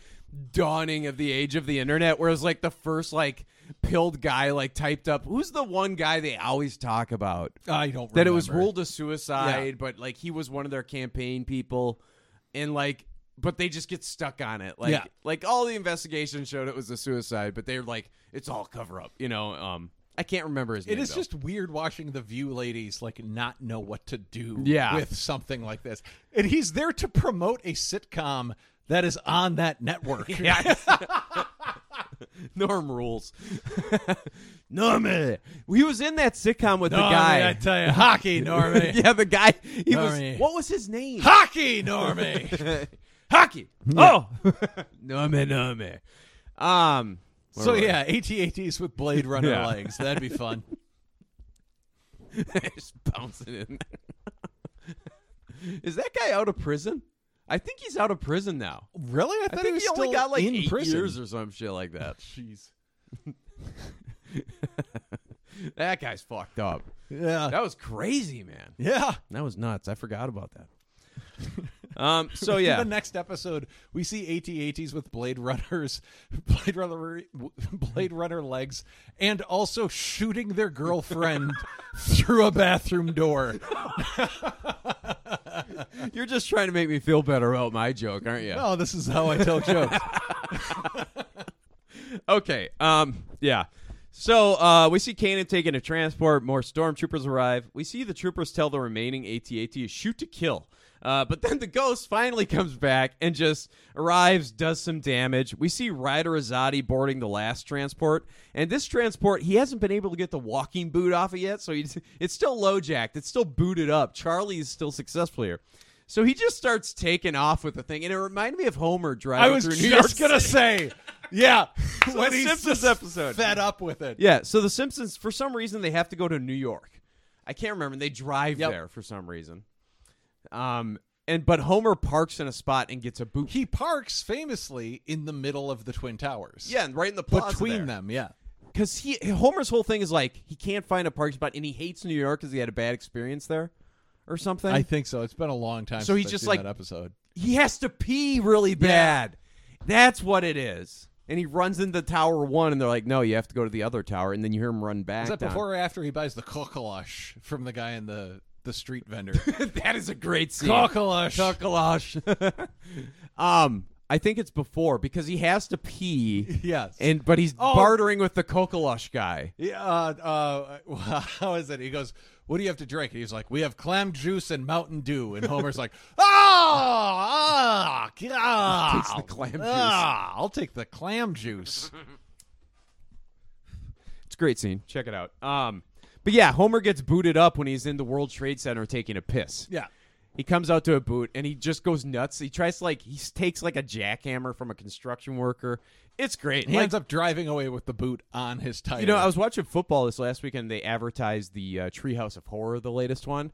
[SPEAKER 7] dawning of the age of the internet, where it was like the first like pilled guy like typed up who's the one guy they always talk about?
[SPEAKER 6] I don't
[SPEAKER 7] that it was
[SPEAKER 6] remember.
[SPEAKER 7] ruled a suicide, but like he was one of their campaign people and like but they just get stuck on it. Like
[SPEAKER 6] Yeah.
[SPEAKER 7] like all the investigations showed it was a suicide, but they're like it's all cover up, you know. Um I can't remember his name.
[SPEAKER 6] It is
[SPEAKER 7] though.
[SPEAKER 6] just weird watching the View ladies like not know what to do
[SPEAKER 7] Yeah.
[SPEAKER 6] with something like this. And he's there to promote a sitcom that is on that network.
[SPEAKER 7] Yeah. Norm rules. Normie. He was in that sitcom with the
[SPEAKER 6] Normie,
[SPEAKER 7] guy.
[SPEAKER 6] I tell you, hockey, Normie.
[SPEAKER 7] yeah, the guy. He
[SPEAKER 6] Normie.
[SPEAKER 7] was. What was his name?
[SPEAKER 6] Hockey, Normie.
[SPEAKER 7] hockey.
[SPEAKER 6] Yeah.
[SPEAKER 7] Oh, Normie, Normie. Um. where
[SPEAKER 6] so
[SPEAKER 7] were we?
[SPEAKER 6] yeah, AT-ATs with Blade Runner
[SPEAKER 7] Yeah.
[SPEAKER 6] legs. That'd be fun.
[SPEAKER 7] just bouncing in. Is that guy out of prison? I think he's out of prison now.
[SPEAKER 6] Really? I thought he
[SPEAKER 7] think
[SPEAKER 6] was
[SPEAKER 7] he only
[SPEAKER 6] still
[SPEAKER 7] got like
[SPEAKER 6] in
[SPEAKER 7] eight
[SPEAKER 6] prison.
[SPEAKER 7] years or some shit like that. Jeez. that guy's fucked up.
[SPEAKER 6] Yeah.
[SPEAKER 7] That was crazy, man.
[SPEAKER 6] Yeah.
[SPEAKER 7] That was nuts. I forgot about that. um. So yeah.
[SPEAKER 6] the next episode we see AT-ATs with Blade Runners, Blade Runner, Blade Runner legs, and also shooting their girlfriend through a bathroom door.
[SPEAKER 7] You're just trying to make me feel better about my joke, aren't you?
[SPEAKER 6] Oh, this is how I tell jokes.
[SPEAKER 7] okay. Um. Yeah. So uh, we see Kanan taking a transport. More stormtroopers arrive. We see the troopers tell the remaining AT-AT to shoot to kill. Uh, but then the ghost finally comes back and just arrives, does some damage. We see Ryder Azadi boarding the last transport, and this transport he hasn't been able to get the walking boot off of yet, so he's, it's still low jacked. It's still booted up. Charlie is still successful here, so he just starts taking off with the thing, and it reminded me of Homer driving.
[SPEAKER 6] I was
[SPEAKER 7] through New York
[SPEAKER 6] just gonna
[SPEAKER 7] City.
[SPEAKER 6] say Yeah.
[SPEAKER 7] So
[SPEAKER 6] when
[SPEAKER 7] the
[SPEAKER 6] he's
[SPEAKER 7] Simpsons
[SPEAKER 6] just
[SPEAKER 7] episode.
[SPEAKER 6] Fed up with it.
[SPEAKER 7] Yeah, so the Simpsons, for some reason, they have to go to New York. I can't remember. and They drive there for some reason. Um, and but Homer parks in a spot and gets a boot.
[SPEAKER 6] He parks famously in the middle of the Twin Towers.
[SPEAKER 7] Yeah, and right in the plaza
[SPEAKER 6] Between
[SPEAKER 7] there.
[SPEAKER 6] them, yeah.
[SPEAKER 7] Because he Homer's whole thing is like he can't find a parking spot and he hates New York because he had a bad experience there, or something.
[SPEAKER 6] I think so. It's been a long time.
[SPEAKER 7] So
[SPEAKER 6] since
[SPEAKER 7] he
[SPEAKER 6] I've
[SPEAKER 7] just
[SPEAKER 6] seen
[SPEAKER 7] like
[SPEAKER 6] that episode.
[SPEAKER 7] He has to pee really bad. That's what it is. And he runs into Tower One, and they're like, "No, you have to go to the other tower." And then you hear him run back.
[SPEAKER 6] Is that
[SPEAKER 7] down.
[SPEAKER 6] before or after he buys the cockalosh from the guy in the the street vendor?
[SPEAKER 7] that is a great scene.
[SPEAKER 6] Cockalosh.
[SPEAKER 7] Cockalosh. um, I think it's before because he has to pee.
[SPEAKER 6] Yes.
[SPEAKER 7] And but he's
[SPEAKER 6] Oh.
[SPEAKER 7] bartering with the cockalosh guy.
[SPEAKER 6] Yeah, uh, uh, how is it? He goes, "What do you have to drink?" And he's like, "We have clam juice and Mountain Dew." And Homer's like, "Ah, ah, ah
[SPEAKER 7] Takes the clam juice.
[SPEAKER 6] Ah, I'll take the clam juice."
[SPEAKER 7] It's a great scene. Check it out. Um, but yeah, Homer gets booted up when he's in the World Trade Center taking a piss.
[SPEAKER 6] Yeah.
[SPEAKER 7] He comes out to a boot and he just goes nuts. He tries to like he takes like a jackhammer from a construction worker. It's great.
[SPEAKER 6] He
[SPEAKER 7] Like,
[SPEAKER 6] ends up driving away with the boot on his tire.
[SPEAKER 7] You know, I was watching football this last weekend. They advertised the uh, Treehouse of Horror, the latest one,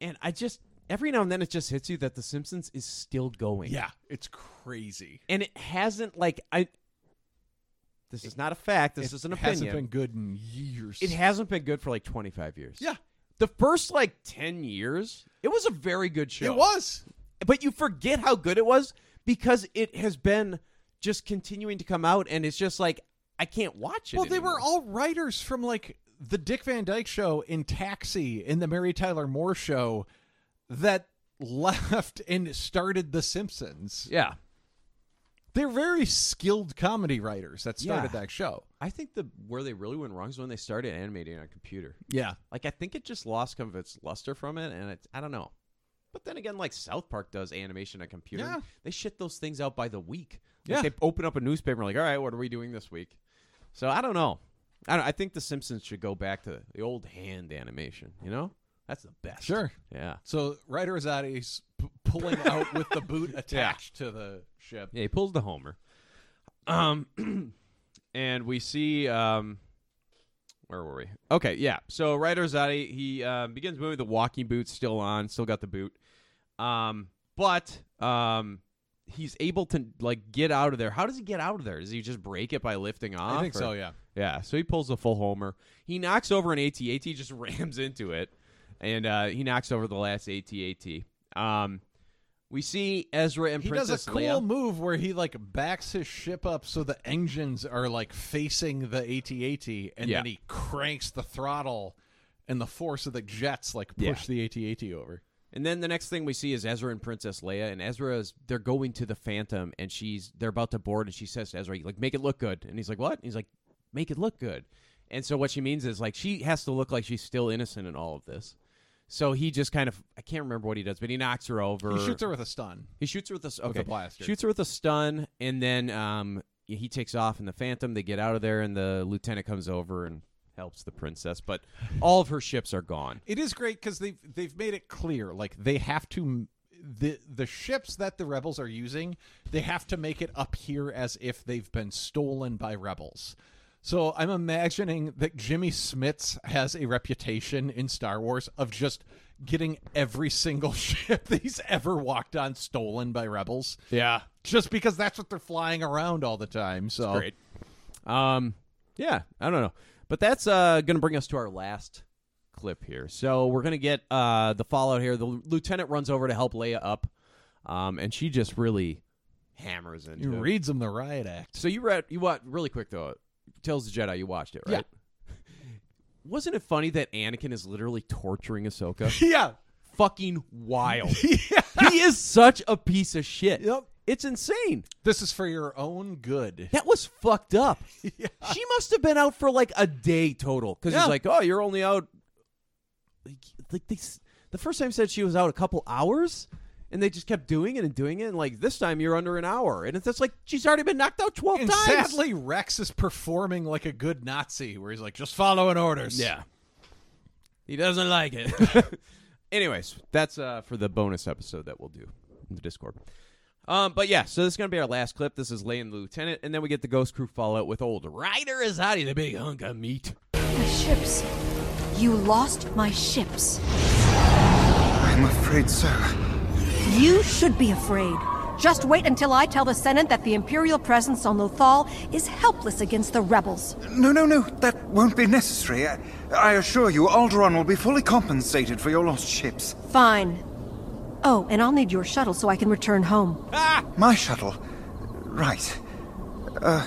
[SPEAKER 7] and I just every now and then it just hits you that The Simpsons is still going.
[SPEAKER 6] yeah, it's crazy.
[SPEAKER 7] and it hasn't like I. This is not a fact. This
[SPEAKER 6] It
[SPEAKER 7] is an opinion.
[SPEAKER 6] hasn't been good in years.
[SPEAKER 7] It hasn't been good for like twenty five years.
[SPEAKER 6] Yeah.
[SPEAKER 7] the first like ten years, it was a very good show.
[SPEAKER 6] It was.
[SPEAKER 7] but you forget how good it was because it has been just continuing to come out, and it's just like I can't watch it.
[SPEAKER 6] Well, they
[SPEAKER 7] anymore.
[SPEAKER 6] were all writers from like the Dick Van Dyke Show in Taxi, in the Mary Tyler Moore Show, that left and started The Simpsons.
[SPEAKER 7] Yeah.
[SPEAKER 6] They're very skilled comedy writers that started
[SPEAKER 7] Yeah.
[SPEAKER 6] that show.
[SPEAKER 7] I think the where they really went wrong is when they started animating on a computer.
[SPEAKER 6] Yeah.
[SPEAKER 7] Like I think it just lost some of its luster from it, and it's I don't know. But then again, like South Park does animation on computer,
[SPEAKER 6] Yeah.
[SPEAKER 7] they shit those things out by the week. Like,
[SPEAKER 6] Yeah.
[SPEAKER 7] they open up a newspaper, like, all right, what are we doing this week? So I don't know. I don't, I think The Simpsons should go back to the old hand animation. You know, that's the best.
[SPEAKER 6] Sure.
[SPEAKER 7] Yeah.
[SPEAKER 6] So Ryder Azadi's p- pulling out with the boot attached to the ship.
[SPEAKER 7] Yeah, he pulls the homer. Um, and we see um, where were we? Okay, yeah. So Ryder Zadi he uh, begins moving the walking boots still on, still got the boot. Um, but um, he's able to like get out of there. How does he get out of there? Does he just break it by lifting off?
[SPEAKER 6] think
[SPEAKER 7] or-
[SPEAKER 6] so, yeah.
[SPEAKER 7] Yeah. So he pulls the full homer. He knocks over an AT-AT, just rams into it, and uh, he knocks over the last AT-AT. Um, we see Ezra and
[SPEAKER 6] He
[SPEAKER 7] Princess
[SPEAKER 6] does a cool
[SPEAKER 7] Leia.
[SPEAKER 6] move where he like backs his ship up so the engines are like facing the AT-AT, and
[SPEAKER 7] Yeah.
[SPEAKER 6] then he cranks the throttle, and the force of the jets like push the AT-AT over.
[SPEAKER 7] And then the next thing we see is Ezra and Princess Leia, and Ezra is they're going to the Phantom, and she's they're about to board, and she says to Ezra, like, make it look good, and he's like, what? And he's like, make it look good, and so what she means is like she has to look like she's still innocent in all of this, so he just kind of I can't remember what he does, but he knocks her over.
[SPEAKER 6] He shoots her with a stun.
[SPEAKER 7] He shoots her with a s- okay.
[SPEAKER 6] With a blaster.
[SPEAKER 7] Shoots her with a stun, and then um, he takes off in the Phantom. They get out of there, and the lieutenant comes over and helps the princess, but all of her ships are gone.
[SPEAKER 6] It is great because they've they've made it clear like they have to the the ships that the rebels are using they have to make it up here as if they've been stolen by rebels. So I'm imagining that Jimmy Smits has a reputation in Star Wars of just getting every single ship that he's ever walked on stolen by rebels.
[SPEAKER 7] Yeah.
[SPEAKER 6] Just because that's what they're flying around all the time. So
[SPEAKER 7] Great. Um, yeah, I don't know, but that's uh gonna bring us to our last clip here. So we're gonna get uh the fallout here. The lieutenant runs over to help Leia up, um, and she just really hammers into.
[SPEAKER 6] he
[SPEAKER 7] it.
[SPEAKER 6] reads them the riot act.
[SPEAKER 7] So you read you what really quick though. Tales of the Jedi, you watched it, right? Wasn't it funny that Anakin is literally torturing Ahsoka?
[SPEAKER 6] yeah.
[SPEAKER 7] Fucking wild. He is such a piece of shit. Yep. It's insane.
[SPEAKER 6] This is for your own good.
[SPEAKER 7] That was fucked up. She must have been out for like a day total because
[SPEAKER 6] Yeah.
[SPEAKER 7] he's like, oh, you're only out. Like, like this, the first time he said she was out a couple hours, and they just kept doing it and doing it. And like this time, you're under an hour, and it's just like she's already been knocked out twelve
[SPEAKER 6] And
[SPEAKER 7] times.
[SPEAKER 6] sadly, Rex is performing like a good Nazi, where he's like, "Just following orders."
[SPEAKER 7] Yeah. He doesn't like it. Anyways, that's uh, for the bonus episode that we'll do in the Discord. Um, but yeah, so this is gonna be our last clip. This is Lay and the Lieutenant, and then we get the Ghost Crew fallout with old Ryder Azadi, the big hunk of meat.
[SPEAKER 16] My ships. You lost my ships.
[SPEAKER 15] I'm afraid so.
[SPEAKER 16] You should be afraid. Just wait until I tell the Senate that the Imperial presence on Lothal is helpless against the rebels.
[SPEAKER 15] No, no, no, that won't be necessary. I, I assure you, Alderaan will be fully compensated for your lost ships.
[SPEAKER 16] Fine. Oh, and I'll need your shuttle so I can return home.
[SPEAKER 15] My shuttle. Right. Uh,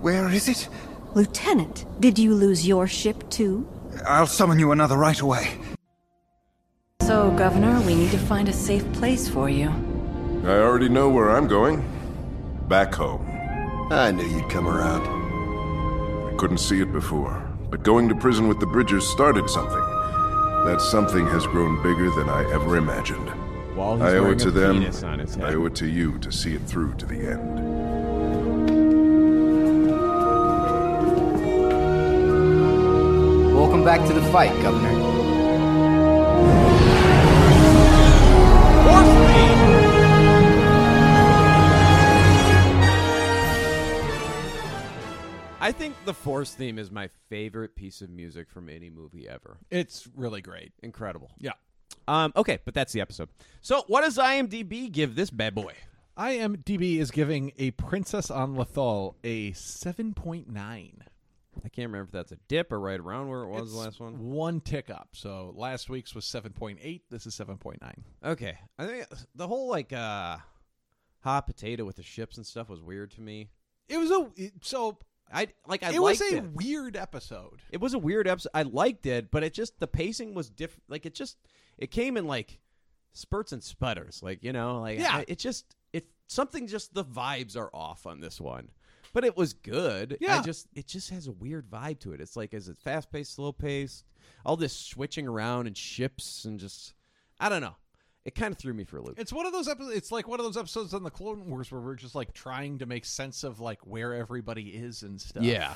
[SPEAKER 15] where is it?
[SPEAKER 16] Lieutenant, did you lose your ship too?
[SPEAKER 15] I'll summon you another right away.
[SPEAKER 20] So, Governor, we need to find a safe place for you.
[SPEAKER 14] I already know where I'm going. Back home.
[SPEAKER 13] I knew you'd come around.
[SPEAKER 14] I couldn't see it before, but going to prison with the Bridgers started something. That something has grown bigger than I ever imagined.
[SPEAKER 7] While he's
[SPEAKER 14] I owe
[SPEAKER 7] wearing
[SPEAKER 14] it to
[SPEAKER 7] a
[SPEAKER 14] them.
[SPEAKER 7] penis on his
[SPEAKER 14] I
[SPEAKER 7] head.
[SPEAKER 14] owe it to you to see it through to the end.
[SPEAKER 18] Welcome back to the fight, Governor.
[SPEAKER 7] I think the Force theme is my favorite piece of music from any movie ever.
[SPEAKER 6] It's really great.
[SPEAKER 7] Incredible.
[SPEAKER 6] Yeah.
[SPEAKER 7] Um, okay, but that's the episode. So, what does IMDb give this bad boy?
[SPEAKER 6] IMDb is giving A Princess on Lethal a 7.9.
[SPEAKER 7] I can't remember if that's a dip or right around where it was
[SPEAKER 6] It's
[SPEAKER 7] the last one.
[SPEAKER 6] One tick up. So last week's was 7.8. This is 7.9.
[SPEAKER 7] Okay, I think the whole like uh hot potato with the ships and stuff was weird to me.
[SPEAKER 6] It was a it- so
[SPEAKER 7] I like I
[SPEAKER 6] it was
[SPEAKER 7] liked
[SPEAKER 6] a
[SPEAKER 7] it.
[SPEAKER 6] weird episode.
[SPEAKER 7] It was a weird episode. I liked it, but it just the pacing was different. Like it just it came in like spurts and sputters. Like you know, like
[SPEAKER 6] Yeah.
[SPEAKER 7] I- it just it something just the vibes are off on this one. But it was good.
[SPEAKER 6] Yeah.
[SPEAKER 7] I just it just has a weird vibe to it. It's like is it fast paced, slow paced, all this switching around and ships and just I don't know. It kind of threw me for a loop.
[SPEAKER 6] It's one of those episodes. It's like one of those episodes on the Clone Wars where we're just like trying to make sense of like where everybody is and stuff.
[SPEAKER 7] Yeah.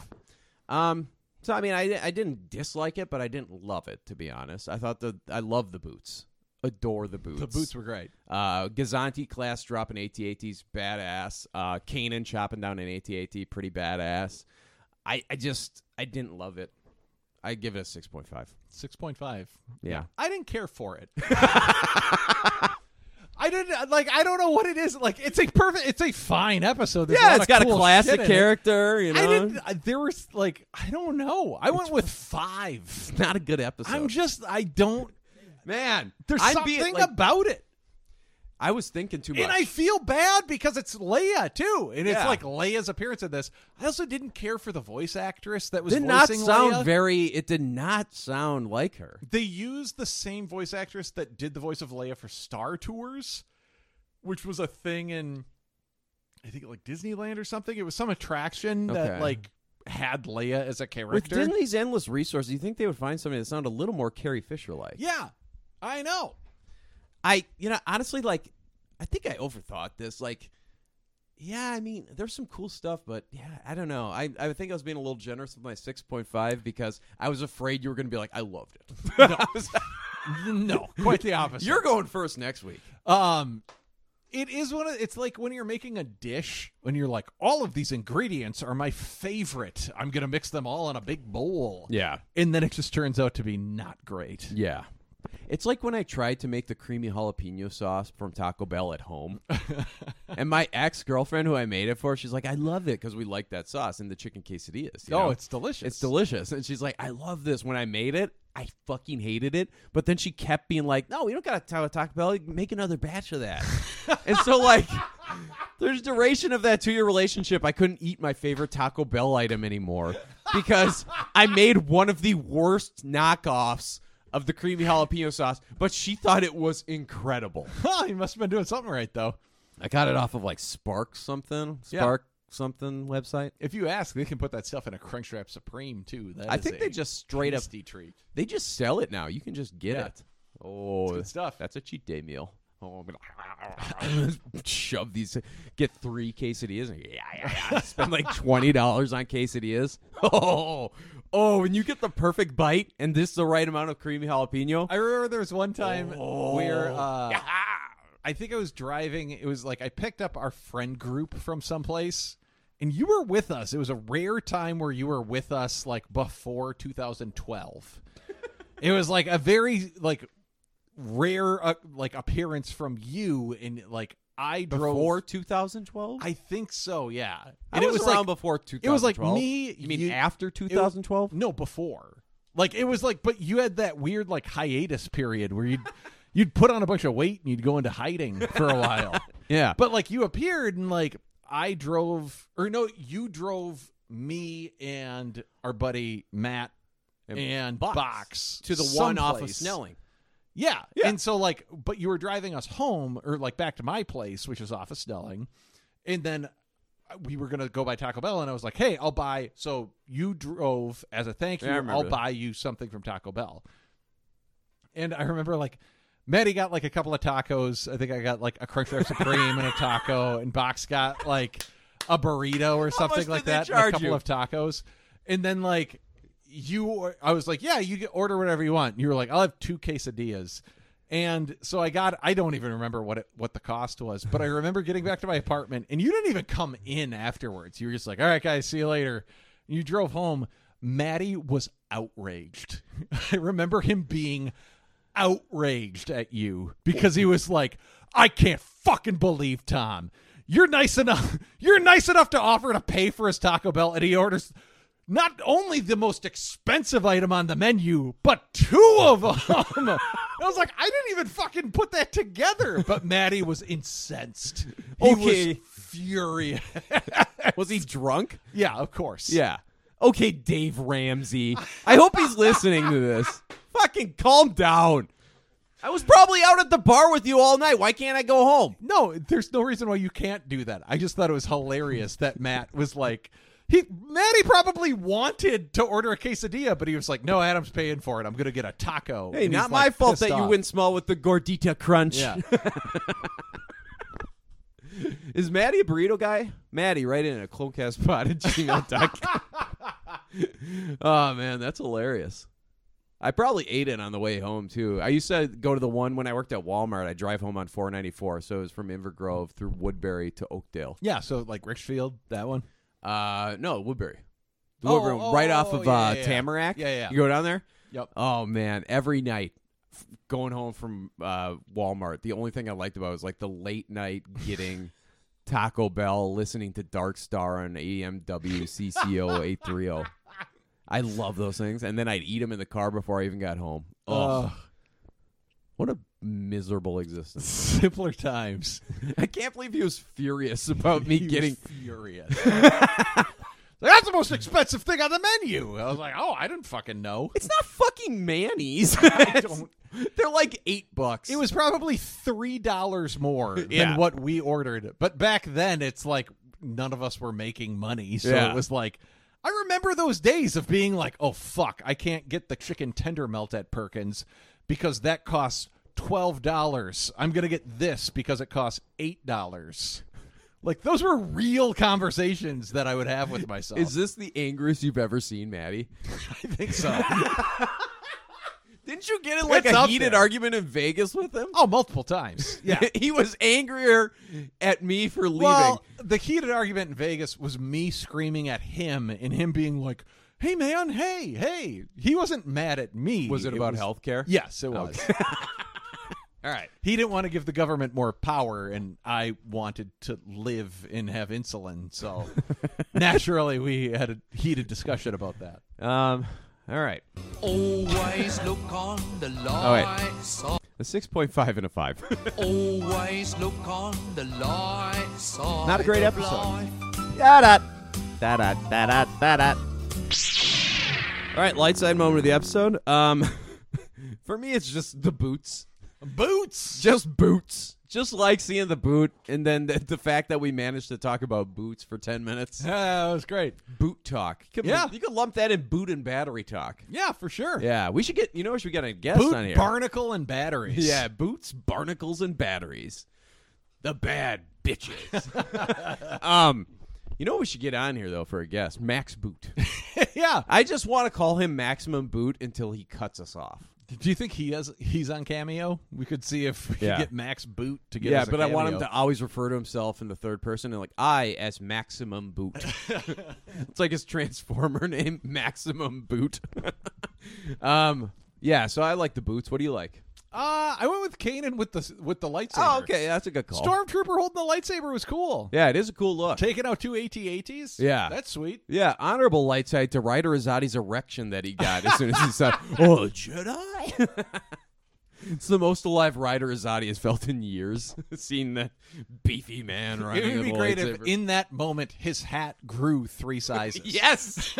[SPEAKER 7] Um. So I mean, I I didn't dislike it, but I didn't love it to be honest. I thought the I love the boots, adore the boots.
[SPEAKER 6] The boots were great.
[SPEAKER 7] Uh, Gazanti class dropping AT-ATs, badass. Uh, Kanan chopping down an AT-AT, pretty badass. I I just I didn't love it. I give it a six point five.
[SPEAKER 6] Six point five.
[SPEAKER 7] Yeah.
[SPEAKER 6] I didn't care for it. I didn't like. I don't know what it is. Like, it's a perfect. It's a fine episode. There's a
[SPEAKER 7] Yeah,
[SPEAKER 6] lot
[SPEAKER 7] it's
[SPEAKER 6] of
[SPEAKER 7] got a
[SPEAKER 6] cool
[SPEAKER 7] classic
[SPEAKER 6] shit in it.
[SPEAKER 7] character, you
[SPEAKER 6] I
[SPEAKER 7] know?
[SPEAKER 6] didn't. I- There was like. I don't know. I went with five.
[SPEAKER 7] It's not a good episode.
[SPEAKER 6] I'm just. I don't.
[SPEAKER 7] Man,
[SPEAKER 6] There's
[SPEAKER 7] I'm
[SPEAKER 6] something
[SPEAKER 7] being, like-
[SPEAKER 6] about it,
[SPEAKER 7] I was thinking too much.
[SPEAKER 6] and I feel bad because it's Leia too, and it's
[SPEAKER 7] Yeah.
[SPEAKER 6] like Leia's appearance in this. I also didn't care for the voice actress that was
[SPEAKER 7] did not
[SPEAKER 6] voicing
[SPEAKER 7] sound
[SPEAKER 6] Leia.
[SPEAKER 7] very. It did not sound like her.
[SPEAKER 6] They used the same voice actress that did the voice of Leia for Star Tours, which was a thing in I think like Disneyland or something. It was some attraction that
[SPEAKER 7] Okay.
[SPEAKER 6] like had Leia as a
[SPEAKER 7] With
[SPEAKER 6] character.
[SPEAKER 7] Disney's endless resources, you think they would find somebody that sounded a little more Carrie Fisher like?
[SPEAKER 6] yeah. I know.
[SPEAKER 7] I you know honestly like I think I overthought this like yeah I mean there's some cool stuff but yeah I don't know I I think I was being a little generous with my 6.5 because I was afraid you were going to be like I loved it I was-
[SPEAKER 6] No, quite the opposite.
[SPEAKER 7] you're going first next week
[SPEAKER 6] Um it is one of it's like when you're making a dish when you're like all of these ingredients are my favorite. I'm going to mix them all in a big bowl.
[SPEAKER 7] yeah
[SPEAKER 6] And then it just turns out to be not great.
[SPEAKER 7] yeah it's like when I tried to make the creamy jalapeno sauce from Taco Bell at home and my ex-girlfriend who I made it for she's like I love it because we like that sauce and the chicken quesadillas you
[SPEAKER 6] Oh,
[SPEAKER 7] know?
[SPEAKER 6] it's delicious.
[SPEAKER 7] It's delicious. And she's like, I love this. When I made it, I fucking hated it. But then she kept being like, no, we don't got to Taco Bell. Make another batch of that. and so, like, there's duration of that two-year relationship. I couldn't eat my favorite Taco Bell item anymore because I made one of the worst knockoffs of the creamy jalapeno sauce, but she thought it was incredible.
[SPEAKER 6] Oh, you must have been doing something right though.
[SPEAKER 7] I got it off of like Spark something,
[SPEAKER 6] Yeah.
[SPEAKER 7] Spark something website.
[SPEAKER 6] If you ask, they can put that stuff in a Crunchwrap Supreme too. That
[SPEAKER 7] I
[SPEAKER 6] is
[SPEAKER 7] think
[SPEAKER 6] a
[SPEAKER 7] they just straight up
[SPEAKER 6] tasty treat.
[SPEAKER 7] They just sell it now. You can just get
[SPEAKER 6] Yeah.
[SPEAKER 7] it. Oh,
[SPEAKER 6] good stuff.
[SPEAKER 7] That's a cheat day meal. Oh, I'm gonna shove these. Get three quesadillas. and Yeah, yeah, yeah. Spend like twenty dollars on quesadillas. Oh, oh, and you get the perfect bite, and this is the right amount of creamy jalapeno. Oh.
[SPEAKER 6] I remember there was one time where uh, I think I was driving. It was like I picked up our friend group from someplace, and you were with us. It was a rare time where you were with us, like before 2012. it was like a very like rare uh, like appearance from you, and like I drove
[SPEAKER 7] Before 2012.
[SPEAKER 6] I think so. Yeah,
[SPEAKER 7] I was around before
[SPEAKER 6] It was like
[SPEAKER 7] 2012.
[SPEAKER 6] me.
[SPEAKER 7] You mean after
[SPEAKER 6] it was-
[SPEAKER 7] 2012?
[SPEAKER 6] No, before. Like it was like, but you had that weird like hiatus period where you'd you'd put on a bunch of weight and you'd go into hiding for a while.
[SPEAKER 7] Yeah.
[SPEAKER 6] but like you appeared and like I drove or no, you drove me and our buddy Matt and, Box,
[SPEAKER 7] to the one off of
[SPEAKER 6] someplace.
[SPEAKER 7] Snelling.
[SPEAKER 6] Yeah. And so like but you were driving us home or like back to my place, which is off of Snelling. And then we were gonna go by Taco Bell and I was like, Hey, I'll buy so you drove as a thank you,
[SPEAKER 7] Yeah, I remember
[SPEAKER 6] I'll
[SPEAKER 7] that.
[SPEAKER 6] buy you something from Taco Bell. And I remember like Maddie got like a couple of tacos. I think I got like a Crunchwrap Supreme and a taco, and Box got like a burrito or something
[SPEAKER 7] much
[SPEAKER 6] like
[SPEAKER 7] did they
[SPEAKER 6] that, and a
[SPEAKER 7] charge
[SPEAKER 6] couple
[SPEAKER 7] you?
[SPEAKER 6] of tacos. And then like you, I was like, yeah, you can order whatever you want. And you were like, I'll have two quesadillas. And so I got I don't even remember what it, what the cost was, but I remember getting back to my apartment and you didn't even come in afterwards. You were just like, "All right, guys, see you later." And you drove home. Maddie was outraged. I remember him being outraged at you because he was like, "I can't fucking believe Tom. You're nice enough. You're nice enough to offer to pay for his Taco Bell, and he orders not only the most expensive item on the menu, but two of them." I was like, I didn't even fucking put that together. But Maddie was incensed. He
[SPEAKER 7] Okay.
[SPEAKER 6] was furious.
[SPEAKER 7] was he drunk?
[SPEAKER 6] Yeah, of course.
[SPEAKER 7] Yeah. Okay, Dave Ramsey. I hope he's listening to this. Fucking calm down. I was probably out at the bar with you all night. Why can't I go home?
[SPEAKER 6] No, there's no reason why you can't do that. I just thought it was hilarious that Matt was like, he Maddie probably wanted to order a quesadilla, but he was like, "No, Adam's paying for it. I'm gonna get a taco."
[SPEAKER 7] Hey,
[SPEAKER 6] And he's,
[SPEAKER 7] not my
[SPEAKER 6] like,
[SPEAKER 7] fault
[SPEAKER 6] pissed
[SPEAKER 7] that you
[SPEAKER 6] off.
[SPEAKER 7] went small with the gordita crunch.
[SPEAKER 6] Yeah.
[SPEAKER 7] Is Maddie a burrito guy? Maddie, right in at clonecastpod at gmail.com. oh, man, that's hilarious. I probably ate it on the way home, too. I used to go to the one when I worked at Walmart. I drive home on 494, so it was from Invergrove through Woodbury to Oakdale.
[SPEAKER 6] Yeah, so like Richfield, that one.
[SPEAKER 7] Uh, no, Woodbury. The
[SPEAKER 6] Oh,
[SPEAKER 7] Woodbury,
[SPEAKER 6] oh,
[SPEAKER 7] right off
[SPEAKER 6] oh,
[SPEAKER 7] of
[SPEAKER 6] yeah,
[SPEAKER 7] uh,
[SPEAKER 6] yeah, yeah.
[SPEAKER 7] Tamarack.
[SPEAKER 6] Yeah, yeah.
[SPEAKER 7] You go down there.
[SPEAKER 6] Yep.
[SPEAKER 7] Oh man, every night f- going home from uh, Walmart, the only thing I liked about it was like the late night getting Taco Bell, listening to Dark Star on AMW CCO eight three zero. I love those things, and then I'd eat them in the car before I even got home. Oh,
[SPEAKER 6] Ugh.
[SPEAKER 7] what a miserable existence!
[SPEAKER 6] Simpler times.
[SPEAKER 7] I can't believe he was furious about me
[SPEAKER 6] He was
[SPEAKER 7] getting
[SPEAKER 6] furious. Like, That's the most expensive thing on the menu. I was like, "Oh, I didn't fucking know."
[SPEAKER 7] It's not fucking Manny's. They're like eight bucks.
[SPEAKER 6] It was probably three dollars more
[SPEAKER 7] Yeah.
[SPEAKER 6] than what we ordered. But back then, it's like none of us were making money, so
[SPEAKER 7] Yeah.
[SPEAKER 6] it was like I remember those days of being like, "Oh fuck, I can't get the chicken tender melt at Perkins because that costs twelve dollars. I'm gonna get this because it costs eight dollars." Like those were real conversations that I would have with myself.
[SPEAKER 7] Is this the angriest you've ever seen, Maddie?
[SPEAKER 6] I think so.
[SPEAKER 7] Didn't you get in like
[SPEAKER 6] It's
[SPEAKER 7] a
[SPEAKER 6] up
[SPEAKER 7] heated
[SPEAKER 6] there.
[SPEAKER 7] argument in Vegas with him?
[SPEAKER 6] oh, multiple times. Yeah.
[SPEAKER 7] he was angrier at me for leaving.
[SPEAKER 6] Well, the heated argument in Vegas was me screaming at him and him being like, "Hey man, hey, hey." He wasn't mad at me.
[SPEAKER 7] was it about health healthcare?
[SPEAKER 6] Yes, it was.
[SPEAKER 7] All right.
[SPEAKER 6] he didn't want to give the government more power and I wanted to live and have insulin, so naturally we had a heated discussion about that.
[SPEAKER 7] Um. All right.
[SPEAKER 5] Always look on the
[SPEAKER 7] Oh
[SPEAKER 5] light
[SPEAKER 7] wait.
[SPEAKER 5] side.
[SPEAKER 7] A six point five and a five.
[SPEAKER 5] Always look on the light side.
[SPEAKER 7] Not a great
[SPEAKER 5] of
[SPEAKER 7] episode.
[SPEAKER 5] life.
[SPEAKER 7] Da da da da da da da. All right, light side moment of the episode. Um, for me, it's just the boots.
[SPEAKER 6] Boots.
[SPEAKER 7] just boots. Just like seeing the boot, and then the, the fact that we managed to talk about boots for ten minutes.
[SPEAKER 6] Yeah, that Uh, was great.
[SPEAKER 7] Boot talk. You could-
[SPEAKER 6] Yeah.
[SPEAKER 7] you could lump that in boot and battery talk.
[SPEAKER 6] Yeah, for sure.
[SPEAKER 7] Yeah, we should get. You know, we should get a guest
[SPEAKER 6] Boot,
[SPEAKER 7] on here.
[SPEAKER 6] barnacle and batteries.
[SPEAKER 7] yeah, boots, barnacles, and batteries. The bad bitches. um, you know, what we should get on here though for a guest, Max Boot.
[SPEAKER 6] yeah.
[SPEAKER 7] I just want to call him Maximum Boot until he cuts us off.
[SPEAKER 6] Do you think he has he's on cameo? We could see if we
[SPEAKER 7] Yeah.
[SPEAKER 6] could get Max Boot to get.
[SPEAKER 7] yeah,
[SPEAKER 6] us a
[SPEAKER 7] but I want him
[SPEAKER 6] cameo.
[SPEAKER 7] to always refer to himself in the third person and like I as Maximum Boot. it's like his transformer name, Maximum Boot. um, yeah. So I like the boots. What do you like?
[SPEAKER 6] Uh, I went with Kanan with the with the lightsaber.
[SPEAKER 7] Oh, okay, that's a good call.
[SPEAKER 6] Stormtrooper holding the lightsaber was cool.
[SPEAKER 7] Yeah, it is a cool look.
[SPEAKER 6] Taking out two AT-ATs.
[SPEAKER 7] Yeah,
[SPEAKER 6] that's sweet.
[SPEAKER 7] Yeah, honorable light side to Ryder Azadi's erection that he got as soon as he said, "Oh, should I?" it's the most alive Ryder Azadi has felt in years. Seeing that beefy man running.
[SPEAKER 6] it would be
[SPEAKER 7] with a
[SPEAKER 6] great if
[SPEAKER 7] lightsaber.
[SPEAKER 6] in that moment his hat grew three sizes.
[SPEAKER 7] yes,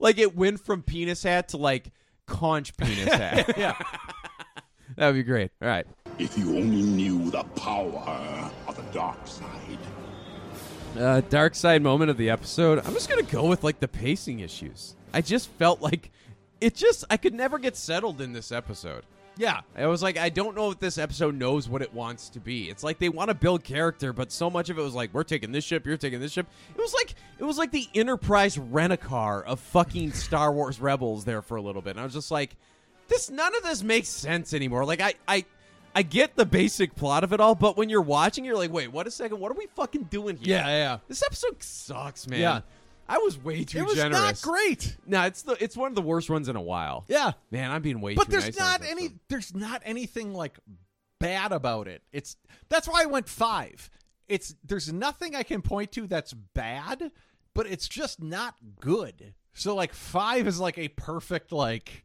[SPEAKER 7] like it went from penis hat to like conch penis hat.
[SPEAKER 6] yeah,
[SPEAKER 7] that would be great. All right.
[SPEAKER 21] If you only knew the power of the dark side.
[SPEAKER 7] Uh, dark side moment of the episode. I'm just gonna go with like the pacing issues. I just felt like it just I could never get settled in this episode.
[SPEAKER 6] Yeah,
[SPEAKER 7] I was like, I don't know if this episode knows what it wants to be. It's like they want to build character, but so much of it was like, we're taking this ship, you're taking this ship. It was like it was like the Enterprise rent a car of fucking Star Wars Rebels there for a little bit, and I was just like, this none of this makes sense anymore. Like I I. I get the basic plot of it all, but when you're watching, you're like, wait, what a second, what are we fucking doing here?
[SPEAKER 6] Yeah, yeah.
[SPEAKER 7] This episode sucks, man.
[SPEAKER 6] Yeah.
[SPEAKER 7] I was way too
[SPEAKER 6] It was not
[SPEAKER 7] generous.
[SPEAKER 6] great.
[SPEAKER 7] No, it's the it's one of the worst ones in a while.
[SPEAKER 6] Yeah.
[SPEAKER 7] Man, I'm being way
[SPEAKER 6] but
[SPEAKER 7] too
[SPEAKER 6] there's
[SPEAKER 7] nice on
[SPEAKER 6] not
[SPEAKER 7] this
[SPEAKER 6] any there's not anything like bad about it it's that's why i went five it's there's nothing i can point to that's bad but it's just not good so like five is like a perfect like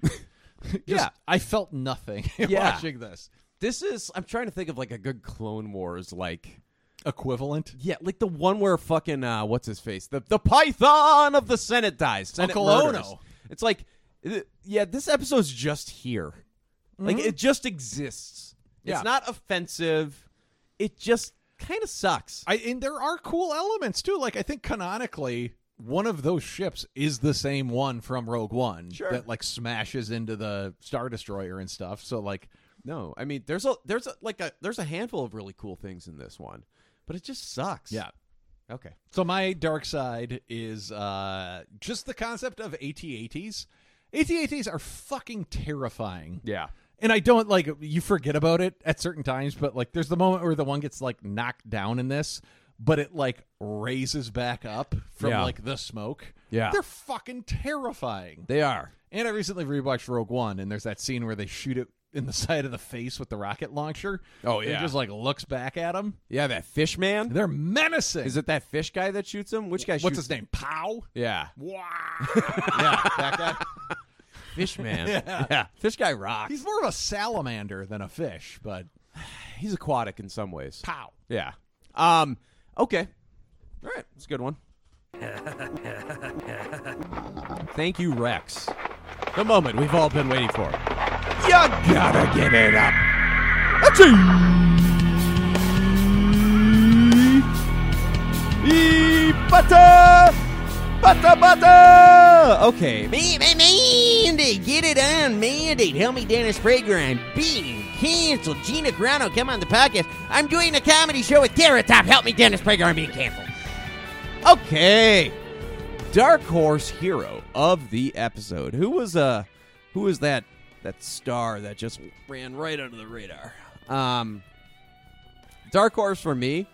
[SPEAKER 6] yeah i felt nothing
[SPEAKER 7] Yeah.
[SPEAKER 6] watching this
[SPEAKER 7] This is I'm trying to think of like a good Clone Wars like
[SPEAKER 6] equivalent.
[SPEAKER 7] Yeah, like the one where fucking uh what's his face? The the Python of the Senate dies. Senate
[SPEAKER 6] Uncle
[SPEAKER 7] murders.
[SPEAKER 6] Ono.
[SPEAKER 7] It's like th- yeah, this episode's just here. Like
[SPEAKER 6] Mhm.
[SPEAKER 7] it just exists.
[SPEAKER 6] Yeah.
[SPEAKER 7] It's not offensive. It just kind of sucks
[SPEAKER 6] i and there are cool elements too like i think canonically one of those ships is the same one from rogue one
[SPEAKER 7] Sure.
[SPEAKER 6] that like smashes into the star destroyer and stuff so like
[SPEAKER 7] no i mean there's a there's a like a there's a handful of really cool things in this one, but it just sucks.
[SPEAKER 6] Yeah.
[SPEAKER 7] Okay.
[SPEAKER 6] So my dark side is uh, just the concept of AT-ATs. AT-ATs are fucking terrifying.
[SPEAKER 7] Yeah.
[SPEAKER 6] And I don't like you forget about it at certain times, but like there's the moment where the one gets like knocked down in this, but it like raises back up from
[SPEAKER 7] Yeah.
[SPEAKER 6] like the smoke.
[SPEAKER 7] Yeah.
[SPEAKER 6] They're fucking terrifying.
[SPEAKER 7] They are.
[SPEAKER 6] And I recently rewatched Rogue One, and there's that scene where they shoot it in the side of the face with the rocket launcher.
[SPEAKER 7] Oh,
[SPEAKER 6] And it
[SPEAKER 7] yeah.
[SPEAKER 6] just like looks back at him.
[SPEAKER 7] Yeah, that fish man.
[SPEAKER 6] They're menacing.
[SPEAKER 7] Is it that fish guy that shoots him? Which guy
[SPEAKER 6] What's
[SPEAKER 7] shoots
[SPEAKER 6] his name? Pow.
[SPEAKER 7] Yeah.
[SPEAKER 6] Wow. yeah, that guy.
[SPEAKER 7] Fish man.
[SPEAKER 6] Yeah.
[SPEAKER 7] Fish guy rocks.
[SPEAKER 6] He's more of a salamander than a fish, but
[SPEAKER 7] he's aquatic in some ways.
[SPEAKER 6] Pow.
[SPEAKER 7] Yeah. Um. Okay. All right. It's a good one. Thank you, Rex. The moment we've all been waiting for. You gotta give it up. Achoo! Butter! Butter, butter! Okay.
[SPEAKER 22] Mandy, get it on, Mandy. Help me, Dennis Prager. I'm being canceled. Gina Carano, come on the podcast. I'm doing a comedy show with Carrot Top. Help me, Dennis Prager. I'm being canceled.
[SPEAKER 7] Okay. Dark Horse hero of the episode. Who was uh who was that that star that just ran right under the radar? Um Dark Horse for me.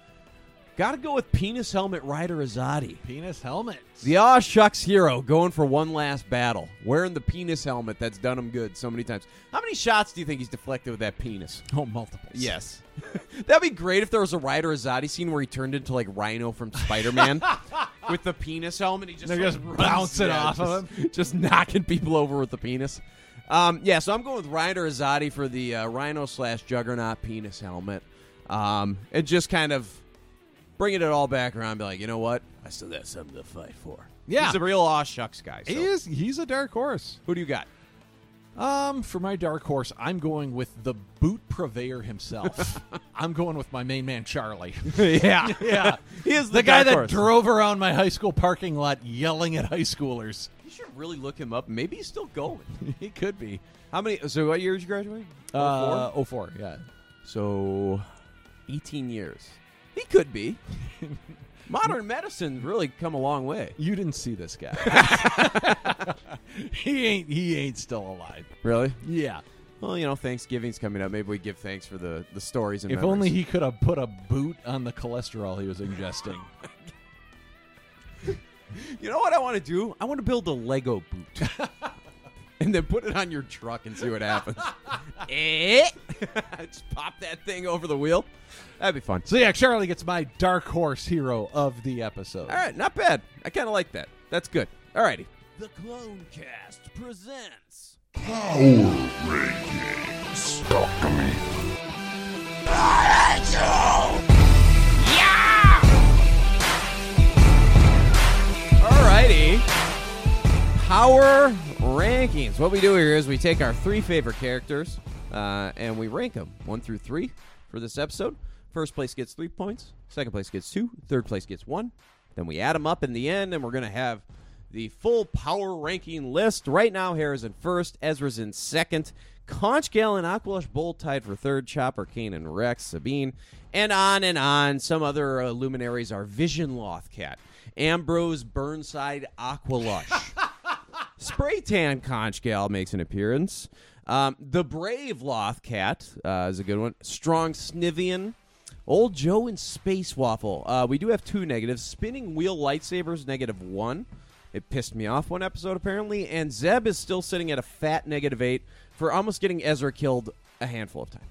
[SPEAKER 7] Gotta go with Penis Helmet Rider Azadi.
[SPEAKER 6] Penis helmet.
[SPEAKER 7] The Aw Shucks hero going for one last battle, wearing the penis helmet that's done him good so many times. How many shots do you think he's deflected with that penis?
[SPEAKER 6] Oh, multiples.
[SPEAKER 7] Yes. That'd be great if there was a Ryder Azadi scene where he turned into like Rhino from Spider Man with the penis helmet. He just,
[SPEAKER 6] They're
[SPEAKER 7] like,
[SPEAKER 6] just
[SPEAKER 7] runs-
[SPEAKER 6] bouncing
[SPEAKER 7] yeah,
[SPEAKER 6] off of
[SPEAKER 7] just- Just knocking people over with the penis. Um, yeah, so I'm going with Ryder Azadi for the uh, Rhino slash Juggernaut penis helmet. Um, and just kind of bringing it all back around, be like, you know what? I still got something to fight for.
[SPEAKER 6] Yeah.
[SPEAKER 7] He's a real aw shucks guy. So.
[SPEAKER 6] He is. He's a dark horse.
[SPEAKER 7] Who do you got?
[SPEAKER 6] Um, for my dark horse, I'm going with the boot purveyor himself. I'm going with my main man Charlie.
[SPEAKER 7] yeah,
[SPEAKER 6] yeah.
[SPEAKER 7] He is the
[SPEAKER 6] guy
[SPEAKER 7] dark
[SPEAKER 6] that
[SPEAKER 7] horse.
[SPEAKER 6] drove around my high school parking lot yelling at high schoolers.
[SPEAKER 7] You should really look him up. Maybe he's still going.
[SPEAKER 6] he could be.
[SPEAKER 7] How many? So what year did you graduate?
[SPEAKER 6] Uh, 04, yeah.
[SPEAKER 7] So, 18 years. He could be. Modern medicine really come a long way.
[SPEAKER 6] You didn't see this guy. he ain't he ain't still alive.
[SPEAKER 7] Really?
[SPEAKER 6] Yeah.
[SPEAKER 7] Well, you know, Thanksgiving's coming up. Maybe we give thanks for the, the stories and
[SPEAKER 6] If only he could have put a boot on the cholesterol he was ingesting.
[SPEAKER 7] You know what I want to do? I want to build a Lego boot. and then put it on your truck and see what happens. eh? Just pop that thing over the wheel. That'd be fun.
[SPEAKER 6] So yeah, Charlie gets my dark horse hero of the episode.
[SPEAKER 7] All right, not bad. I kind of like that. That's good. All righty.
[SPEAKER 5] The Clone Cast presents.
[SPEAKER 21] Power Rankings. Talk to me.
[SPEAKER 7] Alrighty. Power rankings. What we do here is we take our three favorite characters uh, and we rank them one through three for this episode. First place gets three points. Second place gets two. Third place gets one. Then we add them up in the end, and we're going to have the full power ranking list. Right now, Hera's in first. Ezra's in second. Conch Gale and Aqualush Bowl tied for third. Chopper, Kane, and Rex, Sabine, and on and on. Some other uh, luminaries are Vision Lothcat, Ambrose, Burnside, Aqualush. Spray Tan Conch Gal makes an appearance. Um, the Brave Loth Cat uh, is a good one. Strong Snivian. Old Joe and Space Waffle. Uh, we do have two negatives. Spinning Wheel Lightsabers, negative one. It pissed me off one episode, apparently. And Zeb is still sitting at a fat negative eight for almost getting Ezra killed a handful of times.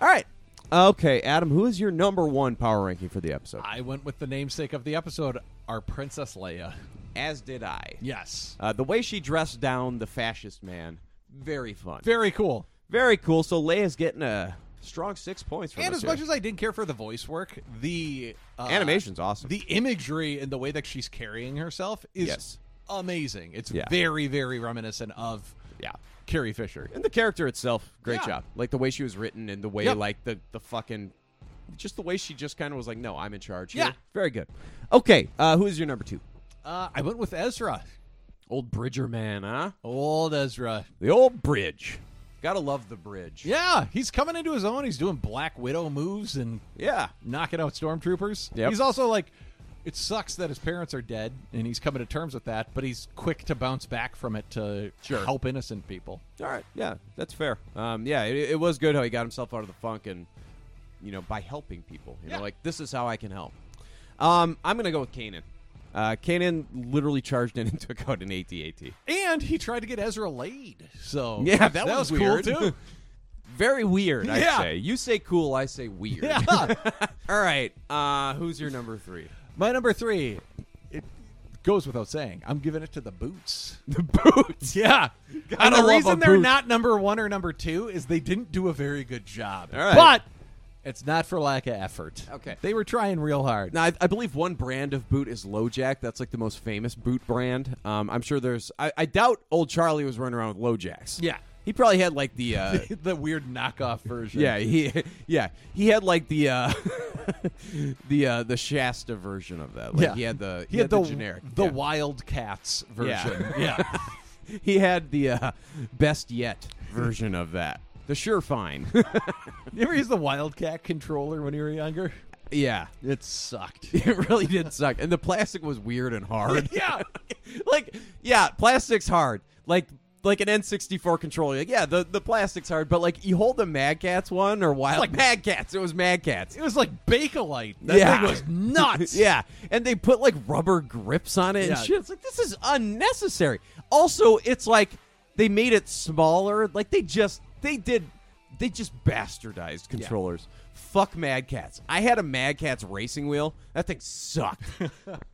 [SPEAKER 7] All right. Okay, Adam, who is your number one power ranking for the episode?
[SPEAKER 6] I went with the namesake of the episode, our Princess Leia.
[SPEAKER 7] As did I.
[SPEAKER 6] Yes.
[SPEAKER 7] Uh, the way she dressed down the fascist man, very fun.
[SPEAKER 6] Very cool.
[SPEAKER 7] Very cool. So Leia's getting a strong six points from
[SPEAKER 6] And
[SPEAKER 7] us
[SPEAKER 6] as much
[SPEAKER 7] here.
[SPEAKER 6] as I didn't care for the voice work, the uh,
[SPEAKER 7] Animation's awesome.
[SPEAKER 6] The imagery and the way that she's carrying herself is
[SPEAKER 7] Yes.
[SPEAKER 6] amazing. It's
[SPEAKER 7] Yeah.
[SPEAKER 6] very, very reminiscent of
[SPEAKER 7] yeah.
[SPEAKER 6] Carrie Fisher.
[SPEAKER 7] And the character itself, great
[SPEAKER 6] Yeah.
[SPEAKER 7] job. Like the way she was written and the way
[SPEAKER 6] Yep.
[SPEAKER 7] like the the fucking just the way she just kind of was like, no, I'm in charge.
[SPEAKER 6] Yeah.
[SPEAKER 7] here. very good. Okay, uh, who is your number two?
[SPEAKER 6] Uh, I went with Ezra,
[SPEAKER 7] Old Bridger man, huh?
[SPEAKER 6] old Ezra.
[SPEAKER 7] The old bridge. Gotta love the bridge.
[SPEAKER 6] Yeah, he's coming into his own. He's doing Black Widow moves and
[SPEAKER 7] Yeah.
[SPEAKER 6] knocking out stormtroopers.
[SPEAKER 7] Yep.
[SPEAKER 6] He's also like, it sucks that his parents are dead, and he's coming to terms with that. But he's quick to bounce back from it to
[SPEAKER 7] Sure.
[SPEAKER 6] help innocent people.
[SPEAKER 7] All right. Yeah, that's fair. Um, yeah, it, it was good how he got himself out of the funk and, you know, by helping people. You know, like, this is how I can help. Um, I'm going to go with Kanan. Uh, Kanan literally charged in and took out an AT-AT.
[SPEAKER 6] And he tried to get Ezra laid. So
[SPEAKER 7] Yeah, that, was, weird.
[SPEAKER 6] cool too.
[SPEAKER 7] Very weird, I'd
[SPEAKER 6] Yeah.
[SPEAKER 7] say. You say cool, I say weird.
[SPEAKER 6] Yeah.
[SPEAKER 7] All right. Uh, who's your number three?
[SPEAKER 6] My number three, it goes without saying, I'm giving it to the boots.
[SPEAKER 7] The boots.
[SPEAKER 6] Yeah.
[SPEAKER 7] Gotta
[SPEAKER 6] And the
[SPEAKER 7] love a
[SPEAKER 6] reason they're
[SPEAKER 7] boot.
[SPEAKER 6] not number one or number two is they didn't do a very good job.
[SPEAKER 7] All right.
[SPEAKER 6] But it's not for lack of effort.
[SPEAKER 7] Okay.
[SPEAKER 6] They were trying real hard.
[SPEAKER 7] Now, I, I believe one brand of boot is LoJack. That's like the most famous boot brand. Um, I'm sure there's. I, I doubt old Charlie was running around with LoJacks.
[SPEAKER 6] Yeah.
[SPEAKER 7] He probably had like the. Uh,
[SPEAKER 6] the weird knockoff version.
[SPEAKER 7] yeah, he yeah he had like the uh, the uh, the Shasta version of that. Like, He had the he, had, the, generic
[SPEAKER 6] the
[SPEAKER 7] yeah.
[SPEAKER 6] Wildcats
[SPEAKER 7] Yeah.
[SPEAKER 6] version. Yeah.
[SPEAKER 7] he had the uh, best yet version of that. The sure fine.
[SPEAKER 6] you ever use the Wildcat controller when you were younger?
[SPEAKER 7] yeah.
[SPEAKER 6] It sucked.
[SPEAKER 7] It really did suck. And the plastic was weird and hard.
[SPEAKER 6] yeah.
[SPEAKER 7] like yeah, plastic's hard. Like like an N64 controller. Like, yeah, the, the plastic's hard, but like you hold the Mad Cats one or Wild
[SPEAKER 6] like-
[SPEAKER 7] Mad Cats. It was Mad Cats.
[SPEAKER 6] It was like Bakelite. That
[SPEAKER 7] yeah.
[SPEAKER 6] thing was nuts.
[SPEAKER 7] yeah. And they put like rubber grips on it
[SPEAKER 6] Yeah.
[SPEAKER 7] and shit. It's like this is unnecessary. Also, it's like they made it smaller. Like they just they did they just bastardized controllers. Fuck Mad Cats. I had a Mad Cats racing wheel. That thing sucked.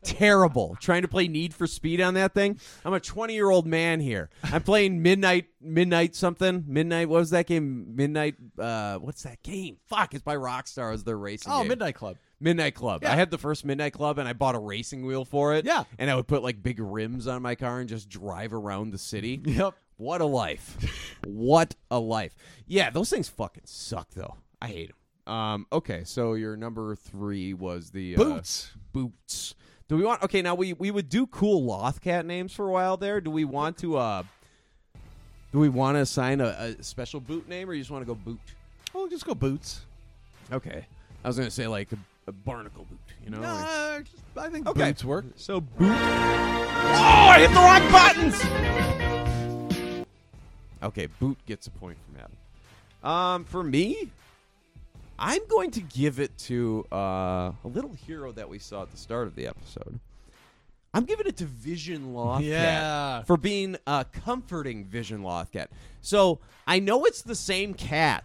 [SPEAKER 7] Terrible. Trying to play Need for Speed on that thing. I'm a 20 year old man here. I'm playing Midnight Midnight something. Midnight. What was that game? Midnight. Uh, what's that game? Fuck. It's by Rockstar. It was their racing.
[SPEAKER 6] Oh,
[SPEAKER 7] game.
[SPEAKER 6] Midnight Club.
[SPEAKER 7] Midnight Club.
[SPEAKER 6] Yeah.
[SPEAKER 7] I had the first Midnight Club and I bought a racing wheel for it.
[SPEAKER 6] Yeah.
[SPEAKER 7] And I would put like big rims on my car and just drive around the city.
[SPEAKER 6] Yep.
[SPEAKER 7] What a life. what a life. Yeah, those things fucking suck though. I hate them. Um, okay, so your number three was the uh,
[SPEAKER 6] Boots.
[SPEAKER 7] boots. Do we want? Okay, now we we would do cool Lothcat names for a while there. Do we want to? uh Do we want to assign a, a special boot name, or you just want to go boot?
[SPEAKER 6] Oh, just go Boots.
[SPEAKER 7] Okay, I was gonna say like a, a barnacle boot. You know. like-
[SPEAKER 6] Nah, just- I think
[SPEAKER 7] Okay.
[SPEAKER 6] Boots work.
[SPEAKER 7] So boot. Oh, I hit the wrong buttons. Okay, Boot gets a point from Adam. Um, for me, I'm going to give it to uh, a little hero that we saw at the start of the episode. I'm giving it to Vision Lothcat
[SPEAKER 6] Yeah.
[SPEAKER 7] for being a comforting Vision Lothcat. So I know it's the same cat,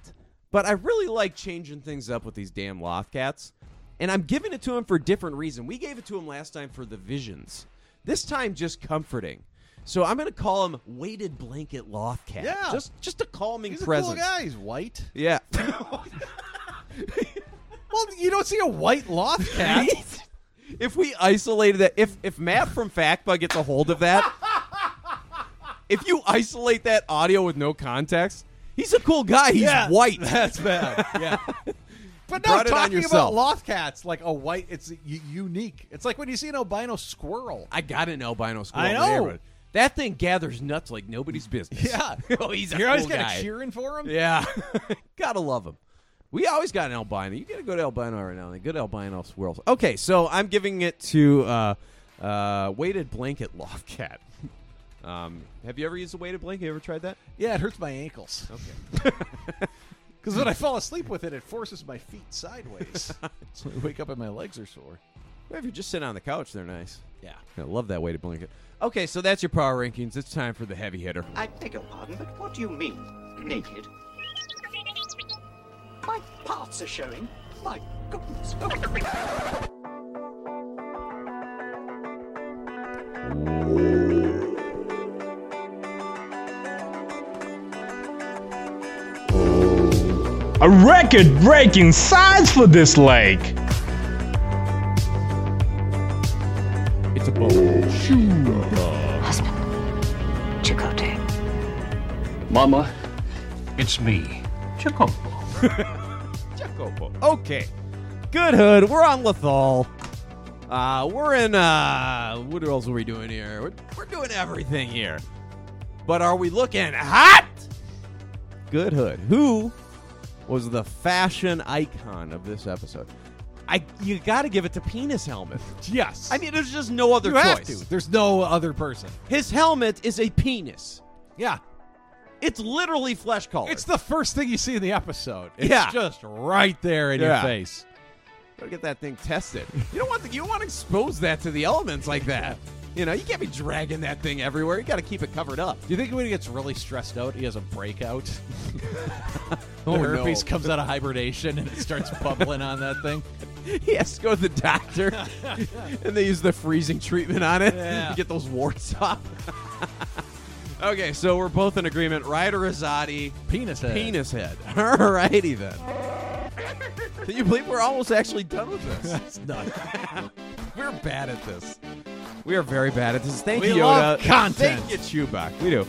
[SPEAKER 7] but I really like changing things up with these damn Lothcats. And I'm giving it to him for a different reason. We gave it to him last time for the visions. This time, just comforting. So I'm going to call him Weighted Blanket Lothcat.
[SPEAKER 6] Yeah.
[SPEAKER 7] Just, just a calming
[SPEAKER 6] He's
[SPEAKER 7] presence.
[SPEAKER 6] a cool guy. He's white.
[SPEAKER 7] Yeah.
[SPEAKER 6] Well, you don't see a white loth cat.
[SPEAKER 7] if we isolated that, if if Matt from Factbug gets a hold of that, if you isolate that audio with no context, he's a cool guy. He's
[SPEAKER 6] Yeah,
[SPEAKER 7] white.
[SPEAKER 6] That's bad. Yeah. But no,
[SPEAKER 7] Brought it on
[SPEAKER 6] talking about
[SPEAKER 7] yourself.
[SPEAKER 6] loth cats, like a white, it's u- unique. It's like when you see an albino squirrel.
[SPEAKER 7] I got an albino squirrel.
[SPEAKER 6] I
[SPEAKER 7] in the
[SPEAKER 6] know.
[SPEAKER 7] neighborhood. That thing gathers nuts like nobody's business.
[SPEAKER 6] Yeah.
[SPEAKER 7] oh, he's a
[SPEAKER 6] You're always
[SPEAKER 7] cool
[SPEAKER 6] kinda
[SPEAKER 7] guy.
[SPEAKER 6] cheering for him.
[SPEAKER 7] Yeah. gotta love him. We always got an albino. You gotta go to albino right now. and then. Good albino swirls. Okay, so I'm giving it to uh, uh, weighted blanket loft cat. Um, have you ever used a weighted blanket? You ever tried that?
[SPEAKER 6] Yeah, it hurts my ankles.
[SPEAKER 7] Okay.
[SPEAKER 6] Because when I fall asleep with it, it forces my feet sideways. so I wake up and my legs are sore.
[SPEAKER 7] If you're just sitting on the couch, they're nice.
[SPEAKER 6] Yeah.
[SPEAKER 7] I love that weighted blanket. Okay, so that's your power rankings. It's time for the heavy hitter.
[SPEAKER 9] I beg your pardon, but what do you mean, naked? My parts are showing. My goodness.
[SPEAKER 10] A record breaking size for this lake.
[SPEAKER 7] It's a bull.
[SPEAKER 5] Husband.
[SPEAKER 2] Chicote.
[SPEAKER 5] Mama.
[SPEAKER 2] It's me, Chocobo.
[SPEAKER 7] Chocobo. Okay. Good hood. We're on Lethal. Uh, we're in, uh, what else are we doing here? We're, we're doing everything here. But are we looking hot? Good hood. Who was the fashion icon of this episode? I you got to give it to Penis Helmet.
[SPEAKER 6] Yes.
[SPEAKER 7] I mean, there's just no other
[SPEAKER 6] You
[SPEAKER 7] choice.
[SPEAKER 6] have to. There's no other person.
[SPEAKER 7] His helmet is a penis.
[SPEAKER 6] Yeah.
[SPEAKER 7] It's literally flesh color.
[SPEAKER 6] It's the first thing you see in the episode. It's
[SPEAKER 7] Yeah.
[SPEAKER 6] just right there in your
[SPEAKER 7] Yeah.
[SPEAKER 6] face.
[SPEAKER 7] Gotta get that thing tested. You don't want to, you don't want to expose that to the elements like that. You know, you can't be dragging that thing everywhere. You got to keep it covered up.
[SPEAKER 6] Do you think when he gets really stressed out, he has a breakout? the
[SPEAKER 7] Oh, no.
[SPEAKER 6] herpes comes out of hibernation and it starts bubbling on that thing.
[SPEAKER 7] He has to go to the doctor, and they use the freezing treatment on it
[SPEAKER 6] Yeah.
[SPEAKER 7] to get those warts up. okay, so we're both in agreement. Ryder Rosati,
[SPEAKER 6] penis head.
[SPEAKER 7] penis head. Alrighty then. Can you believe we're almost actually done with this?
[SPEAKER 6] That's nuts.
[SPEAKER 7] We're bad at this. We are very bad at this. Thank
[SPEAKER 6] We
[SPEAKER 7] you, Yoda.
[SPEAKER 6] love content.
[SPEAKER 7] Thank you, Chewbacca. We do.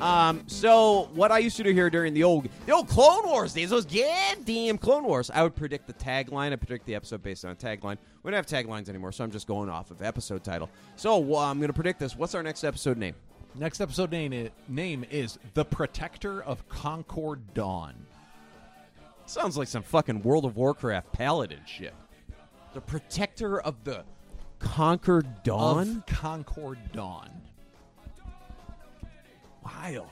[SPEAKER 7] Um, so what I used to do here during the old the old Clone Wars days, those goddamn Clone Wars, I would predict the tagline. I predict the episode based on a tagline. We don't have taglines anymore, so I'm just going off of episode title. So uh, I'm going to predict this. What's our next episode name?
[SPEAKER 6] Next episode name is, name is The Protector of Concord Dawn.
[SPEAKER 7] Sounds like some fucking World of Warcraft paladin shit. The protector of the conquered dawn.
[SPEAKER 6] Of Concord Dawn.
[SPEAKER 7] Wild.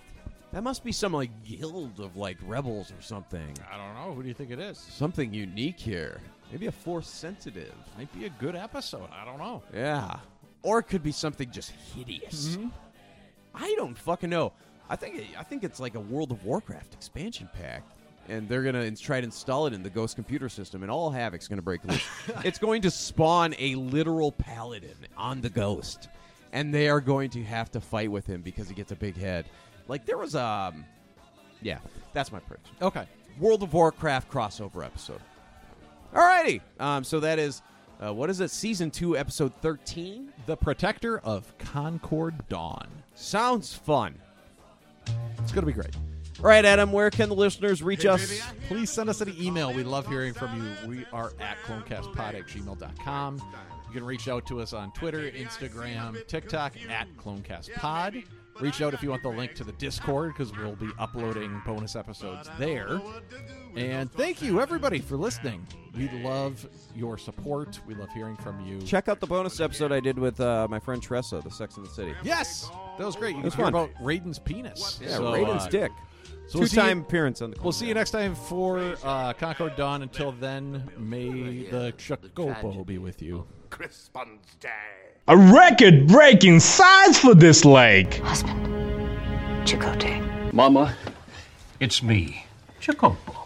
[SPEAKER 7] That must be some like guild of like rebels or something.
[SPEAKER 6] I don't know. Who do you think it is?
[SPEAKER 7] Something unique here. Maybe a force sensitive.
[SPEAKER 6] Might be a good episode. I don't know.
[SPEAKER 7] Yeah. Or it could be something just hideous. I don't fucking know. I think I think it's like a World of Warcraft expansion pack. And they're gonna ins- try to install it in the ghost computer system, and all havoc's gonna break loose. it's going to spawn a literal paladin on the ghost, and they are going to have to fight with him because he gets a big head. Like there was um, yeah, that's my prediction.
[SPEAKER 6] Okay.
[SPEAKER 7] World of Warcraft crossover episode. Alrighty. Um, so that is, uh, what is it? Season 2, episode 13?
[SPEAKER 6] The Protector of Concord Dawn.
[SPEAKER 7] Sounds fun.
[SPEAKER 6] It's going to be great.
[SPEAKER 7] All right, Adam, where can the listeners reach us?
[SPEAKER 6] Please send us an email. We love hearing from you. We are at clonecastpod at gmail.com. You can reach out to us on Twitter, Instagram, TikTok at clonecastpod. reach out if you want the link to the Discord because we'll be uploading bonus episodes there. And thank you, everybody, for listening. We love your support. We love hearing from you.
[SPEAKER 7] Check out the bonus episode I did with uh, my friend Tressa, the Sex in the City.
[SPEAKER 6] Yes, that was great. You
[SPEAKER 7] It
[SPEAKER 6] can
[SPEAKER 7] was
[SPEAKER 6] hear
[SPEAKER 7] fun.
[SPEAKER 6] about Raiden's penis. uh,
[SPEAKER 7] Yeah, Raiden's dick.
[SPEAKER 6] we'll see you-
[SPEAKER 7] Two-time appearance on the
[SPEAKER 6] We'll see you next time for uh, Concord Dawn. Until then, may the Chocobo be with you.
[SPEAKER 23] Crispin's day.
[SPEAKER 13] A record breaking size for this lake.
[SPEAKER 2] Husband. Chicote.
[SPEAKER 23] Mama.
[SPEAKER 2] It's me, Jacopo.